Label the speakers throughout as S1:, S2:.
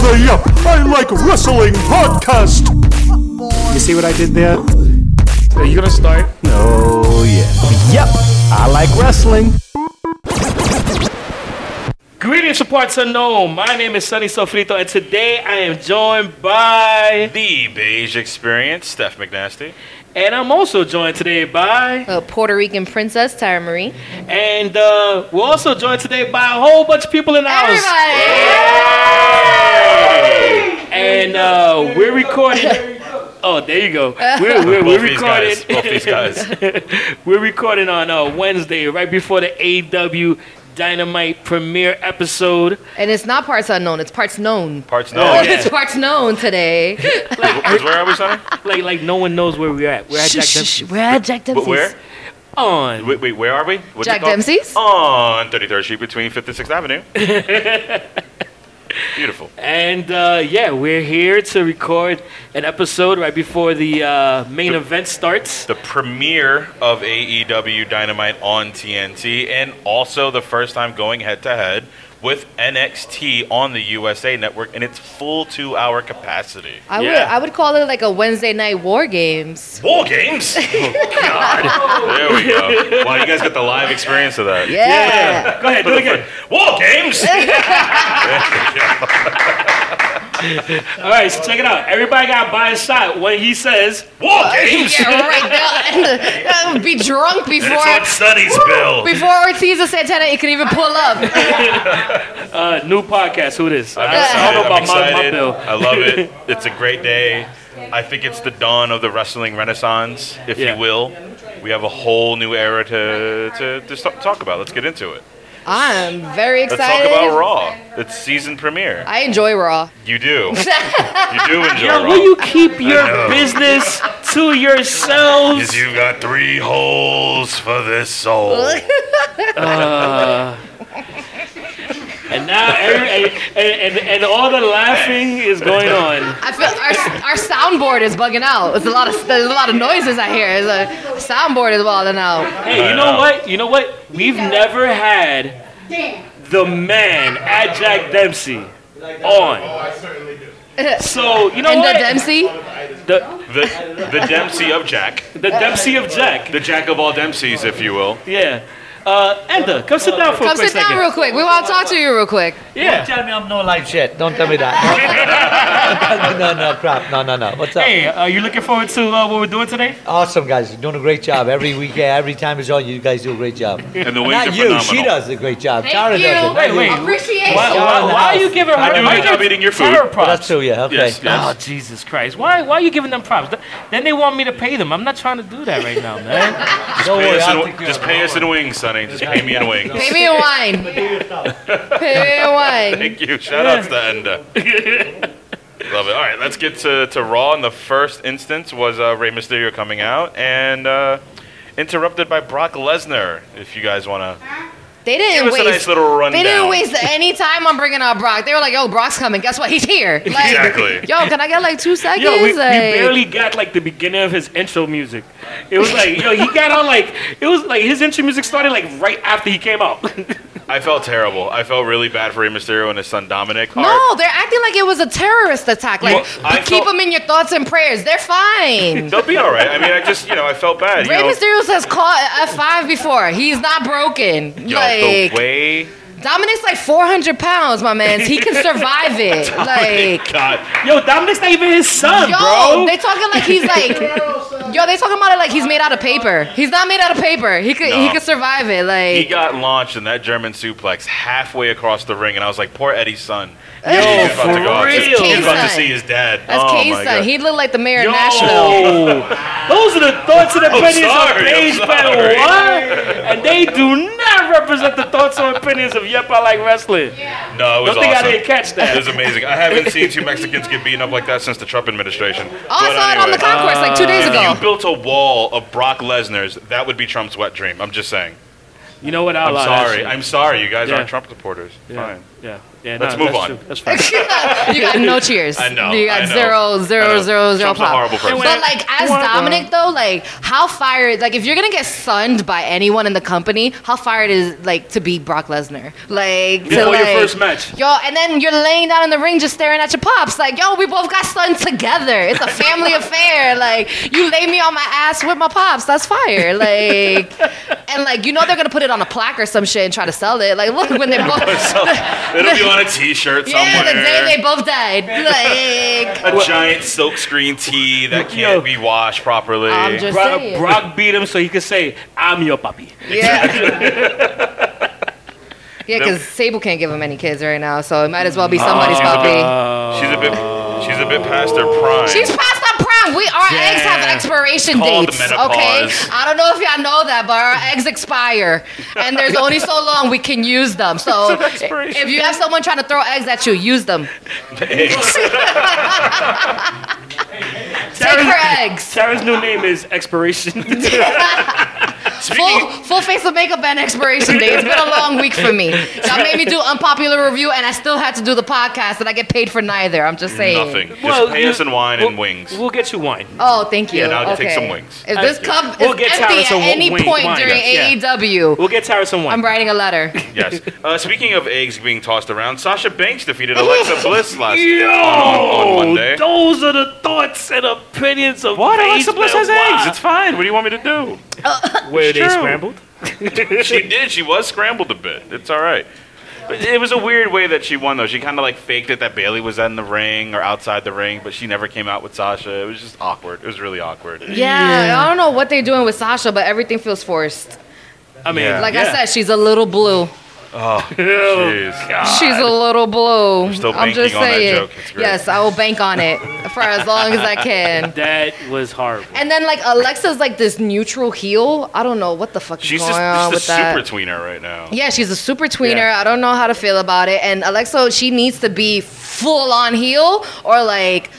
S1: Hurry up! I like wrestling podcast! You see what I did there?
S2: Are you gonna start?
S1: Oh, yeah. Yep, I like wrestling.
S2: Greetings, supports unknown. My name is Sunny Sofrito, and today I am joined by,
S3: The Beige Experience, Steph McNasty.
S2: and I'm also joined today by,
S4: a Puerto Rican princess, Tyra Marie.
S2: and uh, we're also joined today by a whole bunch of people in the house. And uh, we're recording. Oh, there you go. We're, we're,
S3: Both
S2: we're
S3: these
S2: recording.
S3: guys, both these
S2: guys. we're recording on uh, Wednesday, right before the AW Dynamite premiere episode.
S4: And it's not parts unknown, it's parts known.
S3: Parts no.
S2: Oh,
S4: It's parts known today.
S3: Because where are we, Sonny?
S2: Like, like no one knows where we're at. We're at Jack
S4: Shh, shh,
S2: Dempsey's.
S4: shh, We're at Jack
S3: But
S4: Dempsey's.
S3: where?
S2: on.
S3: Wait, wait, where are we? What's it
S4: Jack
S3: called?
S4: Dempsey's?
S3: On 33rd Street between 5th and 6th Avenue. Beautiful.
S2: And uh, yeah, we're here to record an episode right before the uh, main event starts.
S3: The premiere of AEW Dynamite on TNT and also the first time going head to head with NXT on the USA Network in its full two hour capacity.
S4: I would
S2: Yeah.
S4: I would call it like a Wednesday night war games.
S3: War games? Oh, God. There we go. Wow, you guys got the live experience of that.
S4: Yeah.
S2: Go ahead, do it again.
S3: War games?
S2: All right, so check it out. Everybody got to buy a shot when he says,
S3: War games?
S4: Uh, Yeah, right now. Be drunk before
S3: Sunny's bill.
S4: before Ortiz or Santana it could even pull up.
S2: uh, new podcast, who this?
S3: I'm
S2: I
S3: excited.
S2: don't know
S3: I'm
S2: about my, my
S3: excited.
S2: bill.
S3: I love it. It's a great day. I think it's the dawn of the wrestling renaissance, if
S2: Yeah.
S3: you will. We have a whole new era to, to, to st- talk about. Let's get into it.
S4: I'm very
S3: Let's
S4: excited.
S3: talk about Raw. It's season premiere.
S4: I enjoy Raw.
S3: You do. you do enjoy
S2: Yo,
S3: Raw.
S2: will you keep your
S3: know.
S2: business to yourselves?
S3: 'Cause you've got three holes for this soul.
S2: Uh, And now, every, and, and, and, and all the laughing is going on.
S4: I feel our, our soundboard is bugging out. It's a lot of there's a lot of noises I hear. It's a soundboard is bugging out.
S2: Hey, you know what? You know what? We've never had the man at Jack Dempsey on. So you know
S4: and the
S2: what?
S4: Dempsey.
S2: The,
S3: The, the Dempsey of Jack.
S2: the Dempsey of Jack.
S3: The Jack of all Dempseys, if you will.
S2: Yeah. Uh, Enda, come sit down for a
S4: Come
S2: quick
S4: sit down
S2: second.
S4: real quick. We want to talk to you real quick.
S2: yeah.
S5: Tell me I'm no life shit. Don't tell me that. no, no, crap. No, no, no. What's up?
S2: Hey, are you looking forward to uh, what we're doing today?
S5: Awesome, guys. You're doing a great job. Every week, every time it's on, you guys do a great job.
S3: And the wings
S5: Not
S3: are
S5: you.
S3: phenomenal.
S5: She does a great job.
S4: Thank
S5: Tara
S4: you.
S5: does it. not
S2: Wait,
S5: you.
S2: wait.
S4: Appreciation.
S2: Why, why,
S5: on the
S2: why are
S5: house.
S2: you giving her?
S5: I do
S2: why
S5: a good
S2: you
S3: job
S2: give
S3: eating your food.
S2: her
S3: Well,
S5: Well,
S2: props?
S5: that's true, yeah. Okay.
S3: Yes, yes.
S2: Oh Jesus Christ! Why why are you giving them props? Th- Then they want me to pay them. I'm not trying to do that right now, man.
S5: Don't
S3: Pay
S5: worry.
S3: us
S5: I'll
S3: in,
S5: take care
S3: just
S5: of it.
S3: pay us in wings, Sonny. Just pay me in wings.
S4: Pay me a wine. Pay me a wine.
S3: Thank you. Shout outs to Enda. Love it. All right, let's get to, to Raw. In the first instance was uh, Rey Mysterio coming out and uh, interrupted by Brock Lesnar. If you guys want to,
S4: They didn't
S3: give us a
S4: waste.
S3: nice little rundown.
S4: they didn't waste any time on bringing out Brock. They were like, "Yo, Brock's coming. Guess what? He's here." Like,
S3: Exactly.
S4: Yo, can I get like two seconds?
S2: Yo, we, we
S4: Like-
S2: barely got like the beginning of his intro music. It was like, yo, he got on like it was like his intro music started like right after he came out.
S3: I felt terrible. I felt really bad for Rey Mysterio and his son Dominic. All right,
S4: No, they're acting like it was a terrorist attack. Like,
S3: Well, I
S4: but keep
S3: felt-
S4: them in your thoughts and prayers. They're fine.
S3: they'll be all right. I mean, I just you know I felt bad. You
S4: Rey
S3: know,
S4: Mysterio has caught F five before. He's not broken.
S3: Yo,
S4: like
S3: the way
S4: Dominic's like four hundred pounds, my man. He can survive it. like
S3: God,
S2: Oh yo, Dominic's not even his son,
S4: yo,
S2: bro.
S4: they talking like he's like yo. They talking about it like he's made out of paper. He's not made out of paper. He could he
S3: No.
S4: could survive it.
S3: he
S4: Like
S3: got launched in that German suplex halfway across the ring, and I was like, poor Eddie's son. Yo,
S2: for real.
S3: He's about to
S4: K-Son.
S3: see his dad.
S4: that's
S3: oh
S4: K's
S3: my
S4: son.
S3: God.
S4: He looked like the mayor
S2: Yo,
S4: of Nashville.
S2: those are the thoughts and opinions
S3: Oh, sorry,
S2: of
S3: I'm
S2: Beige Battle
S3: sorry.
S2: What? And they do not represent the thoughts and opinions of Yep, I Like Wrestling.
S3: No, it was
S2: Don't think
S3: awesome.
S2: I didn't catch
S3: It
S2: that.
S3: was amazing. I haven't seen two Mexicans get beaten up like that since the Trump administration.
S4: Oh, I saw it on the concourse like two days
S3: if
S4: ago.
S3: you built a wall of Brock Lesnar's, that would be Trump's wet dream. I'm just saying.
S2: You know what? I'll
S3: I'm
S2: allow that
S3: sorry.
S2: shit.
S3: I'm sorry. You guys
S2: Yeah.
S3: aren't Trump supporters.
S2: yeah.
S3: Fine.
S2: yeah, Yeah,
S3: Let's
S2: no,
S3: move
S2: that's
S3: on.
S2: true. That's fine.
S4: You got no cheers.
S3: I know,
S4: You got
S3: I know,
S4: zero,
S3: I
S4: zero,
S3: know.
S4: zero, zero
S3: Trump's a
S4: pop.
S3: horrible person.
S4: But like as
S2: Wah, wah.
S4: Dominic though, like how fired? Like if you're gonna get sunned by anyone in the company, how fired is like to be Brock Lesnar? Like to,
S2: Before your
S4: like,
S2: first match.
S4: yo, and then you're laying down in the ring just staring at your pops. Like yo, we both got sunned together. It's a family affair. Like you lay me on my ass with my pops. That's fire. Like. And like you know they're gonna put it on a plaque or some shit and try to sell it. Like look when they both
S3: It'll be on a T-shirt somewhere.
S4: Yeah, the day they both died. Like
S3: a giant silkscreen tee that
S2: Yo.
S3: can't be washed properly.
S4: I'm just
S2: Brock,
S4: saying.
S2: Brock beat him so he could say, "I'm your puppy."
S4: yeah. Yeah, because Sable can't give him any kids right now, so it might as well be
S3: Oh,
S2: Oh,
S4: somebody's puppy.
S3: she's a bit, she's a bit past her prime.
S4: She's past our prime. We our eggs have
S3: Yeah.
S4: expiration
S3: Called
S4: dates.
S3: menopause.
S4: Okay, I don't know if y'all know that, but our eggs expire, and there's only so long we can use them. So
S2: expiration.
S4: if you have someone trying to throw eggs at you, use them. Take her eggs.
S2: Sarah's new name is Expiration.
S4: Full, full face of makeup and expiration date. It's been a long week for me. Y'all made me do unpopular review, and I still had to do the podcast, and I get paid for neither. I'm just saying.
S3: nothing. Just pay
S2: you-
S3: us in wine
S2: we'll-
S3: and wings.
S2: We'll get you wine.
S4: Oh, thank you.
S3: Yeah, now
S4: okay.
S3: take some wings.
S4: If this cup
S2: We'll
S4: is
S2: get
S4: empty
S2: Tyler
S4: at
S2: some
S4: any
S2: wing-
S4: point
S2: wine.
S4: during
S2: Yeah.
S4: AEW,
S2: We'll get Tara some wine.
S4: I'm writing a letter.
S3: yes. Uh, speaking of eggs being tossed around, Sasha Banks defeated Alexa Bliss last
S2: Yo,
S3: on Monday.
S2: those are the thoughts and opinions of
S3: What?
S2: Face
S3: Alexa Bliss has
S2: Mail.
S3: eggs. It's fine. What do you want me to do?
S2: Where they
S3: true.
S2: scrambled?
S3: She did. She was scrambled a bit. It's all right. But it was a weird way that she won, though. She kind of like faked it that Bailey was in the ring or outside the ring, but she never came out with Sasha. It was just awkward. It was really awkward.
S4: yeah, I don't know what they're doing with Sasha, but everything feels forced.
S2: I mean,
S3: Yeah.
S4: Like I
S2: yeah.
S4: said, she's a little blue.
S3: Oh, Jeez.
S4: She's a little blue.
S3: still
S4: I'm
S3: banking
S4: just
S3: on that
S4: saying.
S3: joke. It's great.
S4: Yes, I will bank on it for as long as I can.
S2: that was horrible.
S4: And then like Alexa's like this neutral heel. I don't know what the fuck is
S3: She's
S4: going
S3: just,
S4: on
S3: just
S4: with
S3: a
S4: that.
S3: super tweener right now.
S4: yeah, she's a super tweener.
S2: Yeah.
S4: I don't know how to feel about it. And Alexa, she needs to be full on heel or like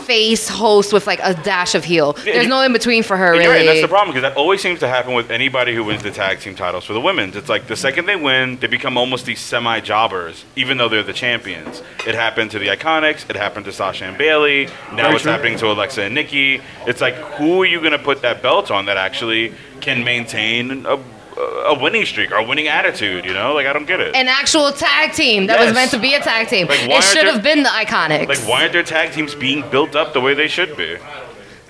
S4: face host with like a dash of heel. There's no in between for her
S3: And
S4: really.
S3: you're right, and that's the problem because that always seems to happen with anybody who wins the tag team titles for the women's. It's like the second they win, they become almost these semi jobbers, even though they're the champions. It happened to the Iconics, it happened to Sasha and Bailey, now
S2: Very
S3: it's
S2: true.
S3: happening to Alexa and Nikki. It's like, who are you going to put that belt on that actually can maintain a, a winning streak or a winning attitude? You know, like, I don't get it.
S4: An actual tag team that was
S3: Yes.
S4: meant to be a tag team.
S3: Like, why
S4: it
S3: aren't
S4: should
S3: there-
S4: have been the Iconics.
S3: like, why aren't their tag teams being built up the way they should be?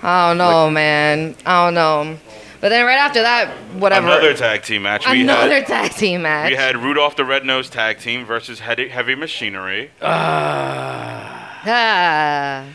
S4: I don't know, man. I don't know. But then right after that, whatever.
S3: Another tag team match. we had-
S4: Another tag team match.
S3: We had Rudolph the Red Nose Tag Team versus Heavy, heavy Machinery.
S4: Ah.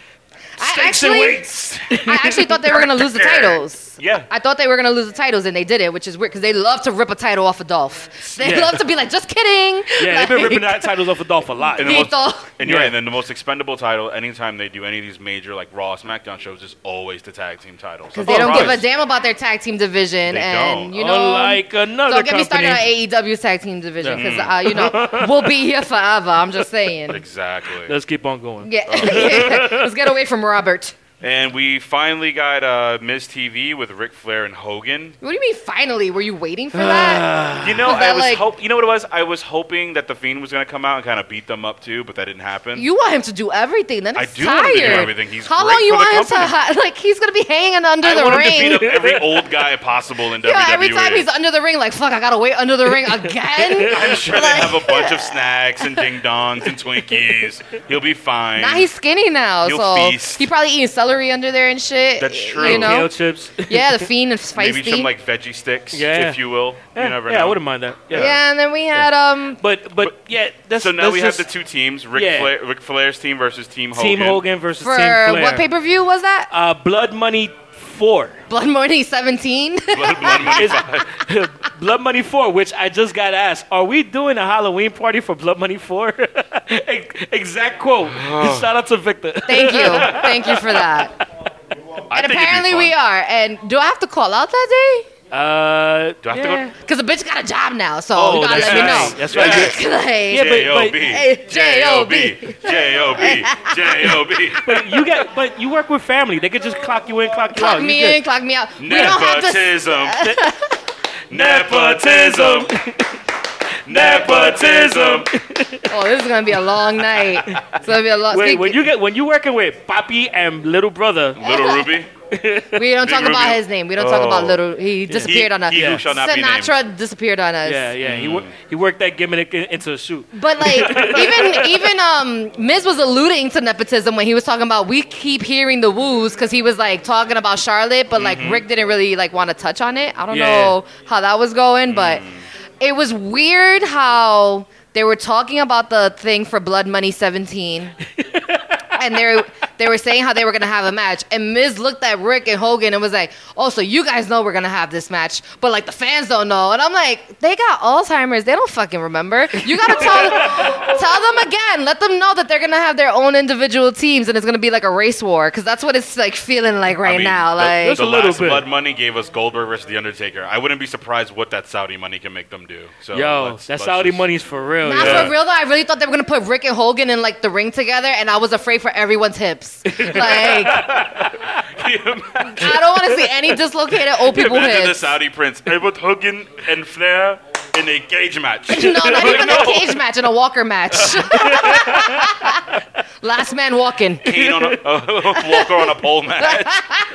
S4: I
S2: Stakes and
S4: actually,
S2: weights.
S4: I actually thought they were gonna lose the titles.
S3: Yeah.
S4: I thought they were gonna lose the titles, and they did it, which is weird because they love to rip a title off of Dolph. They
S2: Yeah.
S4: love to be like, just kidding.
S2: Yeah,
S4: like,
S2: they've been ripping that titles off of Dolph a lot.
S3: And the most,
S4: Vito.
S3: and you're
S2: Yeah.
S3: right. And then the most expendable title, anytime they do any of these major like Raw SmackDown shows, is always the tag team titles. Oh,
S4: Because they don't give a damn about their tag team division,
S3: They
S4: and
S3: don't.
S4: you know,
S2: Unlike another
S4: don't get me started on
S2: company.
S4: AEW's tag team division because uh, you
S3: Mm.
S4: know we'll be here forever. I'm just saying.
S3: Exactly.
S2: Let's keep on going.
S4: Yeah.
S3: oh.
S4: let's get away from Robert.
S3: And we finally got uh, Miz TV with Ric Flair and Hogan.
S4: What do you mean? Finally, were you waiting for that?
S3: You know,
S4: Was that
S3: I was
S4: like-
S3: hope. You know what it was? I was hoping that the Fiend was gonna come out and kind of beat them up too, but that didn't happen.
S4: You want him to do everything. Then
S3: I
S4: it's
S3: do want
S4: tired.
S3: him to do everything. He's
S4: How
S3: great
S4: long you
S3: for the
S4: want him to
S3: company.
S4: hi- like? He's gonna be hanging under
S3: I
S4: the
S3: want
S4: ring.
S3: him to beat up every old guy possible in
S4: yeah,
S3: WWE.
S4: every time he's under the ring, like fuck, I gotta wait under the ring again.
S3: I'm sure they have a bunch of snacks and ding dongs and Twinkies. He'll be fine.
S4: now he's skinny now,
S3: He'll
S4: so
S3: feast.
S4: he probably eating celery under there and shit.
S3: That's
S4: You
S3: true.
S2: Kale
S4: know?
S2: chips.
S4: Yeah, the fiend is feisty.
S3: Maybe some like veggie sticks,
S2: Yeah.
S3: if you will.
S2: Yeah,
S3: you never
S2: yeah,
S3: know.
S2: I wouldn't mind that. Yeah.
S4: yeah, and then we had um.
S2: But but yeah, that's
S3: So now
S2: that's
S3: we
S2: just
S3: have the two teams: Ric,
S2: Yeah.
S3: Flair, Ric Flair's team versus Team Hogan.
S2: Team Hogan versus
S4: For
S2: Team Flair.
S4: what pay per view was that?
S2: Uh, Blood Money Four.
S4: Blood Money 17.
S3: Blood, blood money.
S2: Is- Blood Money 4, which I just got asked, are we doing a Halloween party for Blood Money 4? exact quote. Shout out to Victor.
S4: Thank you, thank you for that.
S3: I
S4: And
S3: think it'd be
S4: apparently
S3: fun.
S4: we are. And do I have to call out that day?
S2: Uh,
S3: Do I have
S2: yeah.
S3: to go?
S4: Cause the bitch got a job now, so
S2: Oh,
S4: you gotta
S2: that's
S4: let me
S2: right.
S4: know.
S2: That's right.
S3: Yes.
S4: Like,
S2: Yeah, but- but-
S4: Hey,
S3: J-O-B. J-O-B. J-O-B. J-O-B.
S2: But you get, but you work with family. They could just clock you in, clock you
S4: Clock
S2: out. You
S4: me
S2: good.
S4: in, clock me out. We don't have to.
S3: Nepotism. Nepotism. Nepotism.
S4: Oh, this is gonna be a long night. It's gonna be a long.
S2: Wait, when you get when you working with Papi and little brother,
S3: Little Ruby.
S4: we don't talk
S3: Big
S4: about
S3: Ruby.
S4: his name. We don't talk about
S3: Oh.
S4: little. He disappeared on us.
S3: he who shall not be named.
S4: Sinatra disappeared on us.
S2: yeah, yeah, he wor-
S3: Mm.
S2: he worked that gimmick in- into a suit.
S4: But like even even um Miz was alluding to nepotism when he was talking about we keep hearing the woos because he was like talking about Charlotte, but
S3: Mm-hmm.
S4: like Rick didn't really like want to touch on it. I don't
S2: Yeah.
S4: know how that was going,
S3: Mm.
S4: but it was weird how they were talking about the thing for Blood Money 17. and they they were saying how they were gonna have a match, and Miz looked at Rick and Hogan and was like, "Oh, so you guys know we're gonna have this match, but like the fans don't know." And I'm like, "They got Alzheimer's. They don't fucking remember. You gotta tell tell them again. Let them know that they're gonna have their own individual teams, and it's gonna be like a race war, because that's what it's like feeling like right
S3: I mean,
S4: now.
S3: the-
S4: Like,
S2: Just
S3: the
S2: a little
S3: last
S2: bit.
S3: Blood Money gave us Goldberg versus The Undertaker. I wouldn't be surprised what that Saudi money can make them do. So
S2: Yo,
S3: let's-
S2: that
S3: let's
S2: Saudi
S3: just-
S2: money's for real.
S4: Not
S2: yeah.
S4: for real though. I really thought they were gonna put Rick and Hogan in like the ring together, and I was afraid for everyone's hips. Like, I don't want to see any dislocated old people
S3: Imagine the
S4: hips.
S3: Saudi prince. Hey, with Hogan and Flair in a cage match.
S4: No, not even
S3: No.
S4: a cage match and a walker match. Last man walking.
S3: Kane on a, a walker on a pole match.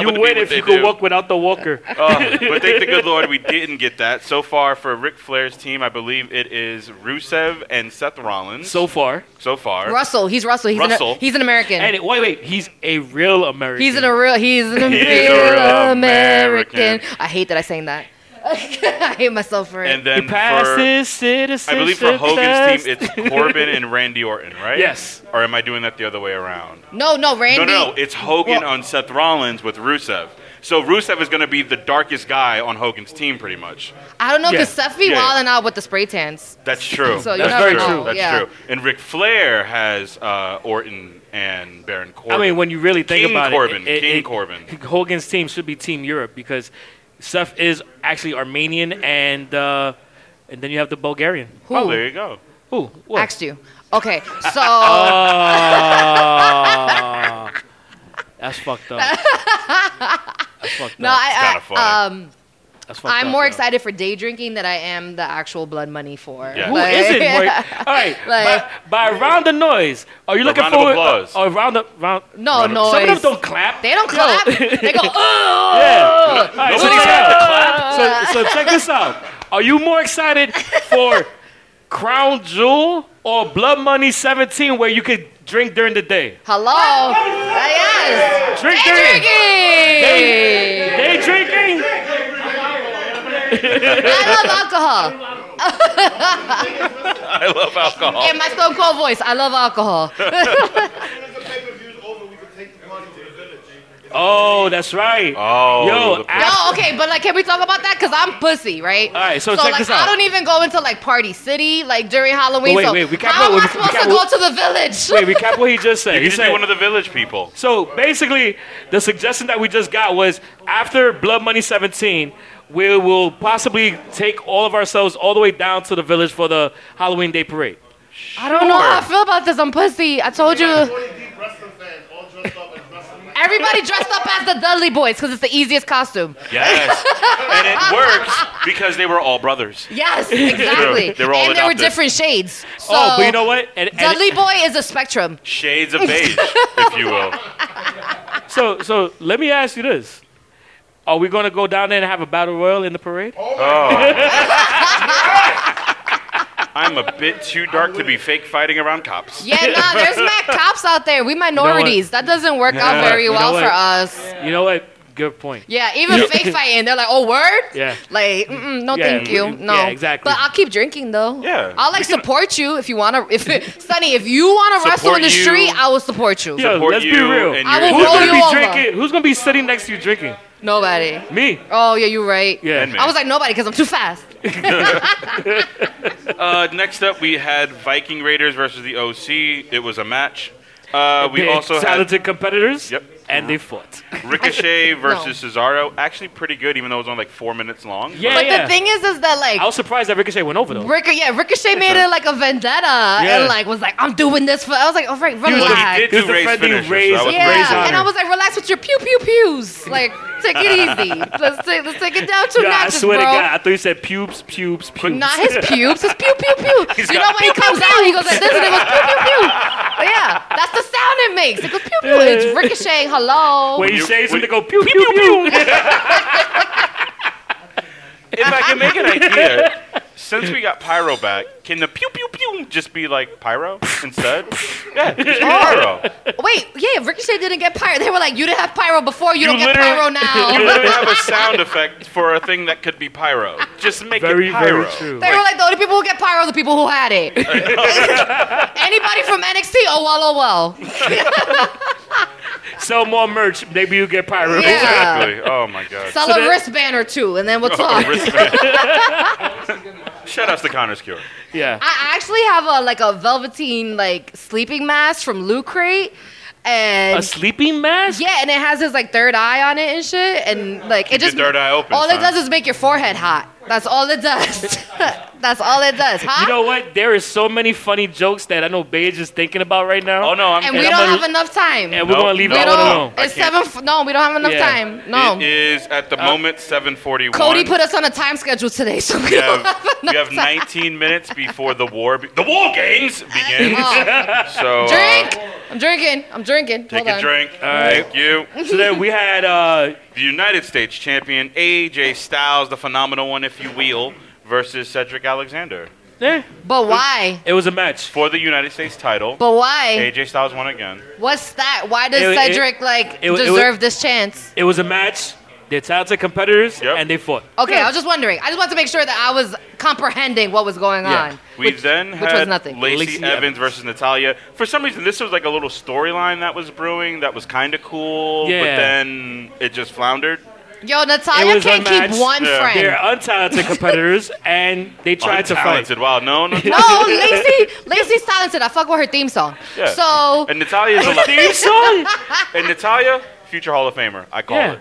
S2: You
S3: be
S2: win
S3: what
S2: if
S3: they
S2: you could
S3: do.
S2: walk without the walker.
S3: Uh, but thank the good Lord we didn't get that. So far for Ric Flair's team, I believe it is Rusev and Seth Rollins.
S2: So far,
S3: so far.
S4: Russell, he's Russell. He's
S3: Russell.
S4: An, he's an American.
S2: and it, wait, wait, he's a real American.
S4: he's an a real. He's an
S3: He's a
S4: real
S3: real
S4: American.
S3: American.
S4: I hate that I sang that. I hate myself for it.
S3: and
S2: He
S3: then for,
S2: passes citizenship
S3: I believe for Hogan's
S2: test.
S3: team, it's Corbin and Randy Orton, right?
S2: Yes.
S3: Or am I doing that the other way around?
S4: no, no,
S3: No,
S4: Randy.
S3: no, no. It's Hogan
S4: Well-
S3: on Seth Rollins with Rusev. So Rusev is going to be the darkest guy on Hogan's team, pretty much.
S4: I don't know because
S2: Yeah.
S4: Seth be
S3: Yeah.
S4: wilding out with the spray tans.
S3: That's true.
S4: So you
S3: That's
S2: never
S3: true.
S2: know,
S3: That's
S4: yeah.
S3: true. And Ric Flair has uh, Orton and Baron
S2: I
S3: Corbin.
S2: mean, when you really think
S3: King
S2: about
S3: Corbin,
S2: it, it,
S3: King
S2: it-
S3: Corbin.
S2: Hogan's team should be Team Europe because Seth is actually Armenian, and uh, and then you have the Bulgarian.
S4: Who
S3: oh, there you go.
S2: Who? What?
S4: asked you? Okay, so
S2: Oh, that's fucked up. That's fucked
S4: no,
S3: kinda
S2: up.
S4: I, I
S3: funny.
S4: um.
S2: That's fucked
S4: I'm
S2: up,
S4: more
S2: yo.
S4: excited for day drinking than I am the actual blood money for.
S3: Yeah.
S2: Who
S4: Like-
S2: is it? Maury? All right,
S4: Like-
S2: by, by round of noise. Are you
S3: A
S2: looking
S3: round of
S2: for
S3: applause.
S2: A, round of round?
S4: No,
S3: Round of-
S4: no.
S2: Some of them don't clap.
S4: They don't
S2: Yo.
S4: clap. they go, oh.
S2: Yeah. All right, so,
S3: Nobody's
S2: check-
S3: had to
S2: so, so check this out. Are you more excited for Crown Jewel or Blood Money 17 where you could drink during the day?
S4: Hello. Ah, yes.
S2: Drink
S4: Day
S2: during
S4: drinking.
S2: Day drinking?
S4: I love alcohol.
S3: I love alcohol.
S4: In my Stone Cold voice, I love alcohol.
S2: Oh, that's right.
S3: Oh,
S2: Yo,
S3: the-
S2: after,
S4: No, okay, but like, can we talk about that? Cause I'm pussy, right? All
S2: right, so check
S4: like,
S2: this out.
S4: I don't even go into like Party City, like during Halloween.
S2: Wait,
S4: so
S2: wait, we can't
S4: how
S2: go- we-
S4: am I
S2: we
S4: supposed
S2: can't-
S4: to go to the village?
S2: wait, recap what he just said.
S3: you
S2: He
S3: just be
S2: said
S3: one of the village people.
S2: So basically, the suggestion that we just got was after Blood Money 17, we will possibly take all of ourselves all the way down to the village for the Halloween Day Parade.
S4: I don't know how I feel about this. I'm pussy. I told you. Everybody dressed up as the Dudley Boys because it's the easiest costume.
S3: Yes. and it works because they were all brothers.
S4: Yes, exactly.
S3: They were all
S4: and there were
S3: adopted.
S4: different shades. So
S2: oh, but you know what? And, and-
S4: Dudley Boy is a spectrum.
S3: Shades of beige, if you will.
S2: so, so let me ask you this. Are we going to go down there and have a battle royal in the parade?
S4: Oh,
S3: I'm a bit too dark to be fake fighting around cops.
S4: Yeah, nah, there's mad cops out there. We minorities. that doesn't work out very
S2: You know
S4: well
S2: what?
S4: for us.
S2: You know what? Good point.
S4: Yeah, even fake fighting, they're like, "Oh, word."
S2: Yeah.
S4: Like, mm-mm, no,
S2: Yeah,
S4: thank you,
S2: mm,
S4: no.
S2: yeah, exactly.
S4: But I'll keep drinking though.
S3: Yeah.
S4: I'll like support you if you wanna. If Sonny, if you wanna wrestle in
S3: Support
S4: the
S3: you.
S4: street, I will support you.
S2: Yo,
S3: Support
S2: let's be
S3: you
S2: real.
S3: and
S4: I
S3: your
S2: Who's
S4: will roll
S2: gonna
S4: you
S2: be
S4: over.
S2: drinking? Who's gonna be sitting next to you drinking?
S4: Nobody.
S2: Me.
S4: Oh yeah, you're right.
S2: Yeah.
S3: And me.
S4: I was like nobody because I'm too fast.
S3: Uh, next up, we had Viking Raiders versus the OC. It was a match. Uh, we also had
S2: talented competitors.
S3: Yep. Uh-huh.
S2: and they fought.
S3: Ricochet versus Cesaro, actually pretty good, even though it was only like four minutes long.
S2: Yeah,
S4: But
S2: yeah.
S4: the thing is, is that like
S2: I was surprised that Ricochet went over though.
S4: Rico, yeah, Ricochet made it like a vendetta
S2: Yeah.
S4: and like was like, I'm doing this for. I was like, all right,
S3: But
S4: relax.
S3: he did
S2: He was
S3: do Ray's
S2: defending
S3: finisher, so
S2: Ray's-
S3: I was
S4: yeah,
S2: Ray's honor.
S4: and I was like, relax with your pew pew pews. Like, take it easy. Let's take let's take it down to
S2: God, I
S4: notches,
S2: swear to
S4: bro.
S2: God, I thought you said pubes, pubes, pubes.
S4: Not his pubes, his pew pew pew. you know
S3: got
S4: when he comes out, he goes like this, and it goes pew pew pew. yeah, that's the sound it makes. It goes pew pew. It's ricocheting. Hello.
S2: When you
S3: you-
S2: say something,
S3: when-
S2: go pew pew pew.
S3: If I can make an idea, since we got Pyro back, can the pew pew pew just be like Pyro instead? yeah, just Pyro.
S4: Wait, yeah, Ricochet didn't get pyro. They were like, you didn't have pyro before, you,
S3: You
S4: don't get
S3: literally-
S4: pyro now.
S3: You literally have a sound effect for a thing that could be Pyro. Just make
S2: Very,
S3: it Pyro.
S2: very true.
S4: They were like, the only people who get pyro are the people who had it. Anybody from NXT? Oh well, oh well.
S2: Sell more merch, maybe you get pyro.
S4: Yeah.
S3: Exactly. Oh my god.
S4: Sell
S2: So
S4: a
S2: that-
S4: wristband or two, and then we'll
S3: Oh,
S4: talk.
S3: wristband. Shout outs to Connor's Cure.
S2: yeah.
S4: I actually have a like a velveteen like sleeping mask from Loot Crate, and
S2: A sleeping mask?
S4: yeah, and it has his like third eye on it and shit, and like it
S3: your
S4: just
S3: third eye open,
S4: All it
S3: son.
S4: does is make your forehead hot. That's all it does. That's all it does. Huh?
S2: You know what? There is so many funny jokes that I know Beige is thinking about right now.
S3: Oh no, I'm
S4: and we
S2: I'm
S4: don't
S2: gonna-
S4: have enough time.
S2: And we're
S3: Nope,
S2: gonna leave
S3: nope.
S4: we
S2: that
S4: don't.
S2: one alone.
S3: I
S4: It's
S3: can't.
S4: seven. f- No, we don't have enough
S2: Yeah. Uh,
S4: time. No.
S3: It is at the moment 7:41.
S4: Cody put us on a time schedule today, so we
S3: You
S4: don't have
S3: have,
S4: enough
S3: you have
S4: time.
S3: 19 minutes before the war. Be- the war games begin. So uh,
S4: Oh. Drink. I'm drinking. I'm drinking.
S3: take
S4: Hold
S3: a
S4: on.
S3: drink.
S2: right.
S3: Thank you.
S2: So then we had uh,
S3: The United States champion AJ Styles, the phenomenal one, if you will, versus Cedric Alexander
S2: eh,
S4: But why?
S2: it was a match.
S3: for the United States title.
S4: But why?
S3: AJ Styles won again.
S4: What's that? Why does
S2: It- it-
S4: Cedric like
S2: it- it-
S4: deserve this chance?
S2: It was a match. They're talented competitors
S3: Yep.
S2: and they fought.
S4: Okay, I was just wondering. I just wanted to make sure that I was comprehending what was going
S2: Yeah.
S4: on.
S3: We then
S4: which was
S3: had
S4: nothing.
S3: Lacey,
S2: Lacey
S3: Evans,
S2: Evans.
S3: versus Natalia. For some reason, this was like a little storyline that was brewing that was kind of cool,
S2: Yeah.
S3: but then it just floundered.
S4: Yo, Natalia
S2: was
S4: can't keep
S2: unmatched.
S4: one
S3: Yeah.
S4: friend.
S2: They're untalented competitors and they tried to fight.
S3: Untalented. Wow, no, no.
S4: No, Lacey, Lacey's talented. I fuck with her theme song.
S3: Yeah.
S4: So,
S3: and Natalia's a
S2: Theme song?
S3: And Natalia, future Hall of Famer. I call
S2: Yeah.
S3: it.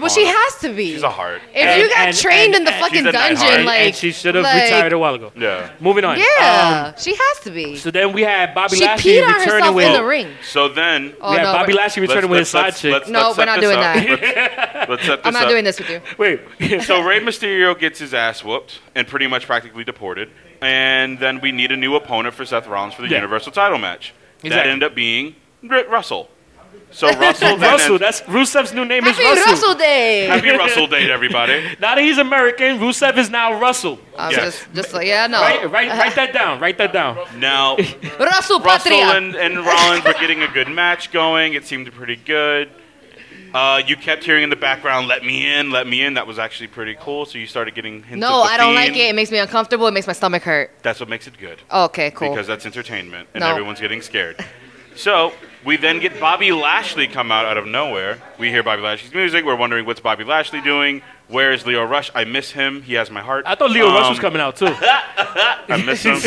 S4: well, she has to be.
S3: She's a heart.
S4: If you
S2: And-
S4: got
S2: and- and-
S4: trained in the
S2: and-
S4: fucking
S3: She's a
S4: dungeon,
S3: diehard.
S4: like
S2: and she should have
S4: like,
S2: retired a while ago.
S3: Yeah.
S2: Moving on.
S4: Yeah,
S2: Um,
S4: she has to be.
S2: so then we had Bobby
S4: She
S2: Lashley
S4: peed on
S2: returning
S4: herself
S2: with
S4: in the ring.
S3: So then.
S4: Oh
S2: we had
S4: no,
S2: Bobby Lashley returning with his side
S3: let's,
S2: chick.
S3: let's-
S4: No,
S3: let's set
S4: we're not
S3: this
S4: doing
S3: up. Let's, let's set this
S4: I'm not
S3: up.
S4: doing this with you.
S2: Wait.
S3: So Rey Mysterio gets his ass whooped and pretty much practically deported. And then we need a new opponent for Seth Rollins for the
S2: Yeah.
S3: Universal title match. That
S2: Exactly.
S3: ended up being R- Russell. So Russell then.
S2: Russell, that's Rusev's new name
S4: Happy
S2: is
S4: Russell,
S2: Russell.
S4: Day.
S3: happy Russell Day, everybody.
S2: Now that he's American, Rusev is now Russell.
S4: I'm
S3: Yes.
S4: just, just like yeah, no.
S2: Right, write, write that down. Write that down.
S3: Now, Russell
S4: Russell Patria.
S3: and, and Rollins were getting a good match going. It seemed pretty good. Uh, you kept hearing in the background, "Let me in, let me in." That was actually pretty cool. So you started getting hints.
S4: no,
S3: of the
S4: I
S3: theme.
S4: don't like it. It makes me uncomfortable. It makes my stomach hurt.
S3: That's what makes it good
S4: Okay, cool.
S3: because that's entertainment, and
S4: No.
S3: everyone's getting scared. So we then get Bobby Lashley come out out of nowhere. We hear Bobby Lashley's music. We're wondering what's Bobby Lashley doing. Where is Leo Rush? I miss him. He has my heart.
S2: I thought Leo Rush was
S3: Um,
S2: coming out too. It
S3: I miss him.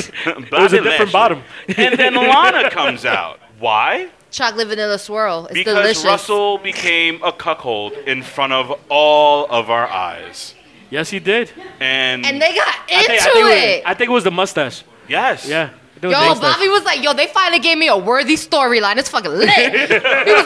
S3: Bobby
S2: was a different
S3: Lashley.
S2: bottom.
S3: And then Lana comes out. Why?
S4: Chocolate vanilla swirl. It's
S3: because
S4: delicious.
S3: Russell became a cuckold in front of all of our eyes.
S2: Yes, he did.
S3: And,
S4: and they got into
S2: I think,
S4: it.
S2: I think it was the mustache.
S3: yes.
S2: Yeah. I think it was the
S4: Yo,
S2: mustache.
S4: Bobby was like, yo, they finally gave me a worthy storyline. It's fucking lit. he was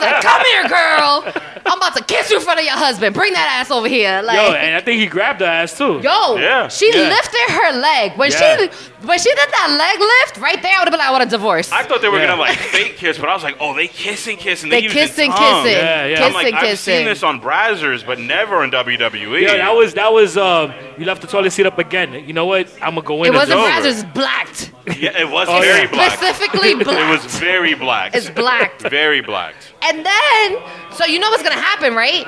S4: like, come here, girl. I'm about to kiss you in front of your husband. Bring that ass over here. Like,
S2: Yo, and I think he grabbed her ass too.
S4: Yo,
S3: Yeah,
S4: she
S2: yeah.
S4: lifted her leg. When
S2: Yeah.
S4: she when she did that leg lift, right there, I would have been like, I want a divorce.
S3: I thought they were
S2: Yeah.
S3: gonna like fake kiss, but I was like, oh, they kissing, kissing.
S4: they
S3: They, using
S4: kissing,
S3: tongue.
S4: kissing,
S2: Yeah, yeah.
S4: kissing,
S3: I'm like, I've
S4: kissing.
S3: seen this on Brazzers, but never in E. WWE.
S2: Yeah, that was that was. Um, you left the toilet seat up again. You know what? I'm gonna go in.
S4: it
S2: and
S4: wasn't
S3: over.
S4: Brazzers, it's blacked.
S3: Yeah, it was
S2: Oh,
S3: very
S2: yeah.
S3: black.
S4: Specifically
S3: It was
S4: blacked.
S3: very black.
S4: it's blacked.
S3: very black.
S4: And then, so you know what's gonna happen, right?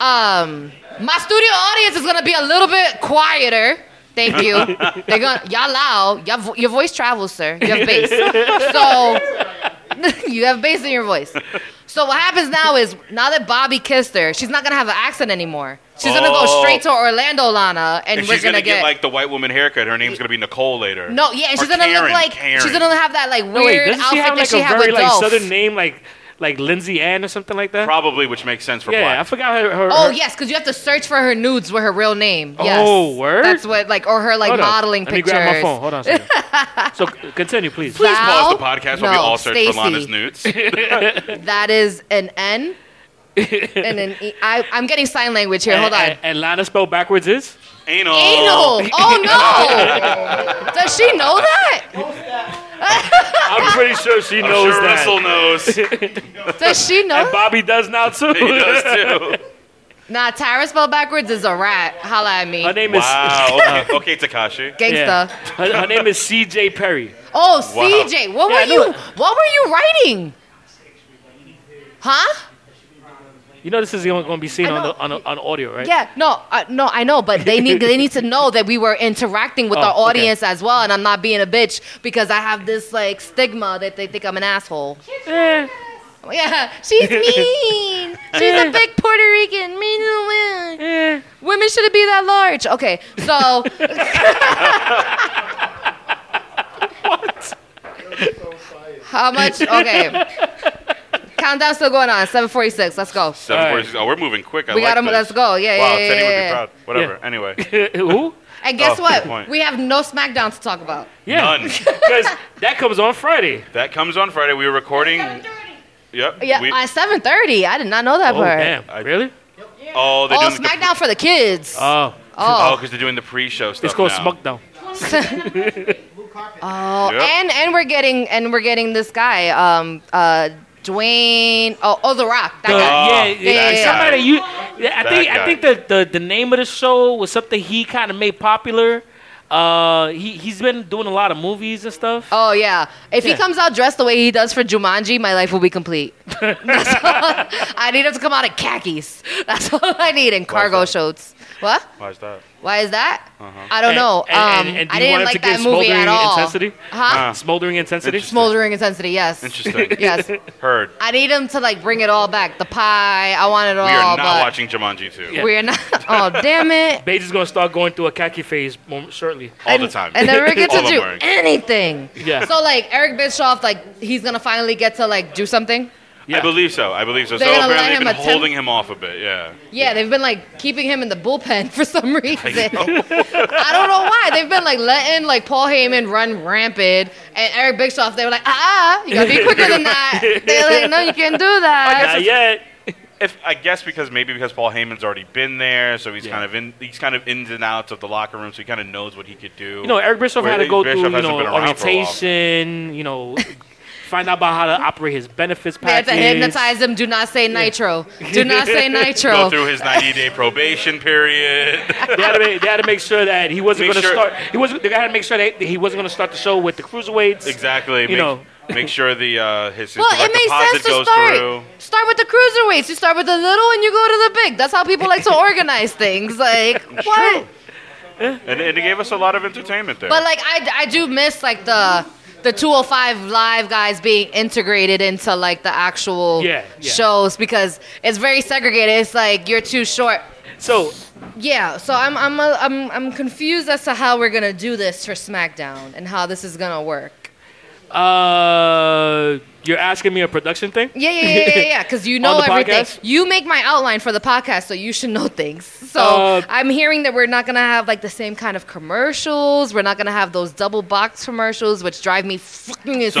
S4: Um, my studio audience is gonna be a little bit quieter. Thank you. They're gonna y'all loud. Y'all, vo- your voice travels, sir. You have bass, so you have bass in your voice. So what happens now is now that Bobby kissed her, she's not gonna have an accent anymore. She's gonna go
S3: Oh.
S4: straight to Orlando Lana, and,
S3: And
S4: we're
S3: she's gonna,
S4: get.
S3: get like the white woman haircut. Her name's gonna be Nicole later.
S4: no, yeah, and
S3: Or
S4: she's gonna
S3: Karen,
S4: look like
S3: Karen.
S4: she's gonna have that like weird
S2: No, wait, doesn't
S4: outfit
S2: she have
S4: that
S2: like
S4: she
S2: a
S4: had
S2: very
S4: with
S2: like
S4: Dolph.
S2: southern name like? like Lindsay Ann or something like that?
S3: Probably, which makes sense for
S2: yeah, I
S3: Black.
S2: forgot her. her
S4: Oh
S2: her-
S4: yes, because you have to search for her nudes with her real name. Yes.
S2: Oh, word?
S4: That's what like or her like
S2: Hold on.
S4: modeling
S2: Let
S4: pictures.
S2: me grab my phone. Hold on a second. so c- continue, please.
S4: Please
S3: Pause the podcast while we all search
S4: Stacy,
S3: for Lana's nudes.
S4: That is an N. and an E. I, I'm getting sign language here. Hold on.
S2: And, and Lana spelled backwards is?
S3: Anal.
S4: Anal.
S2: eh.
S4: Oh no. Does she know that?
S2: I'm pretty sure she
S3: I'm
S2: knows
S3: sure
S2: that.
S3: Russell knows. he
S4: Does she know?
S2: And
S4: that?
S2: Bobby does now too.
S3: does too.
S4: Nah, Tyra spelled backwards is a rat. Holla at me.
S2: Her name is
S3: Wow. Okay, okay Takashi.
S4: Gangsta.
S2: yeah. Her, her name is C.J. Perry.
S4: Oh,
S3: Wow.
S4: CJ, what
S2: Yeah, I
S4: were
S2: know
S4: you?
S2: it.
S4: What were you writing? Huh?
S2: You know this is going to be seen
S4: I
S2: on,
S4: know.
S2: the, on, the, on audio, right?
S4: Yeah, no, uh, no, I know, but they need they need to know that we were interacting with
S2: Oh,
S4: our
S2: okay.
S4: audience as well, and I'm not being a bitch because I have this like stigma that they think I'm an asshole.
S2: Eh,
S4: Yeah, she's mean. she's a big Puerto Rican. Mean little woman.
S2: eh.
S4: Women shouldn't be that large. Okay, so how much? Okay, countdown's still going on. Seven forty-six. Let's go.
S3: Seven
S2: All
S3: forty
S2: right.
S3: six. Oh, we're moving quick. I
S4: We
S3: like
S4: gotta.
S3: this.
S4: Let's go. Yeah,
S3: Wow,
S4: yeah, yeah.
S3: Teddy
S4: yeah,
S3: would be
S4: yeah.
S3: proud. Whatever. Anyway,
S2: Who?
S4: And guess
S3: Oh, good
S4: what?
S3: point.
S4: We have no SmackDown to talk about.
S2: Yeah.
S3: none.
S2: Because that comes on Friday.
S3: That comes on Friday. We were recording. Yep.
S4: Yeah,
S3: we-
S4: at seven thirty. I did not know that
S2: Oh,
S4: part.
S2: damn.
S3: I-
S2: really?
S3: oh, they're
S4: Oh,
S3: doing The,
S4: SmackDown for the kids.
S3: oh,
S2: Oh.
S4: oh,
S3: because they're doing the pre-show stuff
S2: It's called
S3: now.
S2: Smuckdown.
S4: oh,
S3: Yep.
S4: and and we're getting and we're getting this guy, um, uh, Dwayne. Oh, oh, The Rock. That
S2: The-
S4: guy.
S2: yeah,
S3: that
S2: yeah,
S4: guy.
S2: somebody you. yeah, I
S3: That
S2: think
S3: guy.
S2: I think the, the the name of the show was something he kind of made popular. Uh, he he's been doing a lot of movies and stuff.
S4: Oh yeah! If
S2: Yeah.
S4: he comes out dressed the way he does for Jumanji, my life will be complete. That's all- I need him to come out in khakis. That's all I need, and cargo
S3: that?
S4: shorts. What?
S3: Why is that?
S4: Why is that? I don't
S2: And-
S4: know.
S2: and-
S4: um,
S2: and- and do
S4: I
S2: you
S4: didn't
S2: want it
S4: like
S2: to give
S4: that movie
S2: smoldering
S4: at all.
S2: intensity?
S4: Huh?
S3: Ah.
S2: Smoldering intensity.
S3: Interesting.
S4: Smoldering intensity. Yes.
S3: Interesting.
S4: Yes.
S3: Heard.
S4: I need him to like bring it all back. The pie. I want it all.
S3: We are
S4: but
S3: not watching Jumanji 2
S2: Yeah.
S4: We're not. Oh damn it!
S2: Beige is gonna start going through a khaki phase mom- shortly.
S3: all
S4: and,
S3: the time.
S4: And then we get
S3: All
S4: to
S3: I'm
S4: do
S3: wearing.
S4: anything.
S2: Yeah.
S4: So like Eric Bischoff, like he's gonna finally get to like do something.
S2: Yeah.
S3: I believe so. I believe so.
S4: They're
S3: so
S4: gonna let
S3: apparently they've
S4: him
S3: been
S4: attempt-
S3: holding him off a bit. Yeah.
S4: Yeah, they've been like keeping him in the bullpen for some reason. I don't know why. They've been like letting like Paul Heyman run rampant and Eric Bischoff. They were like, ah, ah, you gotta be quicker than that. They're like, no, you can't do that.
S2: Not yet.
S3: If I guess because maybe because Paul Heyman's already been there, so he's
S2: Yeah.
S3: kind of in he's kind of ins and outs of the locker room, so he kind of knows what he could do.
S2: You know, Eric Bischoff
S3: Where
S2: had to
S3: Eric
S2: go
S3: Bischoff
S2: through you
S3: hasn't
S2: know
S3: been around for a while.
S2: orientation. You know, find out about how to operate his benefits
S4: They have
S2: package.
S4: to hypnotize him. Do not say nitro. Do not say
S3: go
S4: nitro.
S3: through his 90 day probation period.
S2: They had, to make, they had to make sure that he wasn't
S3: Make
S2: going to
S3: sure-
S2: start. He wasn't. They had to make sure that he wasn't going to start the show with the cruiserweights.
S3: exactly.
S2: You
S3: make,
S2: know.
S3: make sure the uh, his, his
S4: Well,
S3: direct
S4: it makes
S3: deposit
S4: sense to
S3: goes
S4: start.
S3: through.
S4: Start with the cruiserweights. You start with the little and you go to the big. That's how people like to organize things. Like what?
S3: And, and it gave us a lot of entertainment there.
S4: But like I, I do miss like the the 205 live guys being integrated into like the actual
S2: Yeah, yeah.
S4: shows because it's very segregated. It's like you're too short.
S2: So
S4: Yeah, so I'm I'm a, I'm I'm confused as to how we're going to do this for SmackDown and how this is going to work.
S2: Uh, you're asking me a production thing?
S4: Yeah, yeah, yeah, yeah, yeah. Because you know
S2: On the
S4: everything.
S2: podcast?
S4: You make my outline for the podcast, so you should know things. So
S2: Uh,
S4: I'm hearing that we're not gonna have like the same kind of commercials. We're not gonna have those double box commercials, which drive me fucking
S3: so,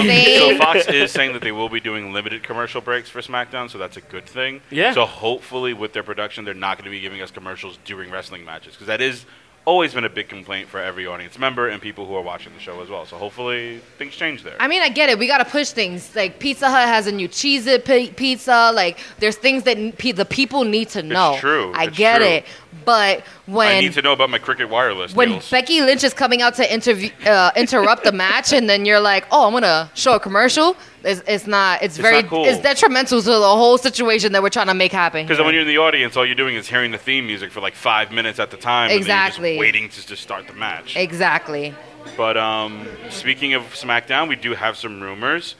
S3: so
S4: insane.
S3: Fox is saying that they will be doing limited commercial breaks for SmackDown, so that's a good thing.
S2: Yeah.
S3: So hopefully, with their production, they're not going to be giving us commercials during wrestling matches because that is always been a big complaint for every audience member and people who are watching the show as well. So hopefully, things change there.
S4: I mean, I get it. We gotta push things. Like Pizza Hut has a new Cheez It pi- pizza. Like there's things that n- pe- the people need to know.
S3: true.
S4: I
S3: It's
S4: get
S3: true.
S4: it. But when
S3: I need to know about my Cricket Wireless
S4: when
S3: deals.
S4: Becky Lynch is coming out to interview, uh, interrupt the match, and then you're like, "Oh, I'm gonna show a commercial." It's, it's not. It's, very.
S3: not cool.
S4: It's detrimental to the whole situation that we're trying to make happen.
S3: Because when you're in the audience, all you're doing is hearing the theme music for like five minutes at the time. And
S4: Exactly.
S3: then you're just waiting to just start the match.
S4: exactly.
S3: But um, speaking of SmackDown, we do have some rumors.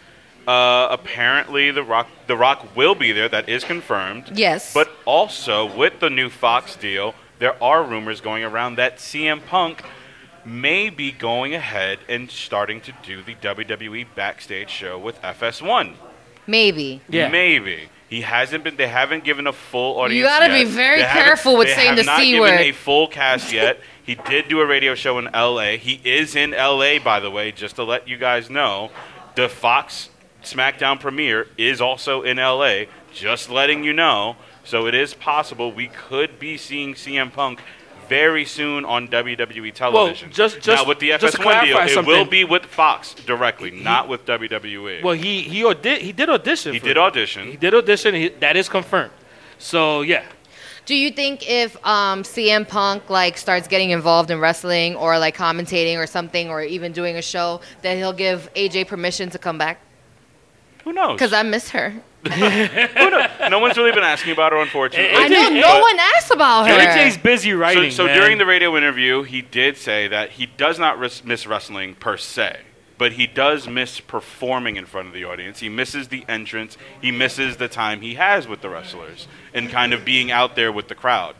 S3: Uh, apparently, the Rock, the Rock will be there. That is confirmed.
S4: Yes.
S3: But also with the new Fox deal, there are rumors going around that CM Punk may be E going ahead and starting to do the WWE backstage show with FS1.
S4: Maybe.
S2: Yeah.
S3: Maybe. He hasn't been. They haven't given a full audience.
S4: gotta
S3: yet.
S4: be very
S3: They haven't-
S4: careful with
S3: they
S4: saying
S3: have
S4: the
S3: not
S4: C
S3: given
S4: word.
S3: a full cast yet. he did do a radio show in L.A. He is in L.A. By the way, just to let you guys know, the Fox SmackDown premiere is also in L.A. Just letting you know. So it is possible we could be seeing CM Punk very soon on WWE television.
S2: just- just-
S3: now with the
S2: just to
S3: FS1 deal,
S2: clarify
S3: it will
S2: something.
S3: be with Fox directly, not with E. WWE.
S2: Well, he he audi- he did audition.
S3: he
S2: for
S3: did
S2: it.
S3: audition.
S2: He did audition. He, that is confirmed. So yeah,
S4: Do you think if um, CM Punk like starts getting involved in wrestling or like commentating or something or even doing a show that he'll give AJ permission to come back?
S3: Who knows?
S4: Because I miss her.
S3: Who knows? No one's really been asking about her, unfortunately.
S4: I know
S2: AJ
S4: no one asked about her.
S2: AJ's busy
S3: So,
S2: writing.
S3: so
S2: man.
S3: during the radio interview, he did say that he does not ris- miss wrestling per se, but he does miss performing in front of the audience. He misses the entrance. He misses the time he has with the wrestlers and kind of being out there with the crowd.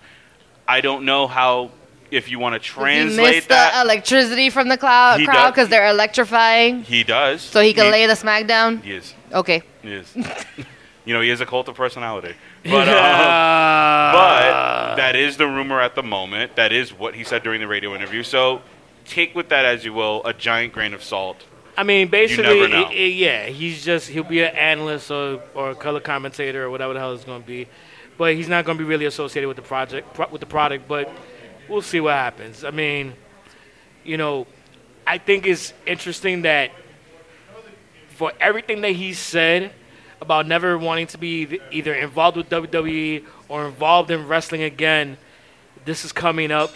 S3: I don't know how if you want to
S4: he
S3: translate
S4: missed the
S3: that.
S4: electricity from the cloud,
S3: He
S4: crowd
S3: does-
S4: because they're electrifying,
S3: he does.
S4: so he can lay the smack down.
S3: He is.
S4: Okay.
S3: He is. you know, he is a cult of personality. But. uh, But that is the rumor at the moment. That is what he said during the radio interview. So take with that as you will a giant grain of salt.
S2: I mean, basically,
S3: never know.
S2: i- i- yeah, he's just he'll be an analyst or or a color commentator or whatever the hell it's gonna be, but he's not gonna be really associated with the project pro- with the product. But we'll see what happens. I mean, you know, I think it's interesting that for everything that he said about never wanting to be th- either involved with WWE or involved in wrestling again, this is coming up,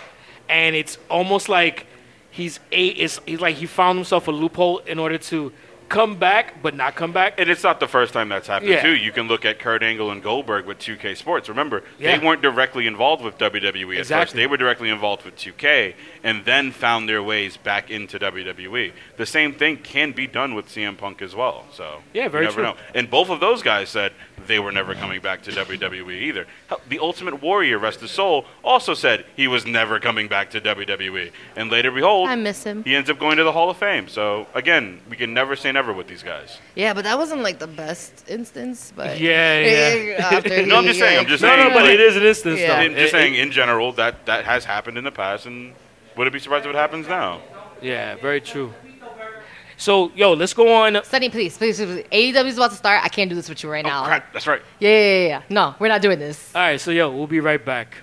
S2: and it's almost like he's a it's, he's like he found himself a loophole in order to come back but not come back.
S3: And it's not the first time that's happened
S2: Yeah.
S3: too. You can look at Kurt Angle and Goldberg with 2K Sports. Remember,
S2: Yeah.
S3: they weren't directly involved with WWE at first.
S2: Exactly.
S3: They were directly involved with 2K and then found their ways back into WWE. The same thing can be done with CM Punk as well. So
S2: Yeah, very
S3: you never
S2: true.
S3: know. And both of those guys said they were never coming back to WWE either. Hell, The Ultimate Warrior, rest his soul, also said he was never coming back to WWE. And later, behold,
S4: I miss him.
S3: He ends up going to the Hall of Fame. So again, we can never say never with these guys.
S4: Yeah, but that wasn't like the best instance. But
S2: Yeah, yeah.
S4: After
S3: No, I'm
S4: he,
S3: just saying, I'm
S4: like-
S3: just
S2: no, no,
S3: saying,
S2: but
S3: like-
S2: it is an instance
S4: Yeah.
S2: though.
S3: I'm just
S2: It- it-
S3: saying, in general, that, that has happened in the past, and would it be surprised if it happens now?
S2: yeah, very true. So yo, let's go on.
S4: Sunny, please, please, please. AEW is about to start. I can't do this with you right now.
S3: Oh, Crap, that's right.
S4: Yeah, yeah, yeah, yeah. No, we're not doing this.
S2: All right, so yo, we'll be right back.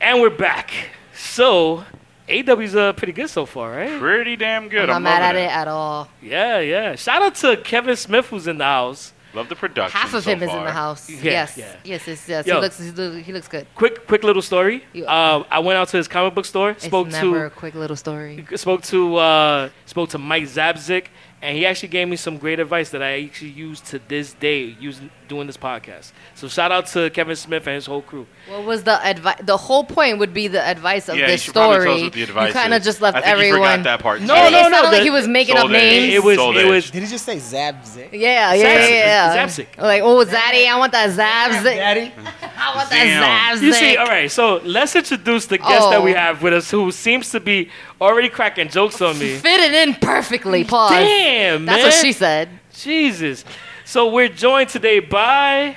S2: And we're back. So, AW's uh, pretty good so far, right?
S3: Pretty damn good.
S4: I'm
S3: I'm,
S4: not mad at
S3: loving
S4: it at all.
S2: Yeah, yeah. Shout out to Kevin Smith who's in the house.
S3: Love the production.
S4: Half of
S3: so
S4: him is in
S3: far.
S4: the house.
S2: Yeah,
S4: yes.
S2: yeah.
S4: yes, yes, yes,
S2: Yo.
S4: He looks, he loo- he looks good.
S2: Quick, quick little story.
S4: You-
S2: Um, I went out to his comic book store, spoke
S4: it's never
S2: to
S4: a quick little story.
S2: spoke to uh, spoke to Mike Zabzik, and he actually gave me some great advice that I actually use to this day, using doing this podcast. So shout out to Kevin Smith and his whole crew.
S4: What was the advice? The whole point would be the advice of
S3: Yeah, you
S4: this
S3: should probably
S4: story.
S3: tell us what the advice
S4: you kind of
S3: is.
S4: just left
S3: I think
S4: everyone.
S3: You forgot that part.
S2: No,
S4: Yeah,
S3: too.
S2: no,
S4: it sounded
S2: no,
S4: like
S2: the-
S4: he was making
S3: Sold
S4: up
S3: it.
S4: names.
S2: It was
S3: Sold
S2: it
S3: it.
S2: was
S6: Did he just say Zabzik?
S4: yeah, yeah, yeah, yeah.
S2: Zapsic.
S4: Like, oh, Zaddy, I want that Zabzik.
S6: Daddy?
S4: I want that
S3: Damn.
S4: Zabzik.
S2: You see, all right, so let's introduce the guest that we
S4: Oh.
S2: have with us who seems to be already cracking jokes on me.
S4: Fit it in perfectly, pause.
S2: Damn, man.
S4: That's what she said.
S2: Jesus. So we're joined today by.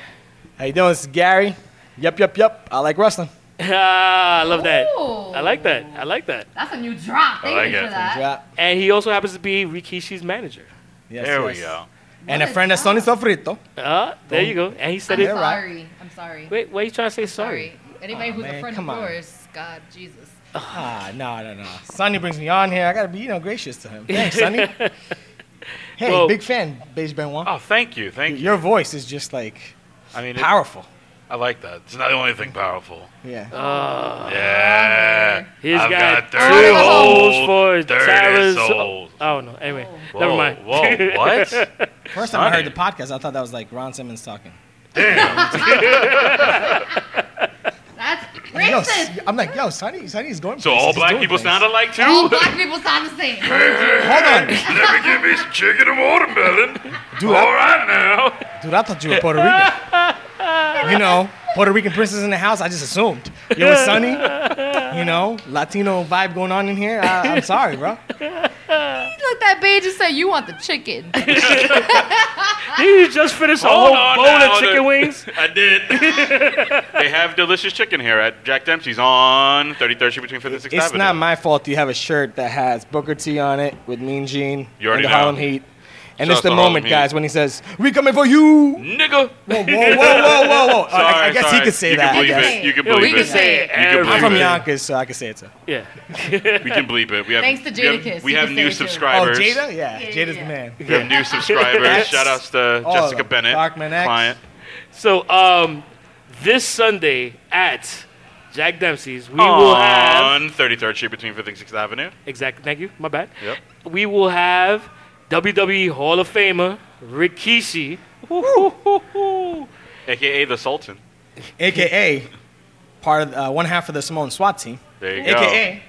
S6: How you doing? It's Gary. Yup, yup, yup. I like wrestling.
S2: Ah, I love that.
S4: Ooh.
S2: I like that. I like that.
S4: That's a new drop. Thank
S3: I like
S4: you
S3: it.
S4: for that.
S6: Drop.
S2: And he also happens to be Rikishi's manager.
S6: Yes,
S3: There we
S6: yes.
S3: go.
S6: And a friend of Sonny Sofrito.
S2: Uh, there you go. And he said
S4: I'm
S2: it.
S6: Yeah, right.
S4: sorry. I'm sorry.
S2: Wait, why are you trying to say sorry?
S4: sorry. Anybody who's a
S6: man,
S4: friend
S6: come
S4: of
S6: on.
S4: yours, God, Jesus.
S6: Ah, no, no, no. Sonny brings me on here. I gotta be, you know, gracious to him. Thanks, Sonny. hey,
S2: Well-
S6: big fan, Beige Benoit.
S3: Oh, thank you, thank you.
S6: Your voice is just like
S3: I mean, it-
S6: powerful.
S3: I like that. It's not the only thing powerful. Uh,
S6: Yeah.
S2: Uh,
S3: yeah.
S2: He's
S3: I've got
S2: got, two
S3: dirty
S2: holes
S3: souls,
S2: for
S3: dirty
S2: Tara's.
S3: souls.
S2: Oh, no. Anyway, never
S3: Whoa,
S2: mind.
S3: Whoa, what?
S6: First time I
S3: Sonny.
S6: heard the podcast, I thought that was like Ron Simmons talking.
S4: That's
S6: Yo,
S4: racist.
S6: I'm like, yo, Sonny, Sonny's going.
S3: So
S6: places.
S3: all
S6: He's
S3: black
S6: doing
S3: people
S6: things.
S3: sound alike too?
S4: All black people sound the same.
S6: Hold on,
S3: Never give me some chicken and watermelon.
S6: Dude, I-
S3: All right now.
S6: dude. I thought you were Puerto Rican. you know, Puerto Rican princess in the house. I just assumed. Yo, it's Sonny. you know, Latino vibe going on in here. I, I'm sorry, bro.
S4: looked at Paige and said, "You want the chicken?"
S2: Did you just finish a
S3: Hold
S2: whole
S3: on
S2: bowl
S3: now,
S2: of chicken
S3: the-
S2: wings?
S3: I did. they have delicious chicken here at Jack Dempsey's on 33rd Street between 5th and 6th
S6: It's
S3: Avenue.
S6: not my fault you have a shirt that has Booker T on it with Mean Gene
S3: You
S6: and
S3: already
S6: the Harlem
S3: know.
S6: Heat. And
S3: Shout
S6: it's
S3: out to
S6: the
S3: Harlem
S6: moment,
S3: Heat.
S6: guys, when he says, "We coming for you."
S3: Nigga.
S6: Whoa, whoa, whoa, whoa, whoa! whoa. I- I,
S3: Sorry,
S6: guess
S3: sorry.
S6: he could say
S3: you Can
S6: that. I
S3: believe
S6: guess.
S3: it. You can
S2: Yeah, we
S3: believe it.
S2: can say it.
S3: You can
S6: I'm
S3: believe
S6: from
S3: it.
S6: Yonkers, so I can say it too.
S2: Yeah.
S3: We can bleep it. We have,
S4: Thanks to
S3: we have-
S4: Jadakiss,
S3: We
S4: you
S3: have
S4: can
S3: new
S4: say it too.
S6: Oh,
S3: subscribers.
S6: Jada, yeah, Jada's
S4: yeah.
S6: the man.
S3: We have new subscribers.
S6: That's-
S3: Shout outs to
S6: Oh,
S3: uh, Jessica Bennett,
S6: Darkman X.
S3: client.
S2: So um, this Sunday at Jack Dempsey's, we will have
S3: on 33rd Street between 5th and 6th Avenue.
S2: exactly. Thank you. My bad.
S3: Yep.
S2: We will have WWE Hall of Famer Rikishi.
S3: AKA the Sultan.
S2: Oh,
S6: AKA part of uh, one half of the Simone SWAT team.
S3: There you go.
S6: AKA,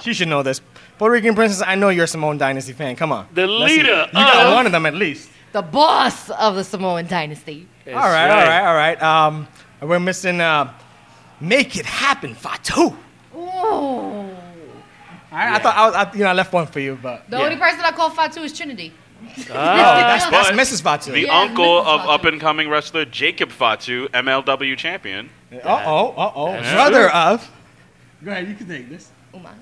S6: she should know this. Puerto Rican princess, I know you're a Simone Dynasty fan. Come on,
S2: The
S6: Let's see.
S2: leader
S6: You got
S2: of-
S6: one of them at least.
S4: the boss of the Samoan dynasty.
S6: All right, all right, all right. Um, we're missing uh, "Make It Happen" Fatu.
S4: Ooh.
S6: I, I thought I, was, I, you know, I left one for you, but
S4: The
S2: Yeah.
S4: only person I call Fatu is Trinity.
S6: Oh,
S3: Oh,
S6: that's, that's
S3: But
S6: Mrs. Fatu.
S3: The
S4: Yeah,
S3: uncle
S4: Mrs.
S3: of
S4: Fatu.
S3: up and coming wrestler Jacob Fatu, MLW champion.
S6: Uh oh, uh oh.
S3: That's
S6: Brother of. Go ahead, you can take this.
S4: Umaga.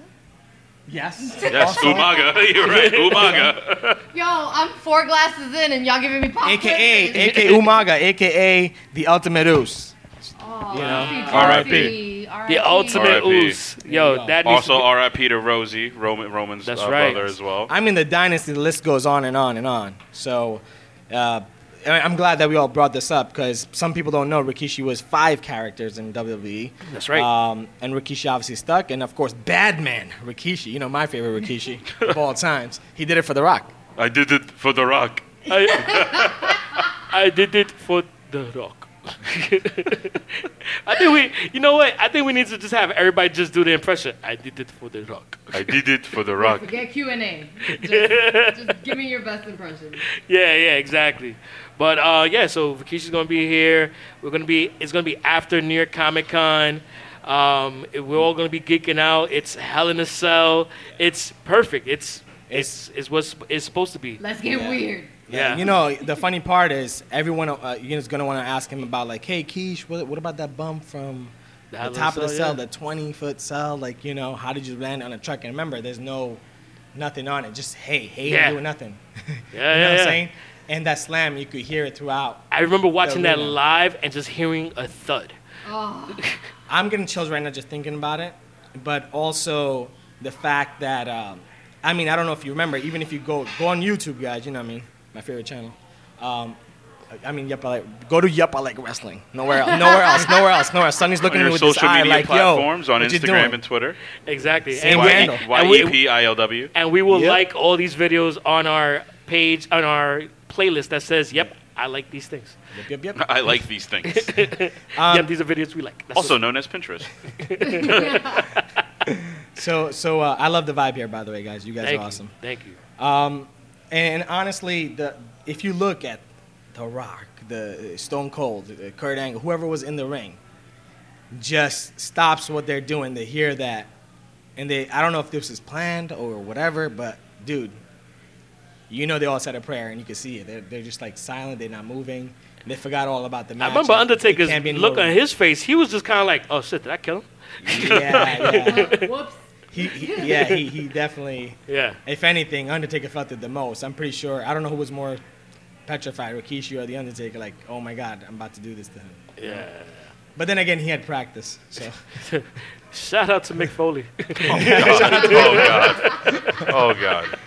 S6: Yes.
S3: Yes, Umaga. You're right, Umaga.
S4: Yo, I'm four glasses in and y'all giving me pop.
S6: AKA, AKA Umaga, AKA the Ultimate Ooze.
S4: Oh,
S3: R.I.P..
S2: The ultimate
S3: R.I.P.
S2: ooze. Yo, that needs
S3: Also,
S2: to
S3: R.I.P. to Rosie, Roman Roman's
S2: That's
S3: uh,
S2: right.
S3: brother as well.
S6: I mean, the dynasty the list goes on and on and on. So, uh, I- I'm glad that we all brought this up because some people don't know Rikishi was five characters in WWE.
S2: That's right.
S6: Um, and Rikishi obviously stuck, and of course, Badman Rikishi. You know my favorite Rikishi of all times. He did it for The Rock.
S3: I did it for The Rock.
S2: be, I, I did it for the rock. I think we, you know what? I think we need to just have everybody just do the impression. I did it for the rock.
S3: I did it for The Rock.
S4: Forget Q and A. Just, just give me your best impression.
S2: Yeah, yeah, exactly. But uh, yeah, so Vakishi's gonna be here. We're gonna be. It's gonna be after New York Comic Con. Um, it- we're all gonna be geeking out. It's Hell in a Cell. It's perfect. It's it's it's what's it's supposed to be.
S4: Let's get weird.
S2: Yeah.
S6: You know, the funny part is everyone uh, you know, is going to want to ask him about, like, hey, Keish, what, what about that bump from
S2: The
S6: the
S2: Hell in a
S6: top of the
S2: Cell,
S6: cell,
S2: yeah.
S6: the 20 foot cell? Like, you know, how did you land on a truck? And remember, there's no nothing on it. Just, hey, hey,
S2: Yeah.
S6: you're doing nothing.
S2: Yeah,
S6: you know
S2: yeah,
S6: what
S2: yeah.
S6: I'm saying? And that slam, you could hear it throughout.
S2: I remember watching that
S6: arena.
S2: live and just hearing a thud.
S7: Oh.
S6: I'm getting chills right now just thinking about it, but also the fact that um, I mean I don't know if you remember, even if you go go on YouTube, guys, you know what I mean, my favorite channel. Um, I mean, yep, I like, go to Yep, I like wrestling. Nowhere else, nowhere else, nowhere else, nowhere else. Sonny's looking
S3: On
S6: at me
S3: your
S6: with this
S3: social
S6: eye
S3: media
S6: like, yo,
S3: platforms, on
S6: what you
S3: Instagram
S6: doing?
S3: and Twitter. E
S2: Exactly.
S6: Same
S2: we-
S6: handle.
S2: and we-
S3: Y-E-P-I-L-W.
S2: and we will
S6: Yep.
S2: like all these videos on our page on our playlist that says, "Yep, I like these things.
S6: Yep, yep, Um, yep.
S3: I like these things.
S2: yep, these are videos we like." That's
S3: also
S2: what's-
S3: known as Pinterest.
S6: So, so uh, I love the vibe here, by the way, guys. You guys
S2: thank
S6: are awesome. Um,
S2: You, thank you.
S6: And honestly, the if you look at The Rock, the uh, Stone Cold, uh, Kurt Angle, whoever was in the ring, just stops what they're doing. They hear that, and they I don't know if this is planned or whatever, but dude, you know they all said a prayer, and you can see it. They're, they're just like silent. They're not moving. They forgot all about the match.
S2: I remember
S6: It
S2: Undertaker's
S6: can't be any
S2: look
S6: more-
S2: on his face. He was just kind of like, "Oh shit, did I kill him?"
S6: Yeah, yeah.
S4: Whoops.
S6: He, he, yeah, he, he definitely.
S2: Yeah.
S6: If anything, Undertaker felt it the most. I'm pretty sure. I don't know who was more petrified, Rikishi or the Undertaker. Like, oh my God, I'm about to do this to him.
S2: Yeah.
S6: But then again, he had practice. So
S2: Shout out to Mick Foley.
S3: oh, God. Oh, God.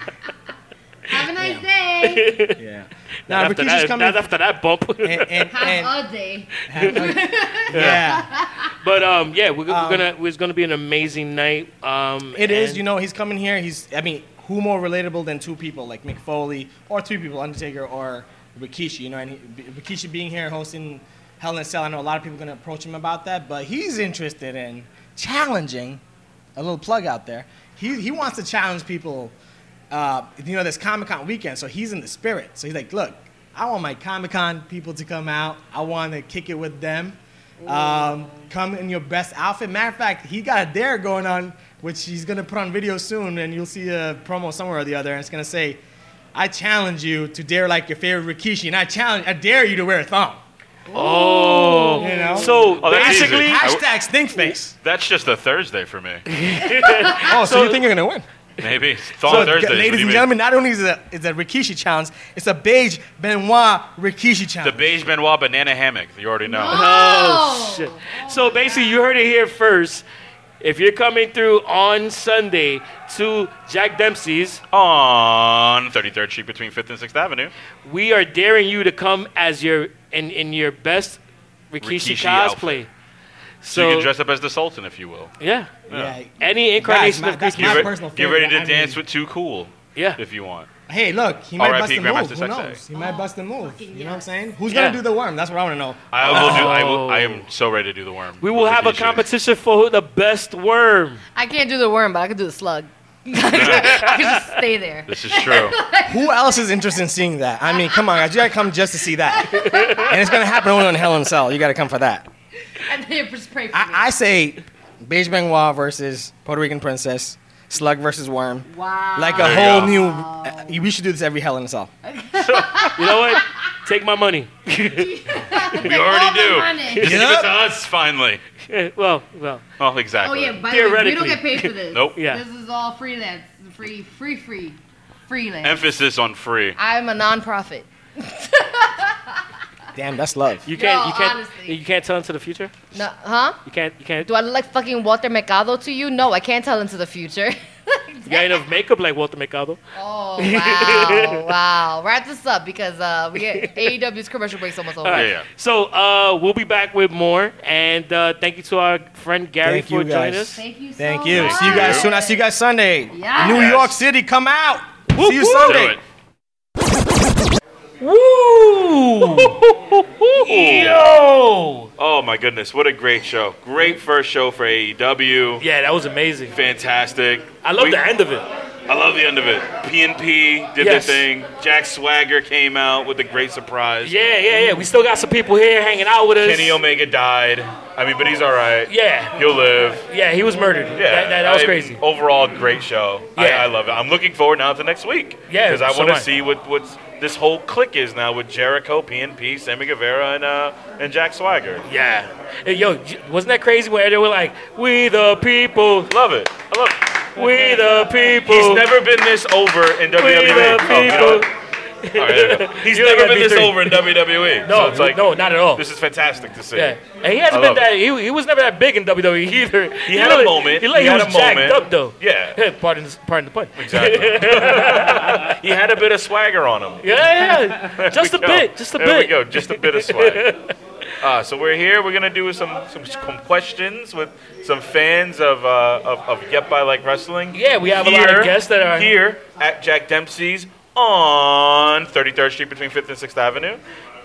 S4: Have a nice day.
S6: yeah. Now
S2: after,
S6: Rikishi's
S2: that,
S6: coming.
S2: not after that bump.
S6: And, and, and,
S4: Have a day.
S6: yeah,
S2: but um, yeah, we're,
S6: Um,
S2: we're gonna it's gonna be an amazing night. Um,
S6: it is.
S2: and-
S6: You know, he's coming here. He's. I mean, who more relatable than two people like Mick Foley or three people, Undertaker or Rikishi? You know, and he, Rikishi being here hosting Hell in a Cell. I know a lot of people are gonna approach him about that, but he's interested in challenging. A little plug out there. He he wants to challenge people. Uh, you know, this Comic Con weekend, so he's in the spirit. So he's like, look, I want my Comic Con people to come out. I want to kick it with them. Um, come in your best outfit. Matter of fact, he got a dare going on, which he's gonna put on video soon, and you'll see a promo somewhere or the other, and it's gonna say, "I challenge you to dare like your favorite Rikishi, and I challenge, I dare you to wear a thong."
S2: Oh,
S6: You know?
S2: so
S3: Oh, that's easy.
S2: basically,
S3: I w-
S6: Hashtag stink face.
S3: That's just a Thursday for me.
S6: Oh, so, you think you're gonna win?
S3: Maybe. Thong
S6: So,
S3: Thursdays. what do
S6: ladies
S3: you
S6: and
S3: mean?
S6: gentlemen, not only is it a, it's a Rikishi challenge, it's a beige Benoit Rikishi
S3: The
S6: challenge.
S3: beige Benoit banana hammock. You already know.
S2: oh shit. So basically, you heard it here first. If you're coming through on Sunday to Jack Dempsey's,
S3: On 33rd Street between 5th and 6th Avenue.
S2: we are daring you to come as your in, in your best Rikishi,
S3: Rikishi
S2: cosplay.
S3: So,
S2: So
S3: you can dress up as the Sultan if you will.
S2: yeah,
S6: yeah.
S2: any
S6: Guys,
S2: incarnation
S6: my,
S2: of
S6: that's
S2: Rikishi.
S6: my
S3: Get, re-
S6: personal
S3: get
S6: favorite.
S3: ready to
S6: I
S3: dance
S6: mean,
S3: with Too Cool
S2: Yeah,
S3: if you want.
S6: Hey, look, he might
S3: R.I.P.
S6: bust a
S3: Grandmaster
S6: move. Who
S3: Sexay.
S6: knows? He might bust a move. You know what I'm
S4: yes.
S6: saying? Who's
S2: Yeah.
S6: gonna do the worm? That's what I want to know.
S3: I will do. I, will, I am so ready to do the worm.
S2: we will have a
S3: Rikishi.
S2: competition for who the best worm.
S4: I can't do the worm, but I can do the slug. I can just stay there.
S3: This is true.
S6: Who else is interested in seeing that? I mean, come on, guys, you gotta come just to see that. and it's gonna happen only on Hell in a Cell. You gotta come for that.
S4: And then you just pray for me.
S6: I, I say, Beige Benoit versus Puerto Rican Princess, Slug versus Worm.
S4: wow.
S6: Like a
S3: There you
S6: whole
S3: go.
S6: new. uh, we should do this every Hell in a Cell.
S2: You know what? Take my money.
S3: We already
S4: all the
S3: do.
S4: money.
S3: Just give
S6: Yep.
S3: it to us finally.
S2: Eh, well, well,
S3: Oh,
S4: Oh
S3: exactly.
S4: yeah, by the way, we don't
S2: Theoretically.
S4: get paid for this.
S3: Nope.
S2: Yeah.
S4: This is all freelance, free, free, free, freelance.
S3: Emphasis on free.
S4: I'm a nonprofit.
S6: Damn, that's love.
S2: you can't,
S4: Yo,
S2: you can't,
S4: honestly.
S2: you can't tell into the future.
S4: No, huh?
S2: You can't, you can't.
S4: Do I look like fucking Walter Mercado to you? No, I can't tell into the future.
S2: You got enough makeup like Walter Mercado.
S4: oh wow, wow. Wrap this up because uh, we get AEW's commercial break's almost over.
S2: All right.
S3: Yeah, yeah.
S2: So uh, we'll be back with more, and uh, thank you to our friend Gary
S6: Thank
S2: for
S6: you,
S2: joining
S6: guys.
S2: us.
S4: Thank you.
S6: Thank
S4: so
S6: you.
S4: Much.
S6: See you guys soon. I see you guys Sunday.
S4: Yes.
S6: New
S3: Yes.
S6: York City, come out. see you
S2: whoop.
S3: Do
S6: Sunday.
S3: it.
S2: Yo!
S3: Oh my goodness, what a great show! Great first show for AEW.
S2: Yeah, that was amazing.
S3: Fantastic.
S2: I love
S3: We-
S2: the end of it.
S3: I love the end of it. P did
S2: Yes.
S3: their thing. Jack Swagger came out with a great surprise.
S2: Yeah, yeah, yeah. We still got some people here hanging out with us.
S3: Kenny Omega died. I mean, but he's all right.
S2: yeah,
S3: He'll live.
S2: yeah, he was murdered.
S3: Yeah,
S2: that, that, that was
S3: I-
S2: crazy.
S3: Overall, great show.
S2: Yeah.
S3: I, I love it. I'm looking forward now to next week.
S2: Yeah,
S3: because I
S2: so
S3: want
S2: am I.
S3: to see what what's this whole clique is now with Jericho, PNP, Sammy Guevara, and uh, and Jack Swagger.
S2: Yeah. Hey, yo, j- wasn't that crazy where they were like, "We the people,
S3: Love it. I love it.
S2: we the people."
S3: He's never been this over in
S2: We
S3: WWE.
S2: the
S3: Oh, God.
S2: people.
S3: All right, there we go. He's
S2: You
S3: never
S2: gotta
S3: been
S2: be
S3: this
S2: three.
S3: over in WWE.
S2: No,
S3: so it's like
S2: no, not at all.
S3: This is fantastic to see.
S2: Yeah, and he
S3: I
S2: hasn't
S3: love
S2: been that. He, he was never that big in WWE either.
S3: He had
S2: looked-
S3: a moment.
S2: He, like,
S3: He
S2: he,
S3: had
S2: was
S3: a
S2: jacked
S3: moment.
S2: up though.
S3: Yeah.
S2: pardon, the- pardon the pun.
S3: Exactly. he had a bit of swagger on him.
S2: Yeah, yeah, yeah. just a
S3: There we go.
S2: bit, just a
S3: there
S2: bit.
S3: we go. Just a bit of swag. Uh, so we're here. We're gonna do some some, some questions with some fans of uh, of, of Yep I Like Wrestling.
S2: Yeah, we have a lot of
S3: Here-
S2: guests that are-
S3: here at Jack Dempsey's on 33rd Street between 5th and 6th Avenue.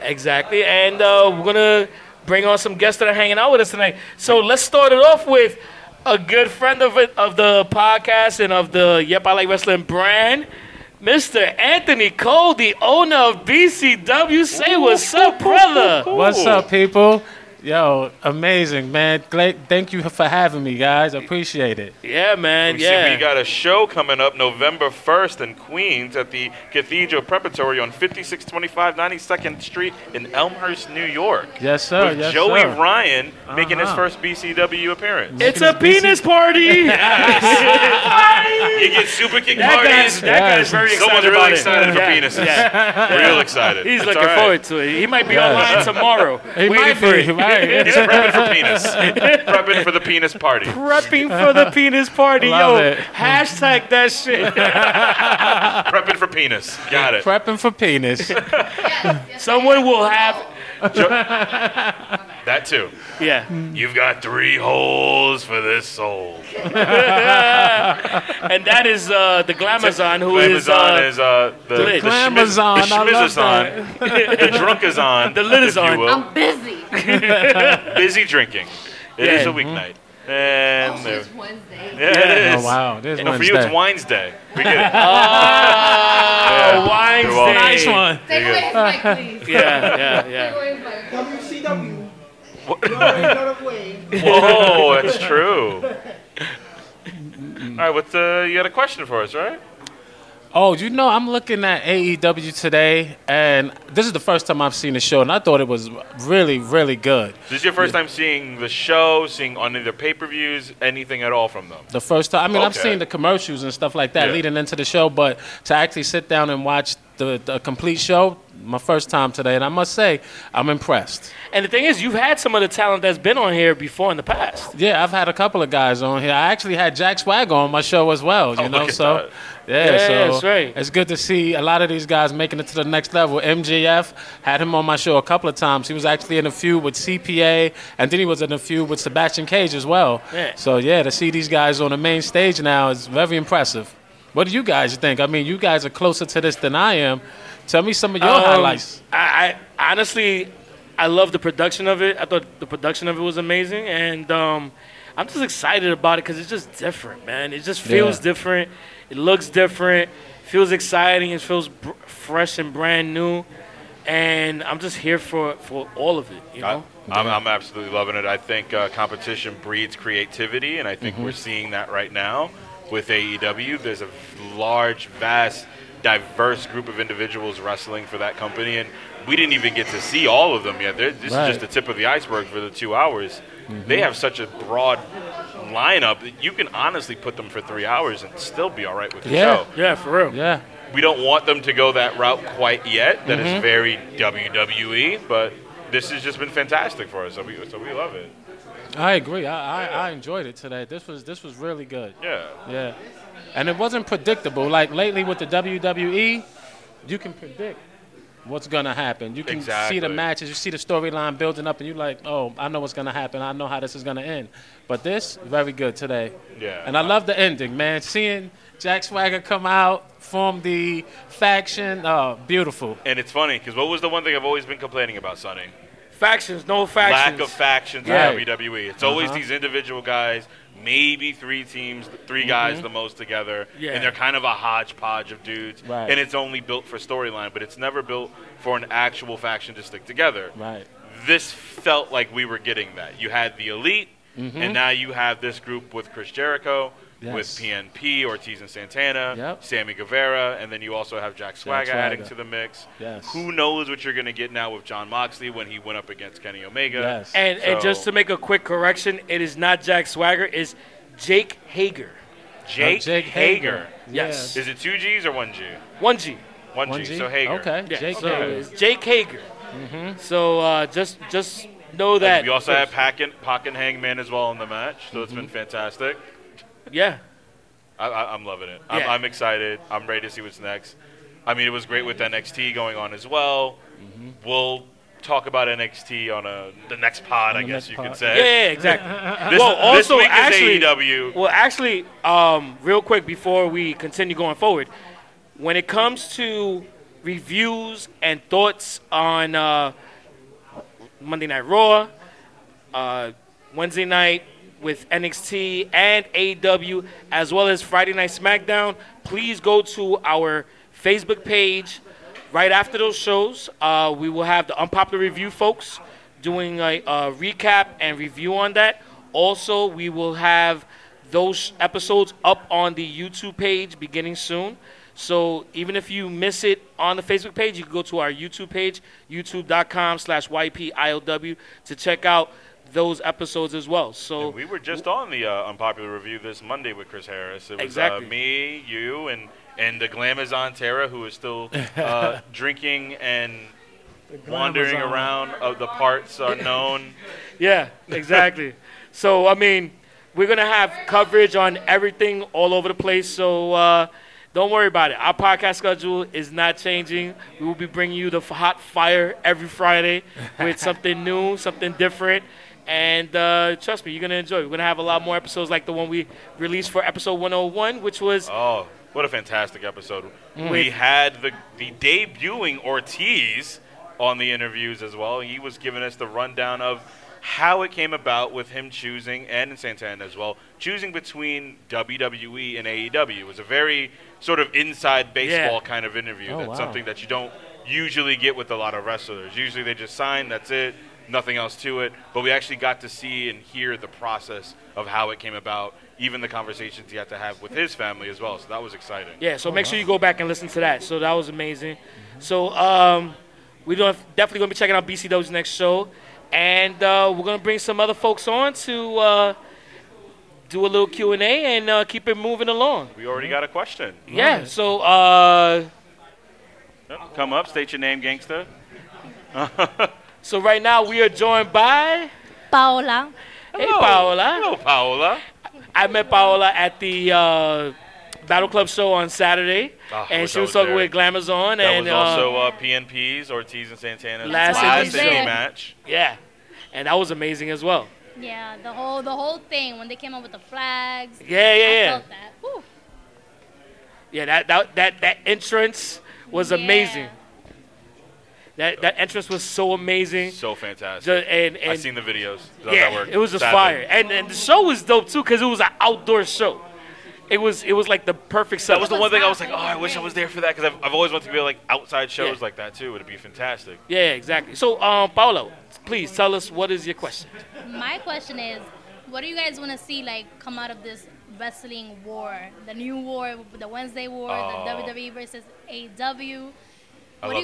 S2: Exactly, and uh, we're gonna bring on some guests that are hanging out with us tonight. So let's start it off with a good friend of it, of the podcast and of the Yep I Like Wrestling brand, Mr. Anthony Cole, the owner of BCW. Say what's up, brother.
S8: What's up, people? Yo, amazing, man. Great. Thank you for having me, guys. Appreciate it.
S2: Yeah, man.
S3: We
S2: yeah.
S3: see we got a show coming up November 1st in Queens at the Cathedral Preparatory on 5625 92nd Street in Elmhurst, New York.
S8: Yes, sir.
S3: With
S8: yes,
S3: Joey
S8: sir.
S3: Ryan making his
S8: Uh-huh.
S3: first BCW appearance.
S2: it's a penis party.
S3: You get super kick
S2: That
S3: parties.
S2: guy's, that guy's
S8: Yes.
S2: very excited
S3: Someone's
S2: about
S3: really
S2: it.
S3: excited for
S2: Yeah,
S3: penises.
S2: yeah.
S3: Real excited.
S2: He's
S3: It's
S2: looking
S3: all right.
S2: forward to it. He might be online tomorrow.
S8: He
S2: waiting
S8: might
S2: for
S8: be.
S2: it.
S8: Right.
S3: He's prepping for penis. prepping for the penis party.
S2: Prepping for the penis party,
S8: Love
S2: yo.
S8: it.
S2: Hashtag that shit.
S3: Prepping for penis. Got it.
S8: Prepping for penis.
S2: Someone will have.
S3: That too.
S2: Yeah,
S3: You've got three holes for this soul.
S2: and that is uh, the Glamazon, who is
S3: Amazon
S2: uh,
S3: is uh, the,
S2: lit.
S3: the schmiz-
S8: Glamazon,
S3: the
S8: I love
S3: schmizazon, the drunkazon,
S2: The litazon.
S3: if you will.
S4: I'm busy.
S3: busy drinking. It is
S2: Yeah.
S3: a weeknight. And
S4: Also,
S3: there-
S4: it's Wednesday.
S3: yeah, it
S8: Mm-hmm. Oh,
S3: is.
S8: wow. This
S3: No, for you, it's
S8: Wednesday.
S3: Wines Day. We get it.
S2: Oh,
S3: You're welcome.
S2: Wednesday.
S8: Nice one.
S4: Take away his mic, please.
S2: Yeah, yeah, yeah.
S4: Take away his mic.
S3: Whoa, that's true. All right, what's uh, you got a question for us, right?
S8: Oh, you know, I'm looking at AEW today, and this is the first time I've seen the show, and I thought it was really, really good.
S3: This is your first time seeing the show, seeing on either pay-per-views, anything at all from them.
S8: The first time, I mean, I've
S3: Okay.
S8: seen the commercials and stuff like that
S3: Yeah.
S8: leading into the show, but to actually sit down and watch the, the complete show, my first time today, and I must say, I'm impressed.
S2: And the thing is, you've had some of the talent that's been on here before in the past.
S8: Yeah, I've had a couple of guys on here. I actually had Jack Swag on my show as well. You
S3: Oh,
S8: know,
S3: look at
S8: so yeah,
S2: Yeah,
S8: so
S2: that's right.
S8: It's good to see a lot of these guys making it to the next level. MJF had him on my show a couple of times. He was actually in a feud with CPA, and then he was in a feud with Sebastian Cage as well.
S2: Yeah.
S8: So yeah, to see these guys on the main stage now is very impressive. What do you guys think? I mean, you guys are closer to this than I am. Tell me some of your
S2: Um,
S8: highlights.
S2: I, I honestly, I love the production of it. I thought the production of it was amazing, and um, I'm just excited about it because it's just different, man. It just feels
S8: Yeah.
S2: different. It looks different. Feels exciting. It feels br- fresh and brand new. And I'm just here for for all of it. You
S3: I,
S2: know.
S3: I'm, I'm absolutely loving it. I think uh, competition breeds creativity, and I think we're seeing that right now with AEW. There's a large, vast, diverse group of individuals wrestling for that company, and we didn't even get to see all of them yet. They're, this
S8: Right.
S3: is just the tip of the iceberg for the two hours. They have such a broad lineup that you can honestly put them for three hours and still be all right with the
S8: Yeah.
S3: show
S2: yeah, for real.
S8: yeah.
S3: we don't want them to go that route quite yet. That is very WWE, but this has just been fantastic for us. So we, so we love it.
S8: I agree. I, I, I enjoyed it today. This was this was really good.
S3: Yeah.
S8: Yeah. And it wasn't predictable. Like lately with the WWE, you can predict what's going to happen. You can see
S3: Exactly.
S8: the matches, you see the storyline building up, and you're like, oh, I know what's going to happen. I know how this is going to end. But this, very good today.
S3: Yeah.
S8: And I love the ending, man. Seeing Jack Swagger come out, form the faction, oh, beautiful.
S3: And it's funny because what was the one thing I've always been complaining about, Sonny?
S2: Factions, no factions. Uh-huh.
S3: Lack of factions
S8: Right.
S3: in WWE. It's always
S8: Uh-huh.
S3: these individual guys, maybe three teams, 3 guys the most together,
S2: Yeah.
S3: and they're kind of a hodgepodge of dudes.
S8: Right.
S3: And it's only built for storyline, but it's never built for an actual faction to stick together.
S8: Right.
S3: this felt like we were getting that. You had the elite, and now you have this group with Chris Jericho, with
S8: Yes.
S3: PNP, Ortiz and Santana,
S8: Yep.
S3: Sammy Guevara, and then you also have Jack Swagger adding
S8: Swagger.
S3: to the mix.
S8: Yes.
S3: Who knows what you're going to get now with John Moxley when he went up against Kenny Omega?
S8: Yes.
S2: And, and
S3: So-
S2: just to make a quick correction, it is not Jack Swagger. It's Jake Hager.
S3: Jake,
S8: Jake
S3: Hager.
S8: Hager.
S2: Yes.
S3: Is it two G's or one G?
S2: One G.
S3: One,
S8: One
S3: G,
S8: G?
S3: So Hager.
S8: Okay.
S2: Yeah.
S8: Jake
S2: so
S8: Hager. Mm-hmm.
S2: it's Jake Hager. So uh, just just know that.
S3: We also have Packen, Pac and Hangman as well in the match, so it's been fantastic.
S2: Mm-hmm. yeah.
S3: I, I, I'm loving it. I'm,
S2: Yeah.
S3: I'm excited. I'm ready to see what's next. I mean, it was great with NXT going on as well.
S2: Mm-hmm.
S3: We'll talk about NXT on a, the next pod, I
S8: the
S3: guess
S8: next
S3: you
S8: pod.
S3: could
S2: Yeah,
S3: say.
S2: yeah, exactly.
S3: This,
S2: Well,
S3: this
S2: also,
S3: week is E
S2: actually-
S3: AEW.
S2: well, actually, um, real quick before we continue going forward, when it comes to reviews and thoughts on uh, Monday Night Raw, uh, Wednesday night with NXT and AEW, as well as Friday Night SmackDown. Please go to our Facebook page right after those shows. Uh, we will have the unpopular review folks doing a, a recap and review on that. Also, we will have those episodes up on the YouTube page beginning soon. So even if you miss it on the Facebook page, you can go to our YouTube page, youtube.com slash YPILW, to check out those episodes as well. So
S3: We were just on the uh, unpopular review this Monday with Chris Harris. It was
S2: Exactly.
S3: uh, me, you, and and the Glamazon Tara, who is still uh, drinking and wandering
S6: Glamazon.
S3: around of the parts unknown.
S2: Yeah, exactly. so I mean, we're gonna have coverage on everything all over the place. So uh, don't worry about it. Our podcast schedule is not changing. We will be bringing you the f- hot fire every Friday with something new, something different. And uh, trust me, you're gonna enjoy. it. We're gonna have a lot more episodes like the one we released for episode 101, which was
S3: Oh, what a fantastic episode.
S8: Mm.
S3: We had the, the debuting Ortiz on the interviews as well. He was giving us the rundown of how it came about with him choosing, and Santana as well, choosing between WWE and AEW. It was a very sort of inside baseball kind of interview.
S8: Oh,
S3: That's
S8: wow.
S3: something that you don't usually get with a lot of wrestlers. Usually they just sign, that's it. nothing else to it. But we actually got to see and hear the process of how it came about, even the conversations he had to have with his family as well. So that was exciting.
S2: Yeah, so make sure you go back and listen to that. So that was amazing. So um, we don't definitely gonna be checking out BCW's next show, and uh, we're gonna bring some other folks on to uh, do a little Q and A and uh, keep it moving along.
S3: We already got a question.
S2: Yeah. So uh,
S3: Come up, state your name, gangster.
S2: so right now we are joined by
S7: Paola.
S2: Hey Paola.
S3: Hello, Paola.
S2: I met Paola at the uh, Battle Club show on Saturday,
S3: Ah,
S2: and
S3: wish
S2: she
S3: I
S2: was
S3: was
S2: talking
S3: there.
S2: with Glamazon,
S3: That
S2: and um,
S3: was also uh, PNP's Ortiz and Santana's
S2: Last
S3: last,
S7: event.
S3: indie match.
S2: uh, yeah, and that was amazing as well.
S7: Yeah, the whole the whole thing when they came up with the flags.
S2: Yeah, yeah,
S7: I
S2: yeah.
S7: felt that. Whew.
S2: Yeah, that that that, that entrance was
S7: Yeah.
S2: amazing. That that entrance was so amazing.
S3: So fantastic.
S2: Ju- and
S3: I've
S2: and
S3: seen the videos. How's that
S2: yeah,
S3: work?
S2: it was just
S3: Sadly.
S2: fire. And, and the show was dope too because it was an outdoor show. It was it was like the perfect setup.
S3: That was the
S7: was
S3: one thing I was like,
S7: hot.
S3: oh, I wish I was there for that because I've, I've always wanted to be like outside shows
S2: Yeah.
S3: like that too. It'd be fantastic.
S2: yeah, exactly. So, um, Paolo, please tell us what is your question.
S7: My question is, what do you guys want to see like come out of this wrestling war, the new war, the Wednesday war,
S3: Oh.
S7: the WWE versus AW?
S3: I
S7: What do
S3: love
S7: you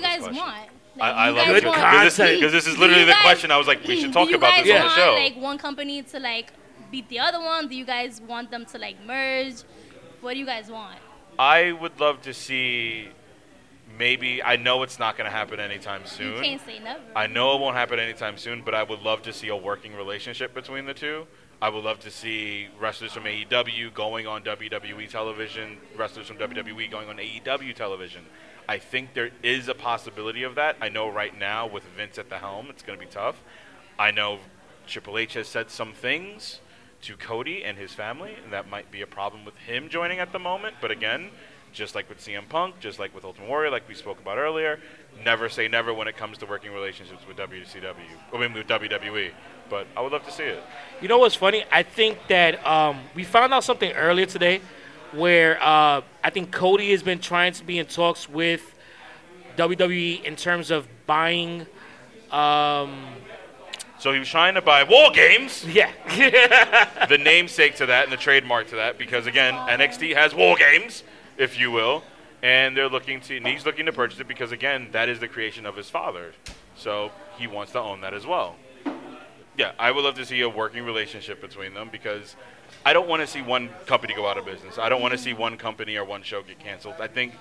S3: this
S7: guys
S3: question.
S7: want?
S3: I, I
S7: you
S3: love
S7: guys
S3: it
S7: want-
S3: because this,
S2: content.
S3: 'cause this is
S7: Do
S3: literally
S7: you
S3: the
S7: guys-
S3: question I was like, we should talk
S7: do you
S3: about
S7: guys
S3: this on the
S7: want,
S3: show.
S7: Like one company to like beat the other one. Do you guys want them to like merge? What do you guys want?
S3: I would love to see. Maybe I know it's not going to happen anytime soon.
S7: You can't say never.
S3: I know it won't happen anytime soon, but I would love to see a working relationship between the two. I would love to see wrestlers from AEW going on WWE television, wrestlers from E WWE going on AEW television. I think there is a possibility of that. I know right now with Vince at the helm, it's going to be tough. I know Triple H has said some things to Cody and his family, and that might be a problem with him joining at the moment. But again, just like with CM Punk, just like with Ultimate Warrior, like we spoke about earlier, never say never when it comes to working relationships with WCW. I mean, with WWE. But I would love to see it.
S2: You know what's funny? I think that um, we found out something earlier today where uh, I think Cody has been trying to be in talks with WWE in terms of buying. Um,
S3: So he was trying to buy War Games,
S2: yeah.
S3: the namesake to that and the trademark to that, because again, NXT has War Games, if you will, and they're looking to, and he's looking to purchase it because again, that is the creation of his father. So he wants to own that as well. Yeah, I would love to see a working relationship between them because I don't want to see one company go out of business. I don't want to see one company or one show get canceled. I think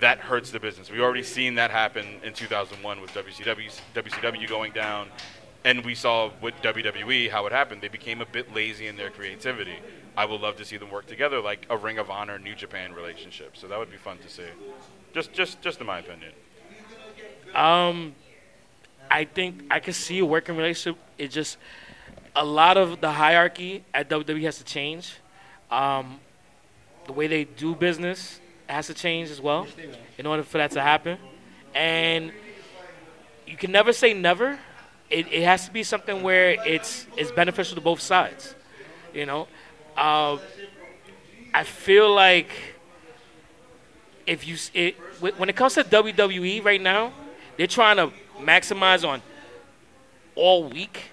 S3: that hurts the business. We've already seen that happen in 2001 with WCW, WCW going down, and we saw with WWE how it happened. They became a bit lazy in their creativity. I would love to see them work together like a Ring of Honor New Japan relationship. So that would be fun to see. Just, just, just in my opinion.
S2: Um, I think I can see a working relationship. It just a lot of the hierarchy at WWE has to change. Um, the way they do business has to change as well in order for that to happen. And you can never say never. It, it has to be something where it's it's beneficial to both sides. You know, uh, I feel like if you s- it, wh- when it comes to WWE right now, they're trying to maximize on all week.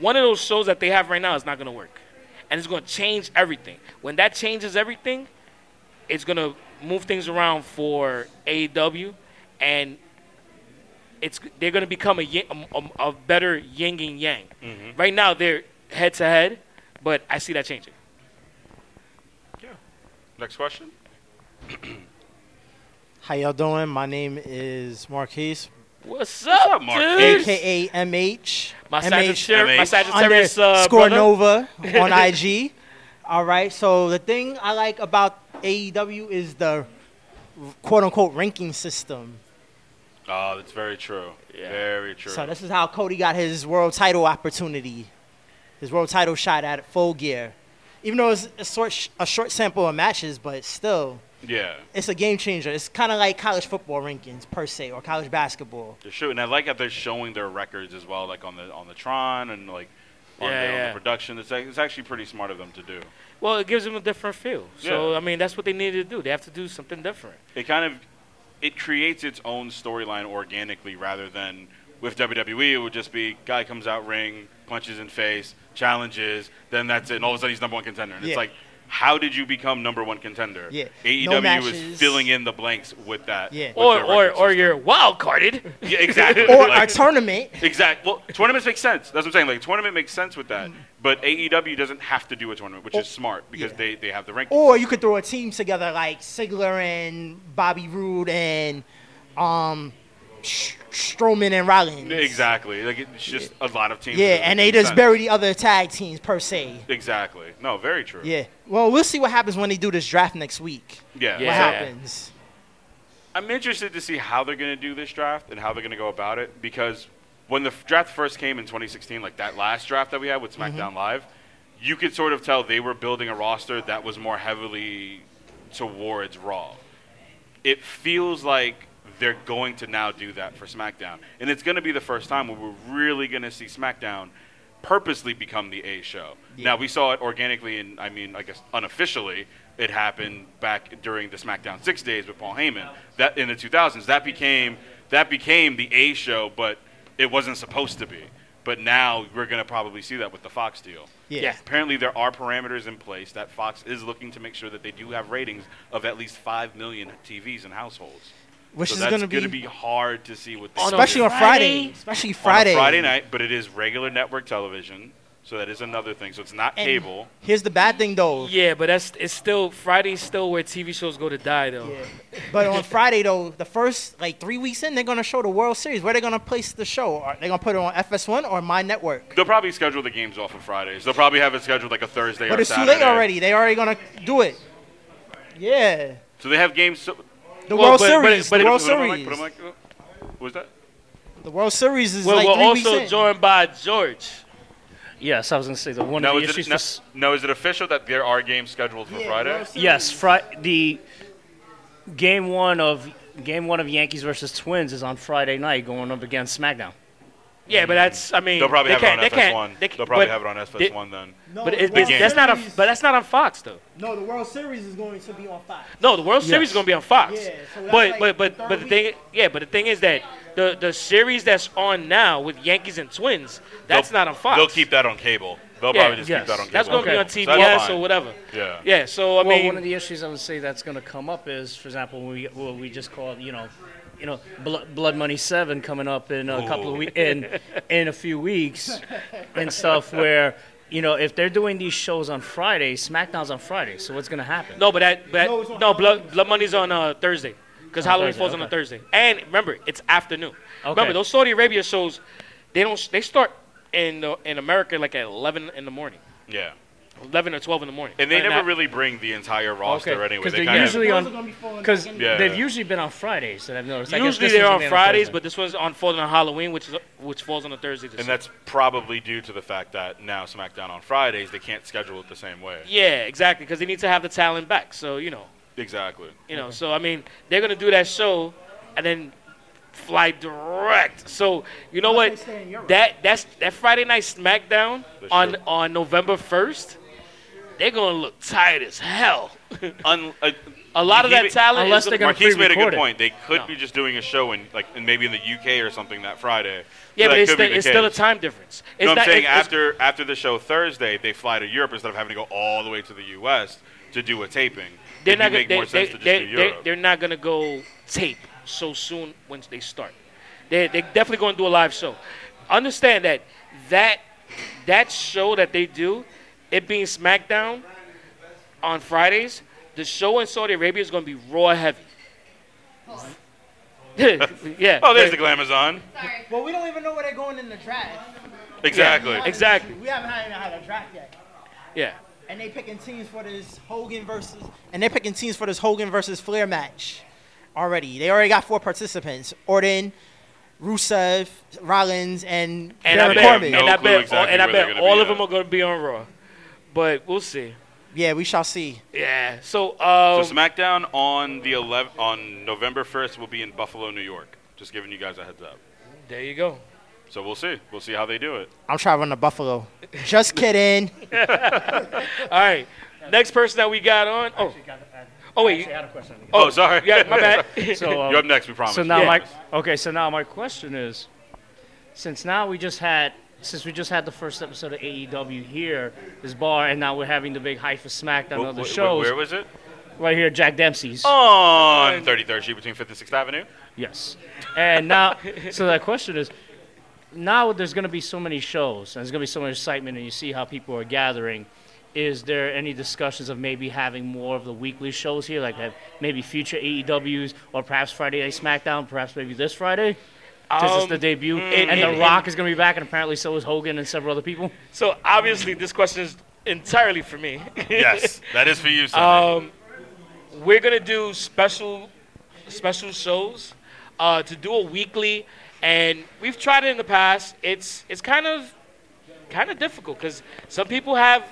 S2: One of those shows that they have right now is not going to work, and it's going to change everything. When that changes everything, it's going to move things around for AEW, and it's they're going to become a, yin, a, a- a better yin and yang. Right now, they're head to head, but I see that changing.
S3: Next question.
S9: How y'all doing? My name is Marquise,
S2: What's up,
S3: up, Mark?
S2: dude?
S9: aka MH.
S2: My
S3: MH.
S2: Sagittarius, my Sagittarius
S9: underscore
S2: uh,
S9: Score
S2: brother.
S9: Nova on IG. All right. So the thing I like about AEW is the quote unquote ranking system.
S3: Oh, that's very true. Very true.
S9: So this is how Cody got his world title opportunity, his world title shot at Full Gear. Even though it's a short, a short sample of matches, but still,
S3: yeah.
S9: it's a game changer. It's kind of like college football rankings per se, or college basketball.
S3: They're shooting. I like how they're showing their records as well, like on the on the Tron and like on,
S2: Yeah,
S3: the, on
S2: yeah.
S3: the production. It's, ac- it's actually pretty smart of them to do.
S2: Well, it gives them a different feel. So
S3: Yeah.
S2: I mean, that's what they needed to do. They have to do something different.
S3: It kind of it creates its own storyline organically rather than With WWE, it would just be guy comes out ring, punches in face, challenges, then that's it. And all of a sudden, he's number one contender. And
S9: Yeah.
S3: it's like, how did you become number one contender?
S9: Yeah. No
S3: AEW
S9: matches.
S3: is filling in the blanks with that.
S9: Yeah.
S3: with
S2: Or
S3: their
S2: or
S3: record
S2: or
S3: system.
S2: you're wild carded.
S3: Yeah, exactly.
S9: Or
S3: Like-
S9: our tournament.
S3: Exactly. Well, tournaments make sense. That's what I'm saying. Like tournament makes sense with
S9: Mm.
S3: that, but AEW doesn't have to do a tournament, which is smart because
S9: Oh,
S3: they,
S9: yeah.
S3: they have the rank.
S9: Or you could throw a team together like Sigler and Bobby Roode and um, Sh- Strowman and Rollins.
S3: Exactly. Like it's just a lot of teams.
S9: Yeah,
S3: that
S9: and
S3: make
S9: they just
S3: sense.
S9: bury the other tag teams per se.
S3: Exactly. No, very true.
S9: Yeah. Well, we'll see what happens when they do this draft next week.
S3: Yeah.
S9: What
S2: Yeah.
S9: happens?
S3: I'm interested to see how they're going to do this draft and how they're going to go about it because when the f- draft first came in 2016, like that last draft that we had with
S9: Mm-hmm.
S3: SmackDown Live, you could sort of tell they were building a roster that was more heavily towards Raw. It feels like they're going to now do that for SmackDown. And it's going to be the first time where we're really going to see SmackDown purposely become the A show. Now, we saw it organically and, I mean, I guess unofficially, it happened back during the SmackDown 6 days with Paul Heyman. That in the 2000s, that became that became the A show, but it wasn't supposed to be. But now we're going to probably see that with the Fox deal.
S9: Yeah. Yeah.
S3: Apparently, there are parameters in place that Fox is looking to make sure that they do have ratings of at least 5 million TVs and households.
S9: Which
S3: so
S9: is
S3: that's
S9: gonna
S3: gonna
S9: be-
S3: be hard to see what they do.
S9: Especially on Friday. Especially
S3: On a
S9: Friday.
S3: Friday night, but it is regular network television, so that is another thing. So it's not
S9: And
S3: cable.
S9: Here's the bad thing though.
S2: Yeah, but that's it's still Friday's still where TV shows go to die though.
S9: But on Friday though, the first like three weeks in, they're gonna show the World Series. Where they gonna place the show? Are they gonna put it on FS1 or My Network?
S3: They'll probably schedule the games off of Fridays. They'll probably have it scheduled like a Thursday
S9: But
S3: or
S9: it's too
S3: Saturday.
S9: late already. They already gonna do it. Yeah.
S3: So they have games. So,
S9: The
S2: Well,
S9: World
S2: but- but-
S9: Series.
S2: but
S9: the
S2: it-
S9: World
S3: what am I
S9: Series.
S3: Like, what am I like, uh, what was that?
S9: the World Series is
S2: Well,
S9: like
S2: we're
S9: three weeks
S2: also
S9: in.
S2: joined by George.
S10: Yes, I was going to say the one
S3: Now
S10: of the
S3: is,
S10: issues.
S3: it, now,
S10: this-
S3: now is it official that there are games scheduled for Friday?
S10: yes, Fri- the game one of game one of Yankees versus Twins is on Friday night, going up against SmackDown.
S2: Yeah, but that's I mean
S3: They'll probably
S2: they
S3: have it on
S2: can't- they can't-
S3: FS1.
S2: they can't-
S3: They'll probably
S2: but
S3: have it on
S2: they-
S3: FS1 then.
S9: No,
S2: But,
S9: the
S2: it,
S9: World
S2: but
S3: game.
S2: that's not on.
S9: Series-
S2: But that's not on Fox though.
S9: No, the World Series is going to be on Fox.
S2: No, the World Series
S10: Yes.
S2: is gonna be on Fox.
S9: Yeah, so that's
S2: but
S9: like
S2: but
S9: the
S2: but
S9: third
S2: but the thing, yeah, but the thing is that the the series that's on now with Yankees and Twins, that's
S3: They'll-
S2: not on Fox.
S3: They'll keep that on cable. They'll
S2: Yeah,
S3: probably just
S10: yes.
S3: keep that on cable.
S2: That's gonna
S10: Okay.
S2: be on
S3: So
S2: TBS
S3: that's
S2: or
S3: fine.
S2: whatever.
S3: Yeah.
S2: Yeah. So I
S10: well,
S2: mean,
S10: one of the issues I would say that's going to come up is, for example, when we what we just called, you know, you know, Blo- Blood Money Seven coming up in a couple of we- in in a few weeks and stuff. Where you know, if they're doing these shows on Friday, SmackDown's on Friday, so what's going to happen?
S2: no, but that but
S9: No, it's on
S2: no, blood blood money's on uh, Thursday because Halloween
S10: Thursday,
S2: falls on a
S10: okay.
S2: Thursday. And remember, it's afternoon.
S10: Okay.
S2: Remember those Saudi Arabia shows, they don't they start in the, in America like at eleven in the morning,
S3: Yeah.
S2: eleven or twelve in the morning.
S3: And they
S2: Like,
S3: never
S2: not-
S3: really bring the entire roster anyway.
S10: because
S3: They
S10: they're
S3: kind of,
S10: usually
S9: Those are
S10: on
S9: gonna be falling
S10: because
S9: back
S3: in- Yeah.
S10: they've usually been on Fridays that I've noticed. I guess
S2: Usually
S10: this
S2: they're
S10: one's
S2: on
S10: gonna be
S2: Fridays,
S10: Thursday.
S2: but this one's on falling on Halloween, which is which falls on a Thursday. this
S3: and
S2: year.
S3: that's probably due to the fact that now SmackDown on Fridays, they can't schedule it the same way.
S2: yeah, exactly, because they need to have the talent back. So you know,
S3: Exactly.
S2: you know. So I mean, they're gonna do that show, and then fly direct. So you know what? That that's that Friday night SmackDown
S3: That's
S2: on
S3: true.
S2: on November first. They're gonna look tired as hell.
S3: Un- uh,
S2: A lot of
S3: he
S2: that
S3: ma-
S2: talent,
S10: unless
S2: is
S10: they're gonna
S3: Marquise made a good
S10: pre-record it.
S3: point. They could
S2: No.
S3: be just doing a show in like in maybe in the UK or something that Friday. So
S2: yeah,
S3: that
S2: but it's,
S3: could be
S2: still,
S3: the
S2: it's still a
S3: case.
S2: time difference. It's
S3: No, I'm saying
S2: it's- it's-
S3: after after the show Thursday, they fly to Europe instead of having to go all the way to the US to do a taping.
S2: they're
S3: It'd
S2: not
S3: make
S2: gonna,
S3: more
S2: they,
S3: sense to
S2: they,
S3: just
S2: they,
S3: do
S2: they,
S3: Europe.
S2: they're not gonna go tape so soon once they start. They they're definitely gonna do a live show. Understand that that that show that they do, it being SmackDown on Fridays, the show in Saudi Arabia is gonna be raw heavy. yeah.
S3: oh, there's the glamazon.
S9: Well, we don't even know where they're going in the draft.
S3: Exactly.
S2: Exactly.
S9: We haven't even had a draft yet.
S2: Yeah.
S9: And they picking teams for this Hogan versus and they're picking teams for this Hogan versus Flair match already. They already got four participants: Orton, Rusev, Rollins, and,
S2: And I
S9: Baron
S2: bet,
S9: Corbin.
S3: no
S2: and I
S3: clue
S2: bet,
S3: exactly
S2: and I
S3: where they're
S2: bet
S3: gonna
S2: all
S3: be
S2: of them
S3: at.
S2: are gonna be on Raw, but we'll see.
S9: yeah, we shall see.
S2: Yeah. So, um,
S3: so SmackDown on the 11 on November 1st will be in Buffalo, New York. Just giving you guys a heads up.
S2: there you go.
S3: So we'll see. We'll see how they do it.
S9: I'm traveling to Buffalo. Just kidding.
S2: All right. Next person that we got on. Oh, oh wait.
S10: Actually, I had a question.
S3: Oh, sorry.
S2: Yeah, my bad.
S10: So, um,
S3: You're up next. We promise.
S10: So now
S2: Yeah.
S10: my okay. So now my question is, since now we just had since we just had the first episode of AEW here, this bar, and now we're having the big hype for SmackDown
S3: Wh-
S10: other
S3: wh- wh-
S10: shows.
S3: where was it?
S10: Right here, Jack Dempsey's.
S3: On 33rd Street between 5th and 6th Avenue.
S10: Yes. And now, so the question is, now there's going to be so many shows, and there's going to be so much excitement, and you see how people are gathering. Is there any discussions of maybe having more of the weekly shows here, like have maybe future AEWs or perhaps Friday Night SmackDown, perhaps maybe this Friday? Since it's
S2: Um,
S10: the debut,
S2: it-
S10: and
S2: it-
S10: The Rock is going to be back, and apparently so is Hogan and several other people.
S2: So obviously, this question is entirely for me.
S10: Yes,
S3: that is for you,
S2: Um,
S3: Sonny.
S2: we're gonna do special, special shows. Uh, to do a weekly, and we've tried it in the past. It's it's kind of, kind of difficult because some people have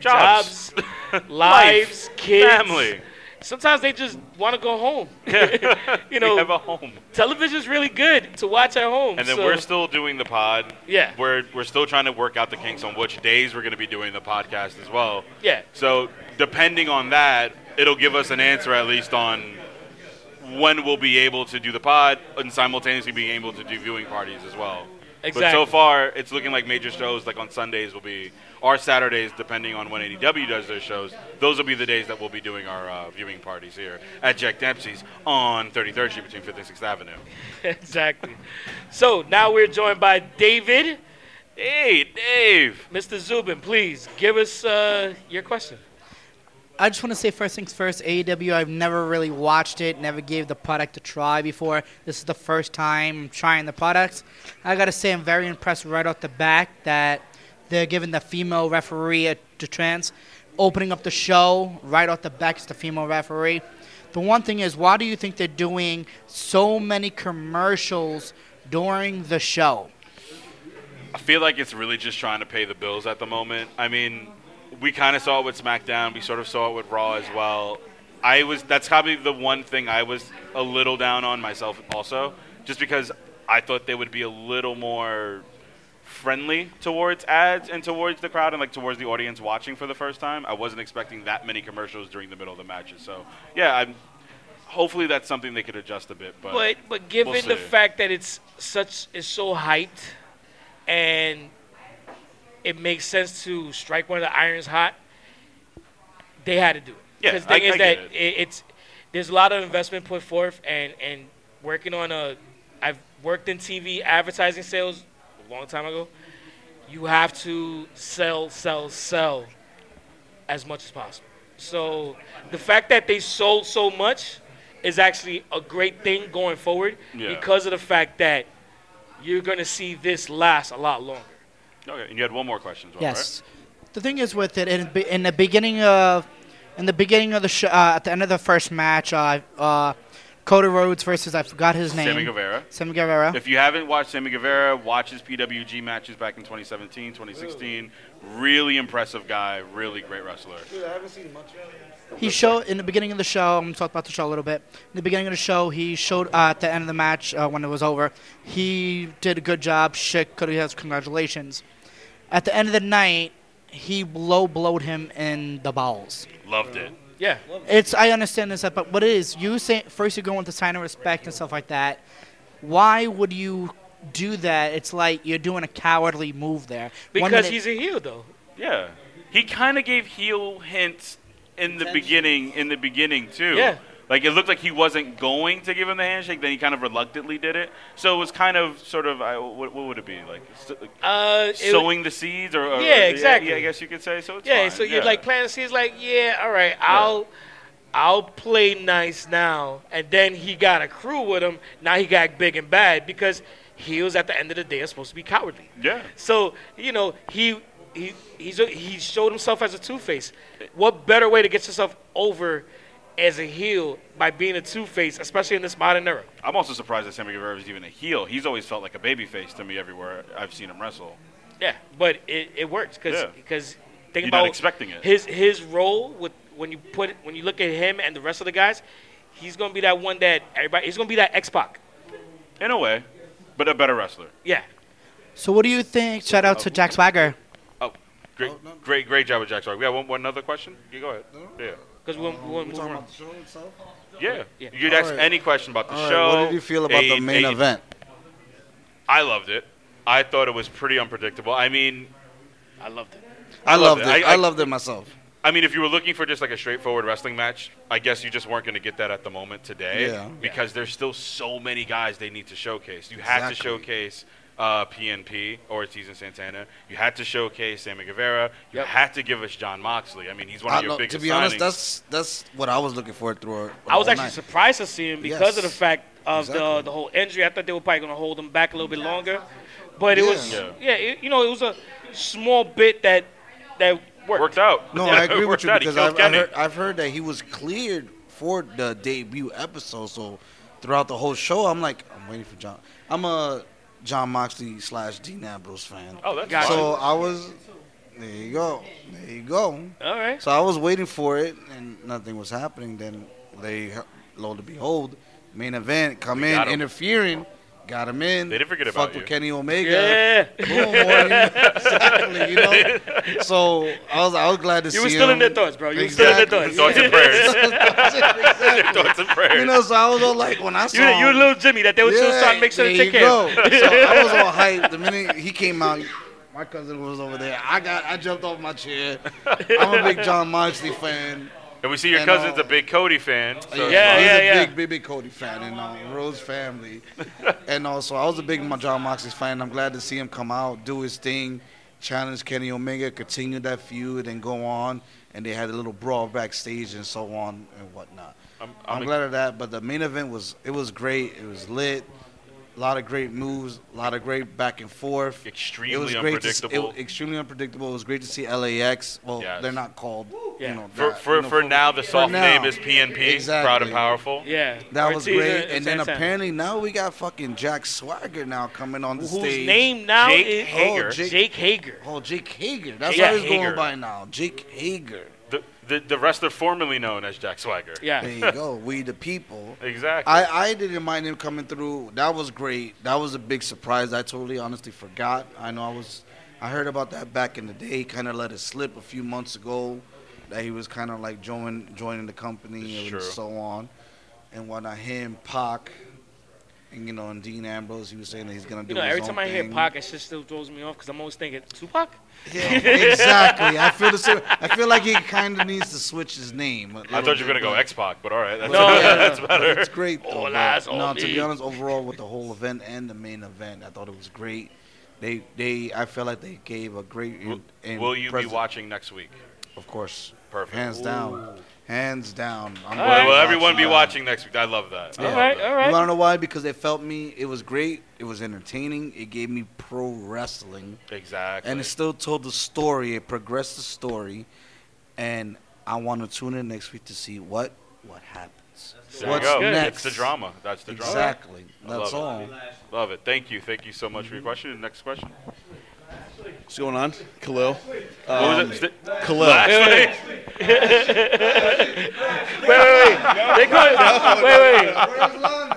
S3: Jobs.
S2: jobs, lives,
S3: Life,
S2: kids,
S3: family.
S2: Sometimes they just want to go home.
S3: We
S2: you know,
S3: have a home.
S2: television's really good to watch at home.
S3: And then
S2: so-
S3: we're still doing the pod.
S2: Yeah.
S3: We're, we're still trying to work out the kinks on which days we're going to be doing the podcast as well.
S2: Yeah.
S3: So depending on that, it'll give us an answer at least on when we'll be able to do the pod and simultaneously being able to do viewing parties as well. But so
S2: Exactly.
S3: far, it's looking like major shows like on Sundays will be, or Saturdays, depending on when ADW does their shows. Those will be the days that we'll be doing our uh, viewing parties here at Jack Dempsey's on 33rd Street between 5th and 6th Avenue.
S2: exactly. So now we're joined by David.
S3: Hey, Dave.
S2: Mr. Zubin, please give us uh, your question.
S11: I just want to say first things first. AEW, I've never really watched it, never gave the product a try before. This is the first time I'm trying the products. I gotta say, I'm very impressed right off the bat that they're giving the female referee a, to trans, opening up the show right off the bat. It's the female referee. The one thing is, why do you think they're doing so many commercials during the show?
S3: I feel like it's really just trying to pay the bills at the moment. I mean, we kind of saw it with SmackDown. We sort of saw it with Raw as well. I was that's probably the one thing I was a little down on myself also, just because I thought they would be a little more friendly towards ads and towards the crowd and like towards the audience watching for the first time. I wasn't expecting that many commercials during the middle of the matches. So yeah, I'm. Hopefully that's something they could adjust a bit. But
S2: But but given
S3: we'll
S2: the
S3: see.
S2: fact that it's such it's so hyped, and it makes sense to strike one of the irons hot, they had to do it.
S3: Yeah,
S2: the thing
S3: I-
S2: is
S3: I
S2: that
S3: get
S2: it. it's there's a lot of investment put forth, and and working on a, I've worked in TV advertising sales a long time ago. You have to sell, sell, sell as much as possible. So the fact that they sold so much is actually a great thing going forward
S3: Yeah.
S2: because of the fact that you're going to see this last a lot longer.
S3: Okay, and you had one more question. as well, right?
S11: Yes. The thing is with it in, in the beginning of in the beginning of the show uh, at the end of the first match, uh, uh, Cody Rhodes versus I forgot his name.
S3: Sammy Guevara.
S11: Sammy Guevara.
S3: If you haven't watched Sammy Guevara, watch his PWG matches back in 2017, 2016. Really impressive guy, really great wrestler.
S12: Dude, I haven't seen much.
S11: He showed in the beginning of the show. I'm gonna talk about the show a little bit. In the beginning of the show, he showed uh, at the end of the match uh, when it was over. He did a good job. Shit, Cody has congratulations. At the end of the night, he blow blowed him in the balls.
S3: Loved it.
S2: Yeah.
S11: It's I understand this, but what it is you say first you go into sign of respect and stuff like that. Why would you do that? It's like you're doing a cowardly move there.
S2: Because
S11: One minute-
S2: he's a heel, though.
S3: Yeah. He kind of gave heel hints in the beginning, in the beginning too.
S2: Yeah.
S3: Like it looked like he wasn't going to give him the handshake, then he kind of reluctantly did it. So it was kind of sort of I, what, what would it be like? S- like
S2: Uh, it-
S3: sowing the seeds, or, or-
S2: Yeah, exactly.
S3: Yeah, I guess you could say so. It's
S2: yeah,
S3: fine.
S2: so you're
S3: yeah.
S2: like planting seeds, like, yeah, all right, I'll, I'll play nice now, and then he got a crew with him. Now he got big and bad because heels at the end of the day are supposed to be cowardly.
S3: Yeah.
S2: So you know he he he's a, he showed himself as a two face. What better way to get yourself over as a heel by being a two face, especially in this modern era?
S3: I'm also surprised that Sammy Guevara is even a heel. He's always felt like a babyface to me everywhere I've seen him wrestle.
S2: Yeah, but it, it works because
S3: Yeah.
S2: think
S3: You're
S2: about
S3: not expecting it.
S2: His his role with when you put when you look at him and the rest of the guys, he's gonna be that one that everybody. He's gonna be that X Pac.
S3: In a way, but a better wrestler.
S2: Yeah.
S11: So what do you think? Shout out to Jack Swagger.
S3: Oh, great, great, great job with Jack Sorg. We have one, one other question. You go ahead. Yeah.
S2: Because we
S12: Um,
S2: want we want to move around.
S3: Yeah. You could ask
S12: All right.
S3: any question about the
S12: All right,
S3: show.
S12: what did you feel about the
S3: A-
S12: main
S3: a-
S12: event?
S3: I loved it. I thought it was pretty unpredictable. I mean,
S2: I loved it.
S12: I loved it. I, I loved it myself.
S3: I mean, if you were looking for just like a straightforward wrestling match, I guess you just weren't going to get that at the moment today
S12: Yeah.
S3: because there's still so many guys they need to showcase. You had to
S12: Exactly.
S3: showcase uh, PNP, Ortiz and Santana. You had to showcase Sammy Guevara. You had to give us John Moxley. I mean, he's one
S12: I
S3: of your
S12: lo-
S3: biggest
S12: to be honest,
S3: signings.
S12: that's that's what I was looking for through.
S2: I was actually surprised to see him because of the
S12: Yes.
S2: fact of the
S12: Exactly.
S2: the whole injury. I thought they were probably going to hold him back a little bit longer, but it was
S12: Yeah.
S2: yeah, it, you know, it was a small bit that that worked, worked
S3: out.
S12: No, I agree with you because I've, I've, heard, I've heard that he was cleared for the debut episode. So throughout the whole show, I'm like, I'm waiting for John. I'm a John Moxley slash Dean Ambrose fan.
S3: Oh, that's
S2: Gotcha.
S12: so. I was. There you go. There you go.
S2: All right.
S12: So I was waiting for it, and nothing was happening. Then they, lo and behold, main event come
S3: We
S12: in
S3: got 'em.
S12: interfering. Got him in.
S3: They didn't forget
S12: fucked
S3: about
S12: with
S3: you.
S12: Kenny Omega.
S3: Yeah.
S12: Boom, boy. exactly. You know. So I was I was glad to see
S2: You were still in
S12: him.
S2: their thoughts, bro. You were still in their thoughts.
S12: Exactly.
S2: Thoughts and prayers.
S12: Exactly.
S2: Thoughts and prayers.
S12: You know, so I was all like, when I
S2: You-
S12: saw
S2: you
S12: him-
S2: little Jimmy that they was just trying to make sure
S12: there
S2: to take care
S12: you go.
S2: of.
S12: So I was all hyped the minute he came out. My cousin was over there. I got I jumped off my chair. I'm a big John Moxley fan.
S3: And we see your
S12: And,
S3: cousin's
S12: uh,
S3: a big Cody fan. So
S12: he's a Big, big, big Cody fan and uh, Rose family, and also I was a big John Moxley fan. I'm glad to see him come out, do his thing, challenge Kenny Omega, continue that feud, and go on. And they had a little brawl backstage and so on and whatnot.
S3: I'm,
S12: I'm, glad of that. But the main event was it was great. It was lit. A lot of great moves. A lot of great back and forth.
S3: Extremely
S12: it was great to see- it-
S3: unpredictable.
S12: extremely unpredictable. It was great to see LAX. Well,
S3: Yes.
S12: they're not called. You know,
S3: For,
S12: that,
S3: for,
S12: you know,
S3: for now, the
S12: for
S3: soft
S12: now.
S3: name is PNP,
S12: Exactly.
S3: Proud and Powerful.
S12: that was great. And then apparently now we got fucking Jack Swagger now coming on the
S2: Whose
S12: stage.
S2: name now Jake is- Hager.
S12: Oh, Jake,
S2: Jake Hager.
S12: Oh, Jake Hager. That's
S3: Yeah,
S12: what he's
S3: Hager.
S12: going by now. Jake Hager.
S3: The, the, the wrestler formerly known as Jack Swagger.
S12: There you go. We the people.
S3: exactly.
S12: I, I didn't mind him coming through. That was great. That was a big surprise. I totally honestly forgot. I know I was I heard about that back in the day, kinda let it slip a few months ago that he was kinda like join, joining the company
S3: Sure.
S12: and so on. And whatnot. Him, Pac, and you know, and Dean Ambrose, he was saying that he's gonna do
S2: You know,
S12: his
S2: every
S12: own
S2: time I hear
S12: thing.
S2: Pac, it just still throws me off because I'm always thinking Tupac.
S12: Yeah, exactly. I feel the same. I feel like he kinda needs to switch his name. a
S3: I
S12: little
S3: thought you
S12: bit,
S3: were going to go
S12: but-
S3: X Pac, but all right. That's,
S12: No,
S3: that's
S12: yeah,
S3: better.
S12: It's great. Though,
S3: All
S12: but
S3: eyes on
S12: no, to
S3: me.
S12: be honest, overall with the whole event and the main event, I thought it was great. They, they, I felt like they gave a great.
S3: Will,
S12: in-
S3: will you
S12: present-
S3: be watching next week?
S12: Of course.
S3: Perfect.
S12: Hands down, hands down. I'm
S3: Will,
S12: gonna
S3: will
S12: watch
S3: everyone be
S12: that.
S3: watching next week? I love that. I
S12: Yeah.
S3: love that.
S12: You want to know why? Because it felt me. It was great. It was entertaining. It gave me pro wrestling.
S3: Exactly.
S12: And it still told the story. It progressed the story, and I want to tune in next week to see what what happens.
S3: There you
S12: What's
S3: go. It's
S12: next?
S3: the drama. That's the drama.
S12: Exactly.
S3: I
S12: That's all.
S3: love It. Love it. Thank you. Thank you so much for your question. Next question.
S13: What's going on? Khalil.
S12: Uh,
S3: What was
S13: Um,
S3: it? St-
S13: Khalil.
S3: Wait,
S2: wait, wait. They call wait, wait.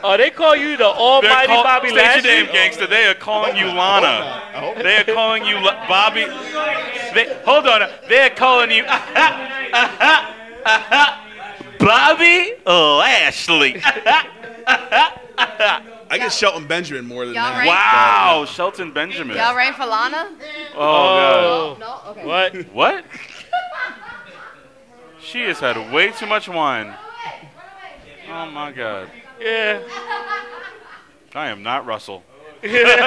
S2: Oh, they call you the Almighty
S3: call-
S2: Bobby
S3: state your
S2: Lashley. Oh,
S3: name, gangster. They are calling you Lana. They are calling you La- Bobby. They, hold on. They are calling you uh-huh, Bobby
S13: Oh,
S3: Lashley.
S13: I get Shelton Benjamin more than
S4: Y'all
S13: that.
S4: right?
S3: Wow, Shelton Benjamin.
S4: Y'all ready for Lana?
S3: Oh,
S4: No, no, okay.
S3: God. What? What? She has had way too much wine. Oh my God.
S2: Yeah.
S3: I am not Russell.
S13: I'm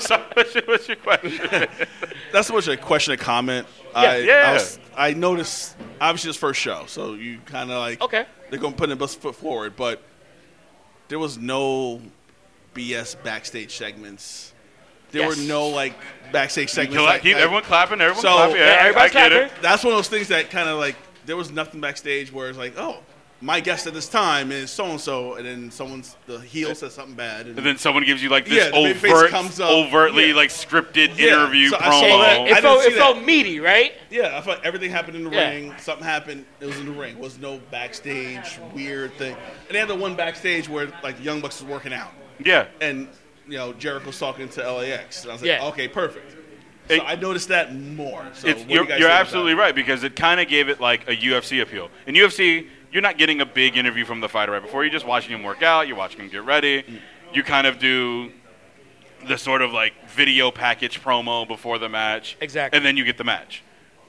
S3: sorry. What's your, what's your question?
S13: That's so much a question, a comment. I,
S3: yeah.
S13: I, was- I noticed. Obviously, this first show, so you kind of like. Okay. They're gonna put the best foot forward, but there was no BS backstage segments. There
S3: Yes.
S13: were no like backstage
S3: You
S13: segments.
S3: cla-
S13: like-
S3: keep
S13: like-
S3: everyone clapping, everyone clapping. Yeah, Yeah, everybody's I get it. clapping.
S13: That's one of those things that kind of like there was nothing backstage where it's like, oh, my guest at this time is so and so, and then someone's the heel says something bad,
S3: And then someone gives you like this
S13: Yeah, the baby face
S3: overt,
S13: comes up.
S3: overtly
S13: Yeah.
S3: like scripted
S13: Yeah,
S3: interview
S13: so I saw that.
S3: promo.
S13: I didn't see that.
S2: meaty, right?
S13: Yeah, I felt like everything happened in the
S3: Yeah.
S13: ring. Something happened. It was in the ring. It was no backstage weird thing. And they had the one backstage where like the Young Bucks was working out.
S3: Yeah.
S13: And you know Jericho's talking to LAX, and I was like,
S3: Yeah.
S13: okay, perfect. So I noticed that more. So
S3: It's-
S13: what do
S3: you're
S13: you guys
S3: you're
S13: think about
S3: absolutely right because it kind of gave it like a UFC appeal. In UFC, you're not getting a big interview from the fighter right before. You're just watching him work out. You're watching him get ready. You kind of do the sort of like video package promo before the match.
S2: Exactly.
S3: And then you get the match.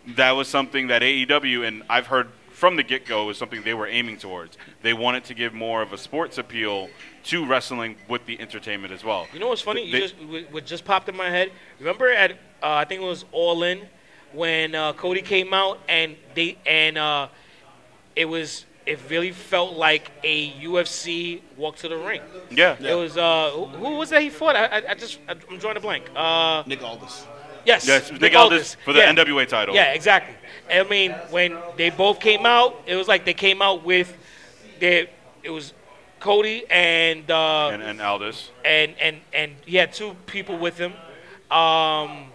S3: That was something that AEW and I've heard from the get go was something they were aiming towards. They wanted to give more of a sports appeal to wrestling with the entertainment as well.
S2: You know what's funny? You
S3: They-
S2: just what- what just popped in my head. Remember at uh, I think it was All In when uh, Cody came out and they and uh, it was it really felt like a UFC walk to the ring.
S3: Yeah.
S2: It was uh who, who was that he fought? I, I, I just I, I'm drawing a blank. Uh,
S13: Nick Aldis.
S2: Yes.
S3: Yes, Nick Aldis for the
S2: Yeah.
S3: NWA title.
S2: Yeah, exactly. I mean, when they both came out, it was like they came out with their it was Cody and uh
S3: And, and Aldis.
S2: and and and he had two people with him. Um,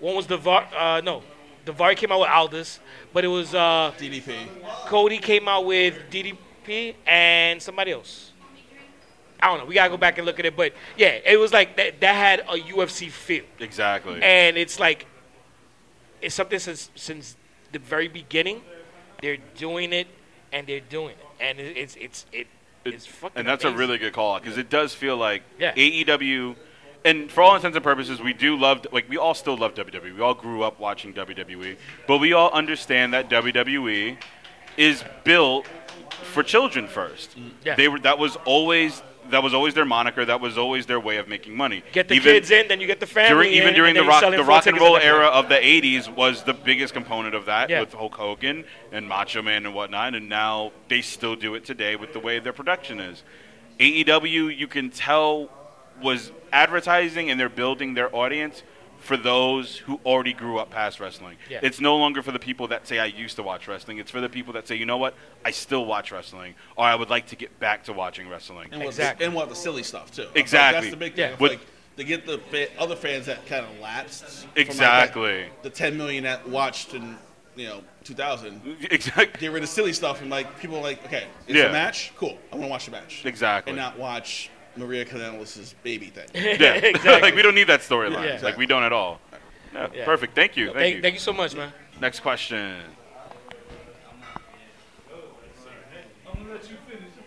S2: one was Devar. Uh, no, Devar came out with Aldis, but it was uh,
S13: DDP.
S2: Cody came out with DDP and somebody else. I don't know. We gotta go back and look at it, but yeah, it was like that. That had a UFC feel,
S3: Exactly.
S2: and it's like it's something since since the very beginning. They're doing it, and they're doing it, and it, it's it's it, it's fucking.
S3: and that's a
S2: amazing.
S3: really good call because it does feel like
S2: Yeah.
S3: AEW, and for all intents and purposes, we do love like we all still love WWE. We all grew up watching WWE, but we all understand that WWE is built for children first.
S2: Mm. Yeah.
S3: They were that was always that was always their moniker. That was always their way of making money.
S2: Get the
S3: Even-
S2: kids in, then you get the family.
S3: during, even
S2: in,
S3: during
S2: and
S3: the
S2: then you're
S3: rock
S2: selling
S3: the
S2: floor
S3: rock and
S2: tickets at
S3: roll
S2: that point.
S3: era of the 80s was the biggest component of that
S2: Yeah.
S3: with Hulk Hogan and Macho Man and whatnot and now they still do it today with the way their production is AEW you can tell was advertising and they're building their audience for those who already grew up past wrestling
S14: Yeah.
S3: it's no longer for the people that say I used to watch wrestling it's for the people that say you know what I still watch wrestling or I would like to get back to watching wrestling
S13: And what The, and what the silly stuff too. I feel like
S3: Exactly.
S13: that's the big
S3: Yeah.
S13: thing. It's
S3: With-
S13: like, to get the fa- other fans that kind of lapsed. from, like, that-
S3: Exactly.
S13: the 10 million that watched in you know 2000.
S3: Exactly.
S13: Get rid of silly stuff and like people are like okay, it's
S3: Yeah.
S13: a match. Cool. I want to watch the match.
S3: Exactly.
S2: uh,
S13: And not watch Maria Canales' baby thing.
S3: Yeah, like we don't need that storyline.
S2: Yeah.
S3: Like we don't at all. No,
S2: Yeah.
S3: Perfect. Thank you.
S2: Yo,
S3: Thank,
S2: thank-
S3: you.
S2: thank you so much, man.
S3: Next question.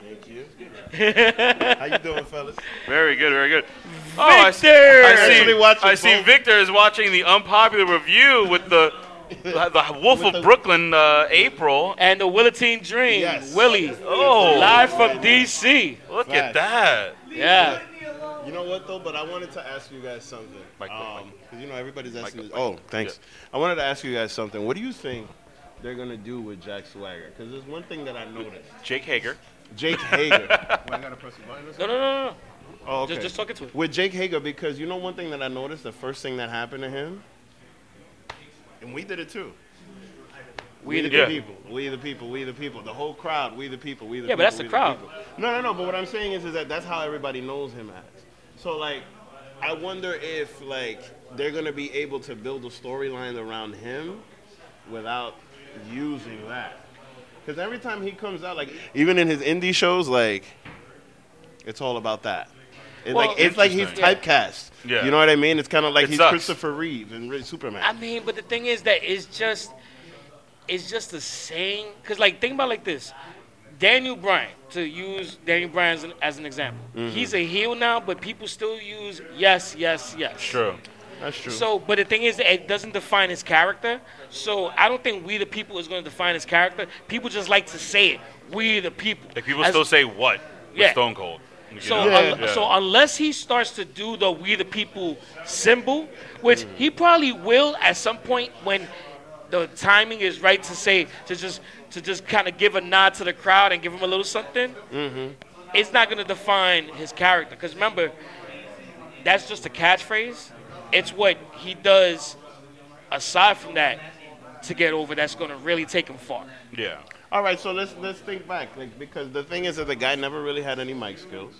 S14: Thank
S3: you.
S14: How you doing, fellas?
S3: Very good. Very good. Oh, I see, I see,
S14: Actually watching
S3: I see
S14: both.
S3: Victor is watching the unpopular review with the the Wolf of Brooklyn, uh, April,
S2: and the Willitine Dream, Willie.
S3: Oh,
S2: live from DC.
S3: Look at
S14: Facts.
S3: that.
S2: Yeah.
S14: You know what though? But I wanted to ask you guys something.
S3: Michael,
S14: Um, 'cause you know everybody's asking.
S3: Michael,
S14: this- Oh, thanks. I wanted to ask you guys something. What do you think they're gonna do with Jack Swagger? Because there's one thing that I noticed.
S3: Jake Hager.
S14: Jake Hager.
S2: No, no, no, no.
S14: Oh, okay.
S2: Just, just talk it to him.
S14: With Jake Hager, because you know one thing that I noticed, the first thing that happened to him, and we did it too. We, the
S3: Yeah.
S14: people. We the people. We the people. The whole crowd. We the people. We the
S2: Yeah,
S14: people.
S2: but that's
S14: we
S2: the crowd.
S14: people. no, no, no. But what I'm saying is, is that that's how everybody knows him as. So like, I wonder if like they're gonna be able to build a storyline around him without using that. Because every time he comes out, like even in his indie shows, like it's all about that. It's
S2: Well,
S14: like it's like he's
S2: interesting.
S14: typecast.
S3: Yeah.
S14: You know what I mean? It's kind of like
S3: It
S14: he's
S3: sucks.
S14: Christopher Reeve in Re- Superman.
S2: I mean, but the thing is that it's just, it's just the same. Cause like think about it like this, Daniel Bryan. To use Daniel Bryan as an, as an example,
S3: Mm-hmm.
S14: Mhm.
S2: he's a heel now, but people still use yes, yes, yes.
S14: True. That's true.
S2: So, but the thing is, that it doesn't define his character. So I don't think we the people is going to define his character. People just like to say it. We the people.
S3: Like people
S2: As-
S3: still say what with
S2: Yeah.
S3: Stone Cold. You
S2: So,
S3: know?
S2: un- so unless he starts to do the "We the People" symbol, which he probably will at some point when the timing is right to say to just to just kind of give a nod to the crowd and give him a little something,
S14: Mm-hmm.
S2: it's not going to define his character. Because remember, that's just a catchphrase. It's what he does aside from that to get over. That's going to really take him far.
S3: yeah.
S14: All right, so let's let's think back, like because the thing is that the guy never really had any mic skills.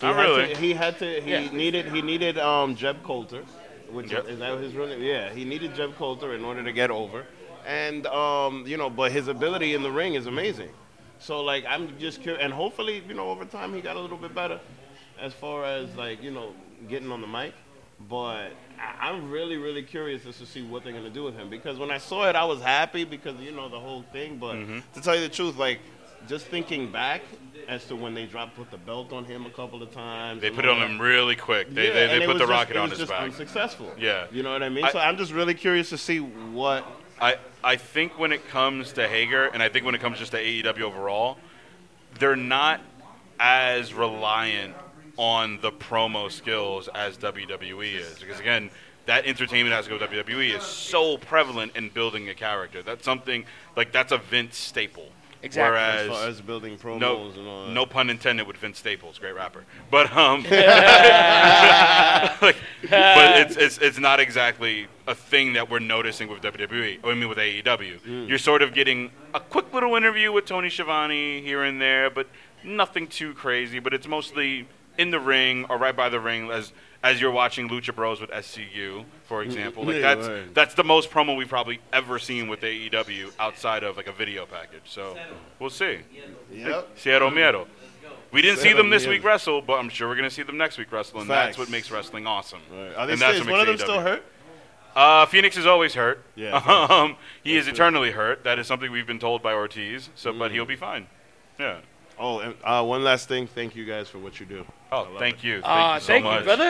S14: He
S3: Not
S14: had to-
S3: really.
S14: he had to. He
S3: Yeah.
S14: needed. He needed um, Jeb Coulter, which
S3: Yep.
S14: is that his real name? Yeah, he needed Jeb Coulter in order to get over, and um, you know, but his ability in the ring is amazing. So like, I'm just curious, and hopefully, you know, over time he got a little bit better, as far as like you know, getting on the mic. But I- I'm really, really curious as to see what they're gonna do with him because when I saw it, I was happy because you know the whole thing. But
S3: Mhm.
S14: to tell you the truth, like just thinking back as to when they dropped, put the belt on him a couple of times.
S3: They
S14: and
S3: put it
S14: all
S3: on
S14: that.
S3: him really quick. They-
S14: Yeah,
S3: they- they
S14: and it
S3: put
S14: was
S3: the
S14: just-
S3: rocket
S14: it
S3: on
S14: was
S3: his
S14: just
S3: back.
S14: Unsuccessful.
S3: Yeah.
S14: you know what I mean.
S3: I-
S14: so I'm just really curious to see what
S3: I, I think when it comes to Hager, and I think when it comes just to AEW overall, they're not as reliant on the promo skills as WWE is. Because again, that entertainment has to go WWE E is so prevalent in building a character. That's something like that's a Vince staple.
S14: Exactly.
S3: Whereas,
S14: As far as building
S3: no,
S14: promos and all that.
S3: no pun intended with Vince Staples, great rapper. But um, like, but it's, it's it's not exactly a thing that we're noticing with WWE. I mean with AEW.
S15: Mm.
S3: You're sort of getting a quick little interview with Tony Schiavone here and there, but nothing too crazy. But it's mostly in the ring or right by the ring as as you're watching Lucha Bros with SCU, for example. Like
S15: Yeah,
S3: that's
S15: right.
S3: that's the most promo we've probably ever seen with AEW outside of like a video package. So we'll see.
S15: Yep.
S3: Cero Miedo. We didn't see
S15: Cero
S3: them this
S15: miedo.
S3: week wrestle, but I'm sure we're gonna see them next week wrestle, and
S15: Facts.
S3: that's what makes wrestling awesome.
S15: Are they
S3: and
S15: still-
S3: that's
S15: is
S3: what
S15: one
S3: makes
S15: of them still
S3: AEW.
S15: hurt?
S3: Uh, Phoenix is always hurt.
S15: Yeah,
S3: um, he
S15: That's
S3: is
S15: true.
S3: eternally hurt. That is something we've been told by Ortiz. So, but he'll be fine. Yeah.
S14: Oh, and uh, one last thing. Thank you guys for what you do.
S3: Oh,
S14: I love
S3: thank
S14: it.
S3: you. Thank you so much.
S14: Thank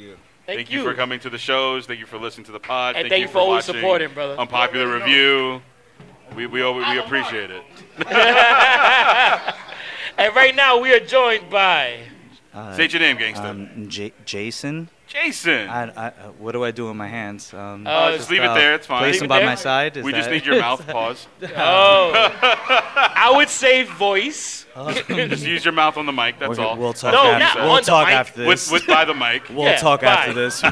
S14: you.
S3: Thank, you. for coming to the shows. Thank you for listening to the pod.
S2: And thank you for always
S3: watching
S2: supporting, brother.
S3: Unpopular review. We we always, we appreciate it.
S2: and right now we are joined by.
S16: Uh,
S3: State your name, gangster.
S16: Um, J- Jason.
S3: Jason.
S16: I, I, uh, what do I do with my hands? Um,
S3: Uh, just leave it there, it's fine.
S16: Place
S3: Leave
S16: them
S3: it
S16: by
S3: there.
S16: my side. is
S3: We just
S16: that-
S3: need your mouth pause.
S2: Oh, I would say voice.
S3: Just use your mouth on the mic. That's
S16: We're-
S3: all.
S16: Oh. we'll talk No, after- not we'll on the talk mic. after this.
S3: With, with by the mic.
S16: We'll talk after this.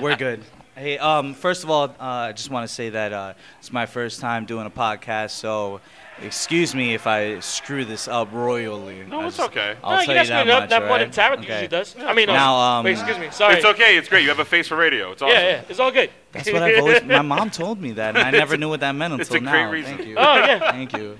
S16: We're good. Hey, um, first of all, uh, I just want to say that uh, it's my first time doing a podcast, so excuse me if I screw this up royally.
S3: No,
S16: I
S3: it's
S16: just-
S3: okay.
S16: I'll
S2: No,
S16: tell
S2: you're
S16: you
S2: not
S16: that
S2: screwing up
S16: much,
S2: that more
S16: alright?
S2: than Tarek
S16: Okay.
S2: usually does. I mean, uh,
S16: now, um,
S2: wait, excuse me, sorry.
S3: It's okay. It's great. You have a face for radio. It's awesome.
S2: Yeah, yeah, it's all good.
S16: That's what I've always. My mom told me that, and I never knew what that meant
S3: It's
S16: until
S3: a great
S16: now.
S3: reason.
S16: Thank you.
S2: Oh, yeah.
S16: Thank you.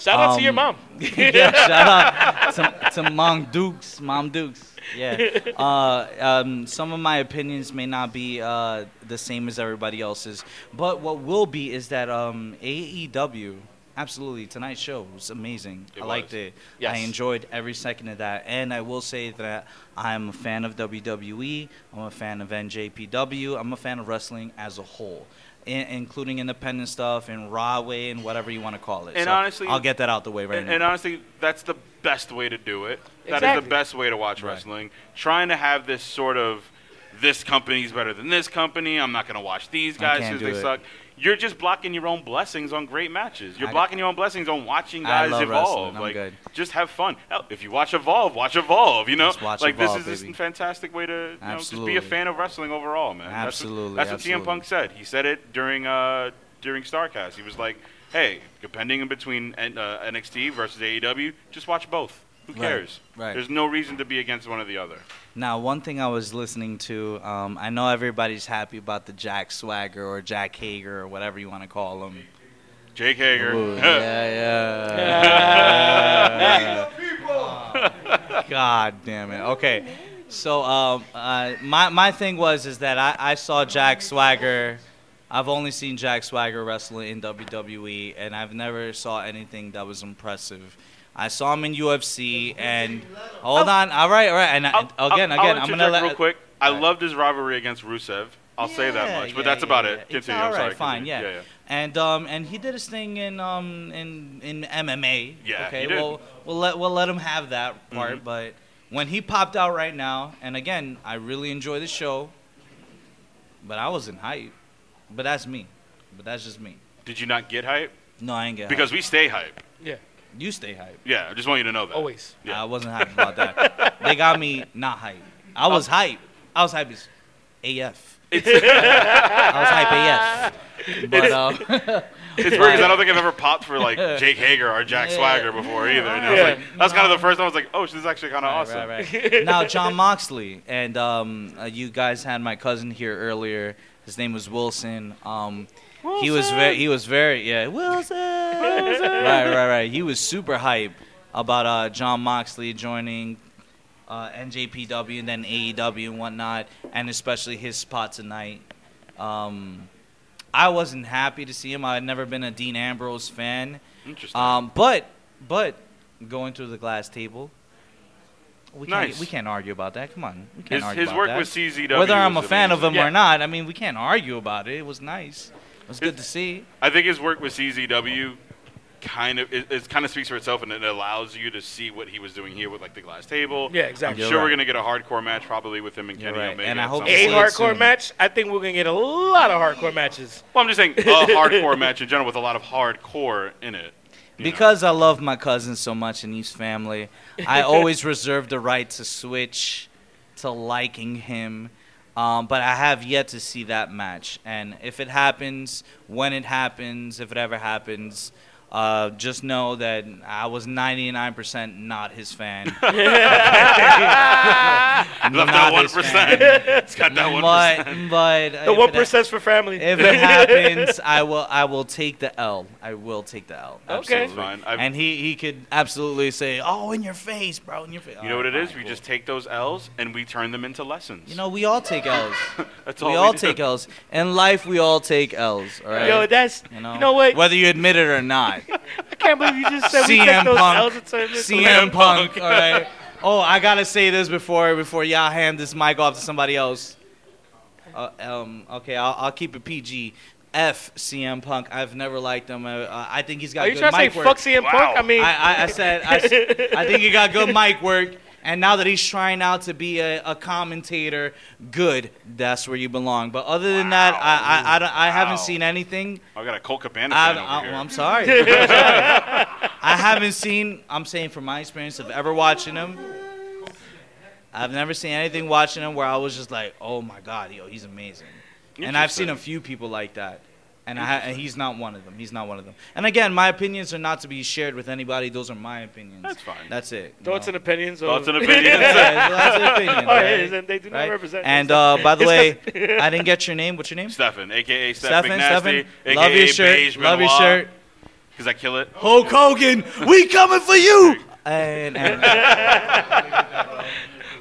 S2: Shout out to your
S16: Um,
S2: mom.
S16: yeah, shout out to, to Mom Dukes. Mom Dukes. Yeah. Uh, um, some of my opinions may not be uh, the same as everybody else's, but what will be is that um, AEW. Absolutely, tonight's show was amazing. I liked
S3: was.
S16: it.
S3: Yes.
S16: I enjoyed every second of that. And I will say that I'm a fan of WWE. I'm a fan of NJPW. I'm a fan of wrestling as a whole, in- including independent stuff and Raw way and whatever you want to call it.
S3: And
S16: So
S3: honestly,
S16: I'll get that out the way right
S3: and,
S16: now.
S3: and honestly, that's the best way to do it. That is
S16: Exactly.
S3: the best way to watch wrestling. Trying to have this sort of this company's better than this company. I'm not going to watch these
S16: I
S3: guys
S16: can't
S3: because
S16: do
S3: they
S16: it.
S3: suck. You're just blocking your own blessings on great matches. You're
S16: I-
S3: blocking your own blessings on watching
S16: I
S3: guys
S16: love
S3: evolve.
S16: wrestling. I'm
S3: like,
S16: good.
S3: just have fun. Hell, if you watch Evolve, watch Evolve. You know,
S16: Just watch
S3: like
S16: Evolve,
S3: this is
S16: baby.
S3: just a fantastic way to you know, just be a
S16: Absolutely.
S3: fan of wrestling overall, man. That's what-
S16: Absolutely,
S3: That's what,
S16: absolutely.
S3: CM Punk said. He said it during uh, during Starcast. He was like, "Hey, depending in between N- uh, NXT versus AEW, just watch both. Who
S16: Right,
S3: cares?
S16: right.
S3: There's no reason to be against one or the other."
S16: Now, one thing I was listening to, um, I know everybody's happy about the Jack Swagger or Jack Hager or whatever you want to call him.
S3: Jake Hager.
S16: Ooh, yeah, yeah. God damn it. Okay. So um, uh, my, my thing was is that I, I saw Jack Swagger. I've only seen Jack Swagger wrestle in WWE, and I've never saw anything that was impressive. I saw him in UFC, and
S3: Oh.
S16: hold on, all right, all right, and I, again,
S3: I'll- I'll
S16: again, I'm gonna
S3: Oh, interject
S16: let
S3: real quick. I loved his rivalry against Rusev. I'll say that much, but that's about it.
S16: It's
S3: Continue.
S16: all
S3: I'm
S16: right,
S3: sorry.
S16: fine,
S3: Continue.
S16: yeah. And um, and he did his thing in um in in MMA.
S3: Yeah,
S16: Okay.
S3: he did.
S16: Well, we'll let we'll let him have that part.
S3: Mhm.
S16: But when he popped out right now, and again, I really enjoy the show. But I wasn't hype. But that's me. But that's just me.
S3: Did you not get hype?
S16: No, I ain't get.
S3: Because we stay hype.
S2: Yeah.
S16: You stay hype.
S3: Yeah, I just want you to know that.
S2: Always.
S3: Yeah.
S16: I wasn't hype about that. they got me not hype. I
S3: Oh.
S16: was hype. I was hype as AF. I was hype AF. But,
S3: it's,
S16: um,
S3: it's weird 'cause I don't think I've ever popped for like Jake Hager or Jack
S16: Yeah.
S3: Swagger before either. And I was
S16: Yeah.
S3: like, that's kind of the first time I was like, oh, this is actually kind of awesome.
S16: now John Moxley and um, uh, you guys had my cousin here earlier. His name was Wilson. Um, He was very. He was very. Yeah, Wilson. right, right, right. He was super hype about uh, John Moxley joining uh, NJPW and then AEW and whatnot, and especially his spot tonight. Um, I wasn't happy to see him. I had never been a Dean Ambrose fan.
S3: Interesting.
S16: Um, but But going through the glass table, we can't
S17: Nice.
S16: we can't argue about that. Come on, we can't
S17: His-
S16: argue
S17: his
S16: about
S17: work
S16: that.
S17: with CZW
S16: Whether I'm a
S17: was
S16: fan of him
S17: amazing. Yeah.
S16: or not, I mean, we can't argue about it. It was nice. It was good to see.
S3: I think his work with CZW kind of it, it kind of speaks for itself, and it allows you to see what he was doing here with like the glass table.
S2: Yeah, exactly.
S3: I'm
S2: You're
S3: sure
S2: right.
S3: we're gonna get a hardcore match probably with him and Kenny Omega. at some
S2: a
S3: point.
S2: hardcore match. I think we're gonna get a lot of hardcore matches.
S3: Well, I'm just saying a hardcore match in general with a lot of hardcore in it.
S16: Because I love my cousin so much and his family, I always reserve the right to switch to liking him. Um, but I have yet to see that match. And if it happens, when it happens, if it ever happens, uh, just know that I was 99% not his fan. Left
S3: that 1%. It's got that 1%.
S16: But, but
S3: The
S16: if it-
S3: 1% 's for family.
S16: If it happens, I will. I will take the L. I will take the L.
S3: Okay.
S16: Absolutely.
S3: That's fine. I've-
S16: And he, he could absolutely say, "Oh, in your face, bro, in your face."
S3: You know what it is? We just take those L's and we turn them into lessons.
S16: You know, we all take L's.
S3: That's
S16: we
S3: all
S16: all
S3: we do.
S16: take L's. In life, we all take L's. All right.
S2: Yo, that's- you know what?
S16: Whether you admit it or not.
S2: I can't believe you just said we
S16: CM
S2: take those
S16: Punk.
S2: L's and turn them into
S16: CM Punk.
S2: Punk.
S16: All right. Oh, I gotta say this before before y'all hand this mic off to somebody else. Uh, um. Okay, I'll, I'll keep it PG. F CM Punk. I've never liked him. Uh, uh, I think he's got
S2: Are you
S16: good
S2: trying to
S16: mic
S2: say
S16: work.
S2: fuck CM Punk? Wow. I mean-
S16: I, I, I said I, s- I think he got good mic work. And now that he's trying out to be a, a commentator, good. That's where you belong. But other than that, I I, I, don't- I haven't seen anything.
S3: I got a Cole Cabana
S16: I,
S3: fan over here.
S16: am sorry. I haven't seen. I'm saying from my experience of ever watching him, I've never seen anything watching him where I was just like, "Oh my God, yo, he's amazing." And I've seen a few people like that, and I ha- and he's not one of them. He's not one of them. And again, my opinions are not to be shared with anybody. Those are my opinions. That's
S3: fine.
S16: That's it. you
S2: Thoughts
S16: know?
S2: and opinions. or-
S16: Thoughts and opinions. Yeah, thoughts and opinions,
S2: Oh, yeah,
S16: right?
S2: and they do not
S16: Right?
S2: represent.
S16: And uh,
S2: themselves.
S16: by the way, I didn't get your name. What's your name?
S3: Stefan, aka Steph
S16: Stefan,
S3: McNasty,
S16: Stefan,
S3: aka
S16: love your shirt,
S3: Beige
S16: love your
S3: Benoit,
S16: shirt.
S3: Cause I kill it.
S16: Hulk Hogan, we coming for you. And,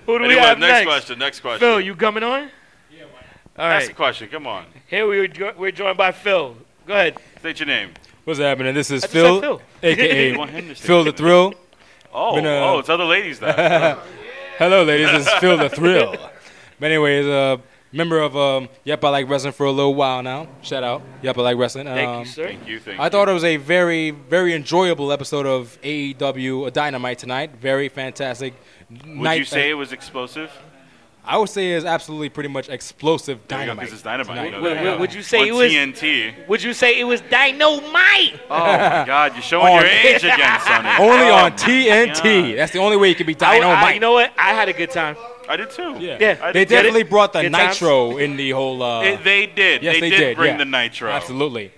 S2: Who do we
S3: Anyway,
S2: have
S3: next
S2: next?
S3: question, next question.
S2: Phil, you coming on? All right.
S3: Ask a question. Come on.
S2: Here we are, jo- we're joined by Phil. Go ahead.
S3: State your name.
S18: What's happening? This is
S2: I just
S18: Phil,
S2: said Phil.
S18: aka
S3: You want him to say
S18: Phil the
S3: something.
S18: Thrill.
S3: Oh,
S18: Been, uh,
S3: oh, it's other ladies now.
S18: Hello, ladies. This is Phil the Thrill. But anyways, uh, member of um, Yep, I Like Wrestling for a little while now. Shout out, Yep, I Like Wrestling.
S3: Thank you,
S18: Um,
S3: sir. Thank you, thank
S18: I thought it was a very, very enjoyable episode of AEW uh, Dynamite tonight. Very fantastic.
S3: Would you say it was explosive?
S18: I would say it's absolutely pretty much explosive
S3: There you go,
S18: dynamite.
S3: 'cause it's dynamite.
S18: tonight.
S3: You know that.
S2: Would- would you say
S3: Uh, Or
S2: it was-
S3: TNT?
S2: Would you say it was dynamite?
S3: Oh my God, you're showing
S18: On-
S3: your age again, Sonny.
S18: Only
S3: Oh,
S18: on
S3: my
S18: TNT. That's the only way it can be
S2: I,
S18: dynamite.
S2: I- you know what? I had a good time.
S3: I Uh, did too.
S18: Yeah,
S2: yeah.
S18: they definitely brought the
S2: Good times.
S18: nitro in the whole. Uh,
S3: It- they did.
S18: Yes,
S3: They
S18: they
S3: did bring
S18: yeah.
S3: the nitro.
S18: Absolutely.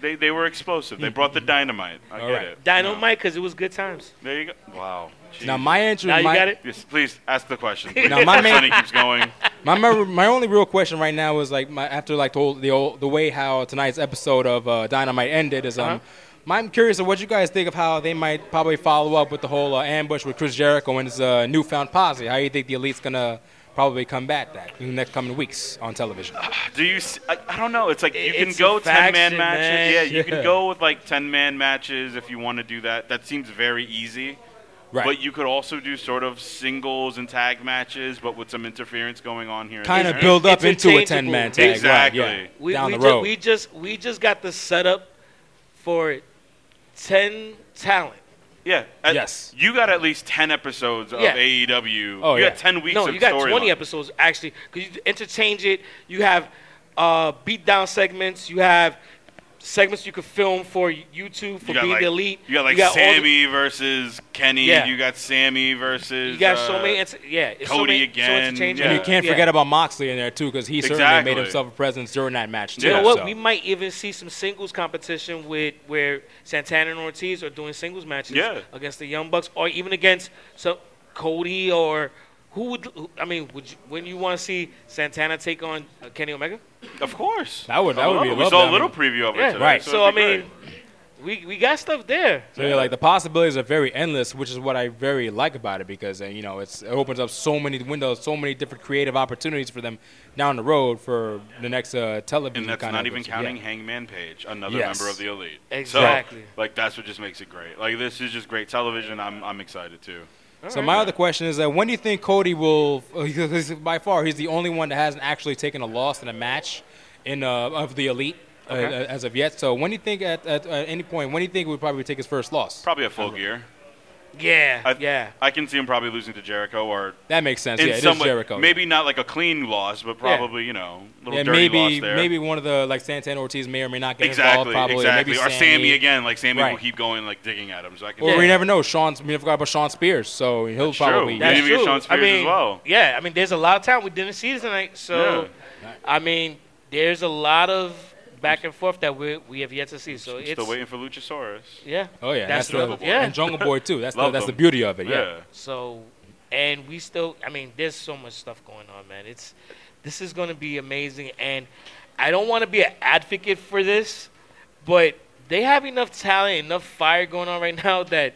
S3: They, they were explosive. They brought the dynamite. I get
S18: right.
S3: it.
S2: Dynamite because it was good times.
S3: There you go. Wow. Jeez.
S18: Now my answer- Now you my- got it?
S3: Yes, please ask the question.
S18: Now my main-
S3: Sonny keeps going.
S18: My mem- my only real question right now is like my after like the whole, the old, the way how tonight's episode of uh, Dynamite ended is um.
S2: Uh-huh.
S18: my- I'm curious of what you guys think of how they might probably follow up with the whole uh, ambush with Chris Jericho and his uh, newfound posse. How you think the elite's gonna probably combat that in the next coming weeks on television?
S3: Do you? s- I, I don't know. It's like you can
S2: It's
S3: go
S2: a
S3: ten man
S2: faction,
S3: matches.
S2: man.
S3: Yeah, you can
S2: Yeah.
S3: go with like ten man matches if you want to do that. That seems very easy.
S18: Right.
S3: But you could also do sort of singles and tag matches, but with some interference going on here. and
S18: Kinda
S3: there.
S18: build up It's into a interchangeable. 10-man tag, right,
S3: Exactly.
S18: yeah.
S2: We,
S18: Down
S2: we
S18: the
S2: ju-
S18: road.
S2: we just we just got the setup for ten talent.
S3: Yeah. yes. You got at least ten episodes of
S2: Yeah.
S3: AEW.
S18: Oh,
S3: you got ten weeks
S2: Oh, No,
S3: of
S2: you got
S3: storyline.
S2: twenty episodes actually because you interchange it. You have uh, beatdown segments. You have segments you could film for YouTube for
S3: You got,
S2: being
S3: like,
S2: the elite.
S3: you got like
S2: all the-
S3: Sammy versus Kenny.
S2: Yeah.
S3: You got Sammy versus.
S2: You got so
S3: uh,
S2: many. It's, yeah, it's so
S3: Cody
S2: many, So
S3: again.
S2: interchangeable.
S18: And you can't
S2: Yeah.
S18: forget about Moxley in there too, because he certainly
S3: Exactly.
S18: made himself a presence during that match too.
S2: You know what?
S18: so.
S2: We might even see some singles competition with where Santana and Ortiz are doing singles matches
S3: Yeah.
S2: against the Young Bucks, or even against so Cody or who would? Who, I mean, would you, when you want to see Santana take on uh, Kenny Omega?
S3: Of course.
S18: That would- that
S3: I
S18: would
S3: love
S18: be
S3: it. We
S18: lovely.
S3: saw
S18: I
S3: a little
S18: mean-
S3: preview of it
S2: Yeah.
S3: today,
S18: Right.
S3: So,
S2: So I
S3: it'd be
S2: mean,
S3: great.
S2: We we got stuff there.
S18: So yeah, like the possibilities are very endless, which is what I very like about it because uh, you know it's it opens up so many windows, so many different creative opportunities for them down the road for the next uh, television.
S3: And that's
S18: kind
S3: not
S18: of
S3: even
S18: version.
S3: counting
S18: Yeah.
S3: Hangman Page, another
S18: Yes.
S3: member of the elite.
S18: Exactly.
S3: So, like that's what just makes it great. Like this is just great television. I'm I'm excited too.
S18: So my other question is that when do you think Cody will? Because by far he's the only one that hasn't actually taken a loss in a match in uh, of the elite uh,
S3: Okay.
S18: as of yet. So when do you think at, at, at any point when do you think he would probably take his first loss?
S3: Probably a full gear.
S2: Yeah,
S3: I, yeah. I can see him probably losing to Jericho or
S18: That makes sense.
S3: in
S18: Yeah, it is
S3: some way-
S18: Jericho.
S3: Maybe not like a clean loss, but probably you know a little
S18: yeah,
S3: dirty
S18: maybe
S3: loss there.
S18: maybe one of the like Santana Ortiz may or may not get
S3: exactly,
S18: involved. Probably or
S3: exactly.
S18: maybe
S3: or
S18: Sammy,
S3: Sammy again. Like Sammy
S18: Right.
S3: will keep going like digging at him. So I can.
S18: Well, we never know. Sean's we never forgot about Sean Spears, so he'll probably.
S2: That's
S18: yeah.
S2: true. I mean, Yeah, I mean, there's a lot of time we didn't see tonight. So, I mean, there's a lot of back and forth that we we have yet to see. So it's
S3: Still waiting for Luchasaurus.
S2: Yeah.
S18: Oh yeah, that's,
S2: That's
S18: the,
S2: Jungle Boy. Yeah.
S18: and Jungle Boy too. That's the,
S3: Love
S18: that's the
S3: them.
S18: beauty of it. Yeah.
S2: So, and we still, I mean, there's so much stuff going on, man. It's, this is going to be amazing. And I don't want to be an advocate for this, but they have enough talent, enough fire going on right now that,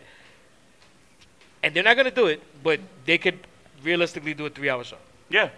S2: and they're not going to do it, but they could realistically do a three hour show.
S3: Yeah.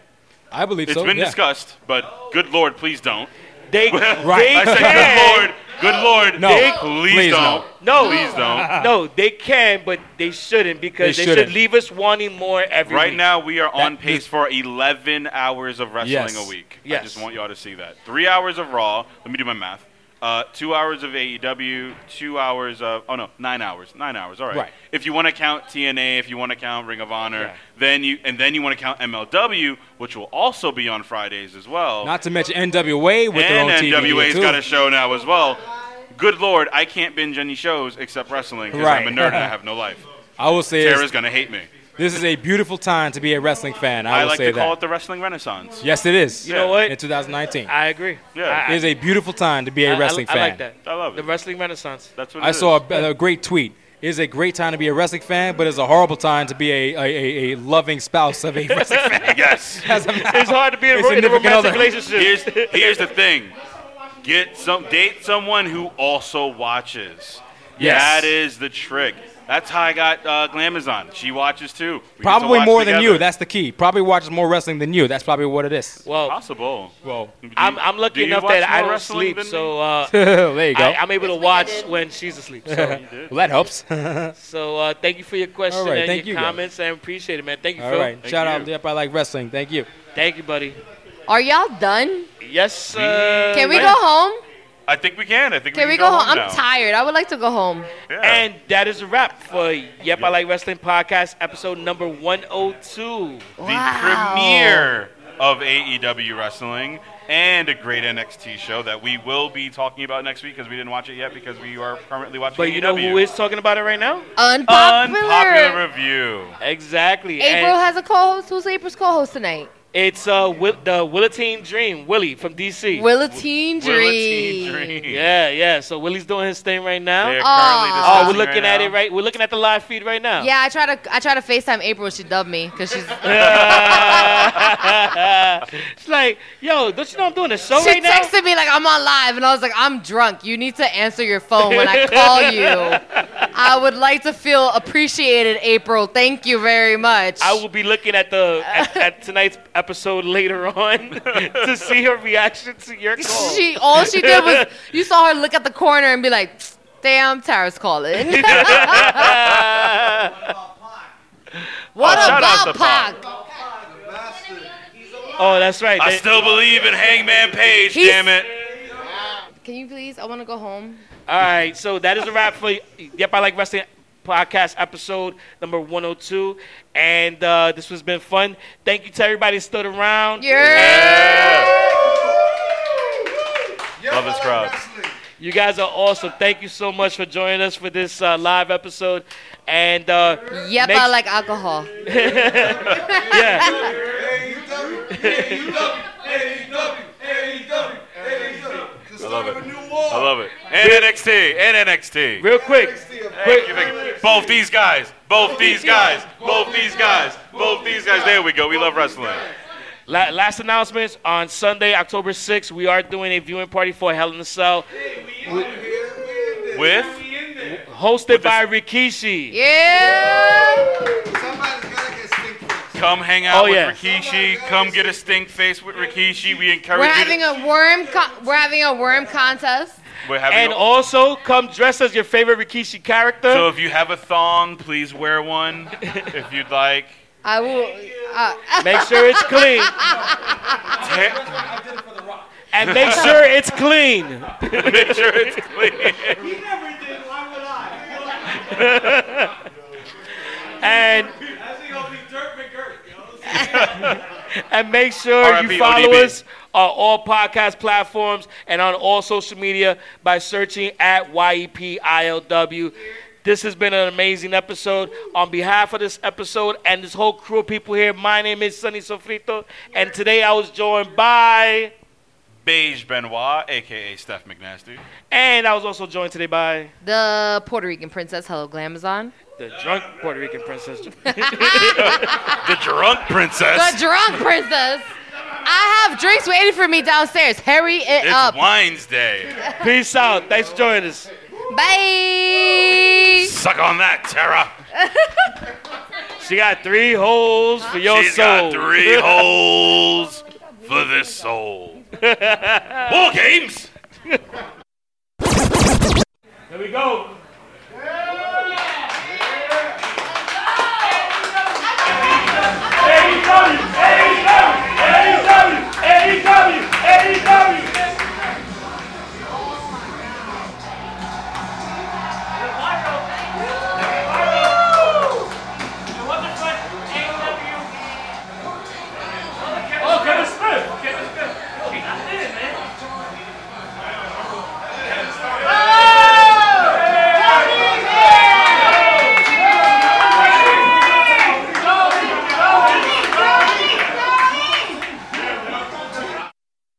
S18: I believe
S3: It's
S18: so.
S3: been
S18: yeah.
S3: discussed, but good lord, please don't.
S2: They,
S18: Right.
S3: I said,
S2: can.
S3: good lord, good lord,
S2: No,
S3: they, please, don't.
S2: No,
S3: please don't.
S2: No, they can, but they shouldn't because
S3: They
S2: they,
S3: shouldn't.
S2: should leave us wanting more every
S3: Right
S2: week.
S3: now, we are on pace for 11 hours of wrestling
S2: Yes.
S3: a week. I
S2: Yes.
S3: just want y'all to see that. Three hours of Raw. Let me do my math. Uh, two hours of AEW. Two hours of oh no, nine hours. Nine hours. All right.
S18: Right.
S3: If you want to count TNA, if you want to count Ring of Honor,
S18: Yeah.
S3: then you and then you want to count MLW, which will also be on Fridays as well.
S18: Not to mention NWA with their own
S3: and
S18: TV
S3: NWA's
S18: too.
S3: got a show now as well. Good lord, I can't binge any shows except wrestling because I'm a
S18: Right.
S3: nerd and I have no life.
S18: I will say
S3: Sarah's
S18: it's-
S3: gonna hate me.
S18: This is a beautiful time to be a wrestling fan. I,
S3: I,
S18: will
S3: like
S18: say
S3: to
S18: that.
S3: call it the wrestling renaissance.
S18: yes, it is.
S3: You know what?
S18: In 2019,
S2: I agree.
S3: Yeah.
S18: it is a beautiful time to be
S2: I-
S18: a
S2: I-
S18: wrestling
S2: I,
S18: fan.
S2: like that. I love it. The wrestling renaissance.
S3: That's
S18: I saw a, a great tweet. It is a great time to be a wrestling fan, but it's a horrible time to be a, a, a, a loving spouse of a wrestling fan.
S3: yes.
S2: it's hard to be in a,
S18: It's
S2: in a
S18: significant
S2: romantic
S18: other.
S2: relationship.
S3: Here's, here's the thing. Get some date someone who also watches.
S18: Yes.
S3: That is the trick. That's how I got uh, Glamazon. She watches too. We get to
S18: Probably
S3: watch
S18: more than
S3: together.
S18: you. That's the key. Probably watches more wrestling than you. That's probably what it is.
S2: well,
S3: possible.
S18: Well,
S2: I'm, I'm
S3: do
S2: lucky
S3: you
S2: enough
S3: watch
S2: that I
S3: more
S2: don't
S3: wrestling
S2: sleep,
S3: than me?
S2: so uh,
S18: There you go.
S2: I, I'm able to watch when she's asleep. So,
S18: well, that helps.
S2: so uh, thank you for your question
S18: All right,
S2: and
S18: thank
S2: your
S18: you, guys.
S2: comments, and appreciate it, man. Thank you,
S18: All
S2: Phil.
S18: right. Shout out to Yep, I Like Wrestling. Thank you.
S2: Thank you, buddy.
S4: Are y'all done?
S2: Yes. Uh,
S4: Can we go home?
S3: I think we can. I think
S4: Can
S3: we
S4: we
S3: can
S4: go home? I'm
S3: now.
S4: tired. I would like to go home.
S2: And that is a wrap for Yep, I Like Wrestling podcast, episode number 102.
S4: Wow.
S3: Premiere of AEW wrestling and a great NXT show that we will be talking about next week because we didn't watch it yet because we are currently watching. E
S2: But you know
S3: AEW.
S2: who is talking about it right now?
S4: Unpopular.
S3: Unpopular review.
S2: Exactly.
S4: April
S2: And
S4: has a co-host. Who's April's co-host tonight?
S2: it's uh, Will, the Willatine Dream, Willie from DC.
S4: Willatine
S2: Willatine
S4: Dream.
S2: Yeah, yeah. So Willie's doing his thing right now.
S4: They're currently
S2: oh, we're
S4: discussing
S2: looking
S4: right
S2: at
S4: now.
S2: it right. We're looking at the live feed right now.
S4: Yeah, I try to I try to FaceTime April. She dubbed me because she's.
S2: it's like, yo, don't you know I'm doing a show
S4: she
S2: right now?
S4: texted me like I'm on live, and I was like, I'm drunk. You need to answer your phone when I call you. I would like to feel appreciated, April. Thank you very much.
S2: I will be looking at the at, at tonight's episode later on to see her reaction to your call.
S4: She all she did was you saw her look at the corner and be like, "Damn, Tara's calling." what
S2: Oh, shout out
S4: about
S2: to
S4: Pac?
S2: oh, that's right.
S3: I
S2: They-
S3: still believe in Hangman Page.
S4: He's-
S3: damn it.
S4: Can you please? I want to go home.
S2: All right, so that is a wrap for Yep, I Like Wrestling podcast episode number 102. And uh, this has been fun. Thank you to everybody that stood around.
S3: Love this crowd.
S2: You guys are awesome. Thank you so much for joining us for this uh, live episode. And uh,
S4: Yep,
S2: make-
S4: I like alcohol.
S2: yeah.
S3: I love it. I love it. And NXT. And NXT.
S2: Real quick.
S3: Thank you, thank you. Both these guys. Both these guys. Both these guys. Both these guys. There we go. We love wrestling.
S2: La- last announcements on Sunday, October 6th, we are doing a viewing party for Hell in a Cell. We-
S3: with
S2: hosted by Rikishi.
S3: Come hang out
S2: Oh,
S3: with
S2: yeah.
S3: Rikishi. Come get a stink face with Rikishi. We encourage
S4: We're
S3: you.
S4: having a worm. Con- we're having a worm contest.
S3: to, we're having
S2: and
S3: a-
S2: also come dress as your favorite Rikishi character.
S3: so if you have a thong, please wear one if you'd like.
S4: I will. Uh,
S2: Make sure it's clean. and make sure it's clean.
S3: Make sure it's clean.
S2: and and make sure
S3: RIP
S2: you follow
S3: ODB.
S2: us on all podcast platforms and on all social media by searching at E YEPILW. This has been an amazing episode. On behalf of this episode and this whole crew of people here, my name is Sunny Sofrito, and today I was joined by,
S3: Beige Benoit, aka Steph McNasty.
S2: and I was also joined today by
S4: The Puerto Rican princess, hello Glamazon.
S2: the drunk Puerto Rican princess.
S3: the drunk princess.
S4: The drunk princess. I have drinks waiting for me downstairs. Hurry it
S3: It's
S4: up.
S3: Wines Day.
S2: Peace out. Thanks for joining us.
S4: Bye.
S3: Suck on that, Tara.
S2: She got three holes for your
S3: She's
S2: soul.
S3: got three holes for this soul. Ball games.
S2: There we go.
S19: Oh, Kevin Smith! Kevin Smith! He got it, man!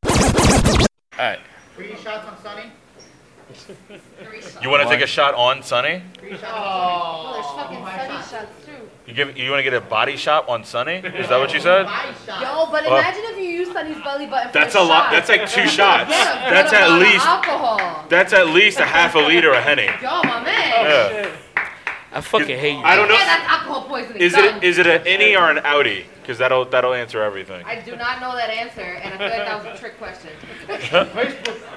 S3: All right.
S20: Three shots on Sunny.
S3: You want to take a shot on Sonny?
S20: Oh, there's fucking Sunny shots too.
S3: You give. You want to get a body shot on Sonny? Is that what you said?
S4: Yo, but
S3: Well-
S4: imagine if you use Sunny's belly button.
S3: That's a lot. That's like two shots. That's at least.
S4: Alcohol.
S3: That's at least a half a liter of henny.
S4: Yo, my man.
S3: Yeah.
S2: I fucking hate you.
S3: I don't
S4: Yeah,
S3: know.
S4: that's alcohol poisoning.
S3: Is
S4: Done.
S3: it is it an innie or an outie? Because that'll that'll answer everything.
S4: I do not know that answer, and I feel like that was a trick question.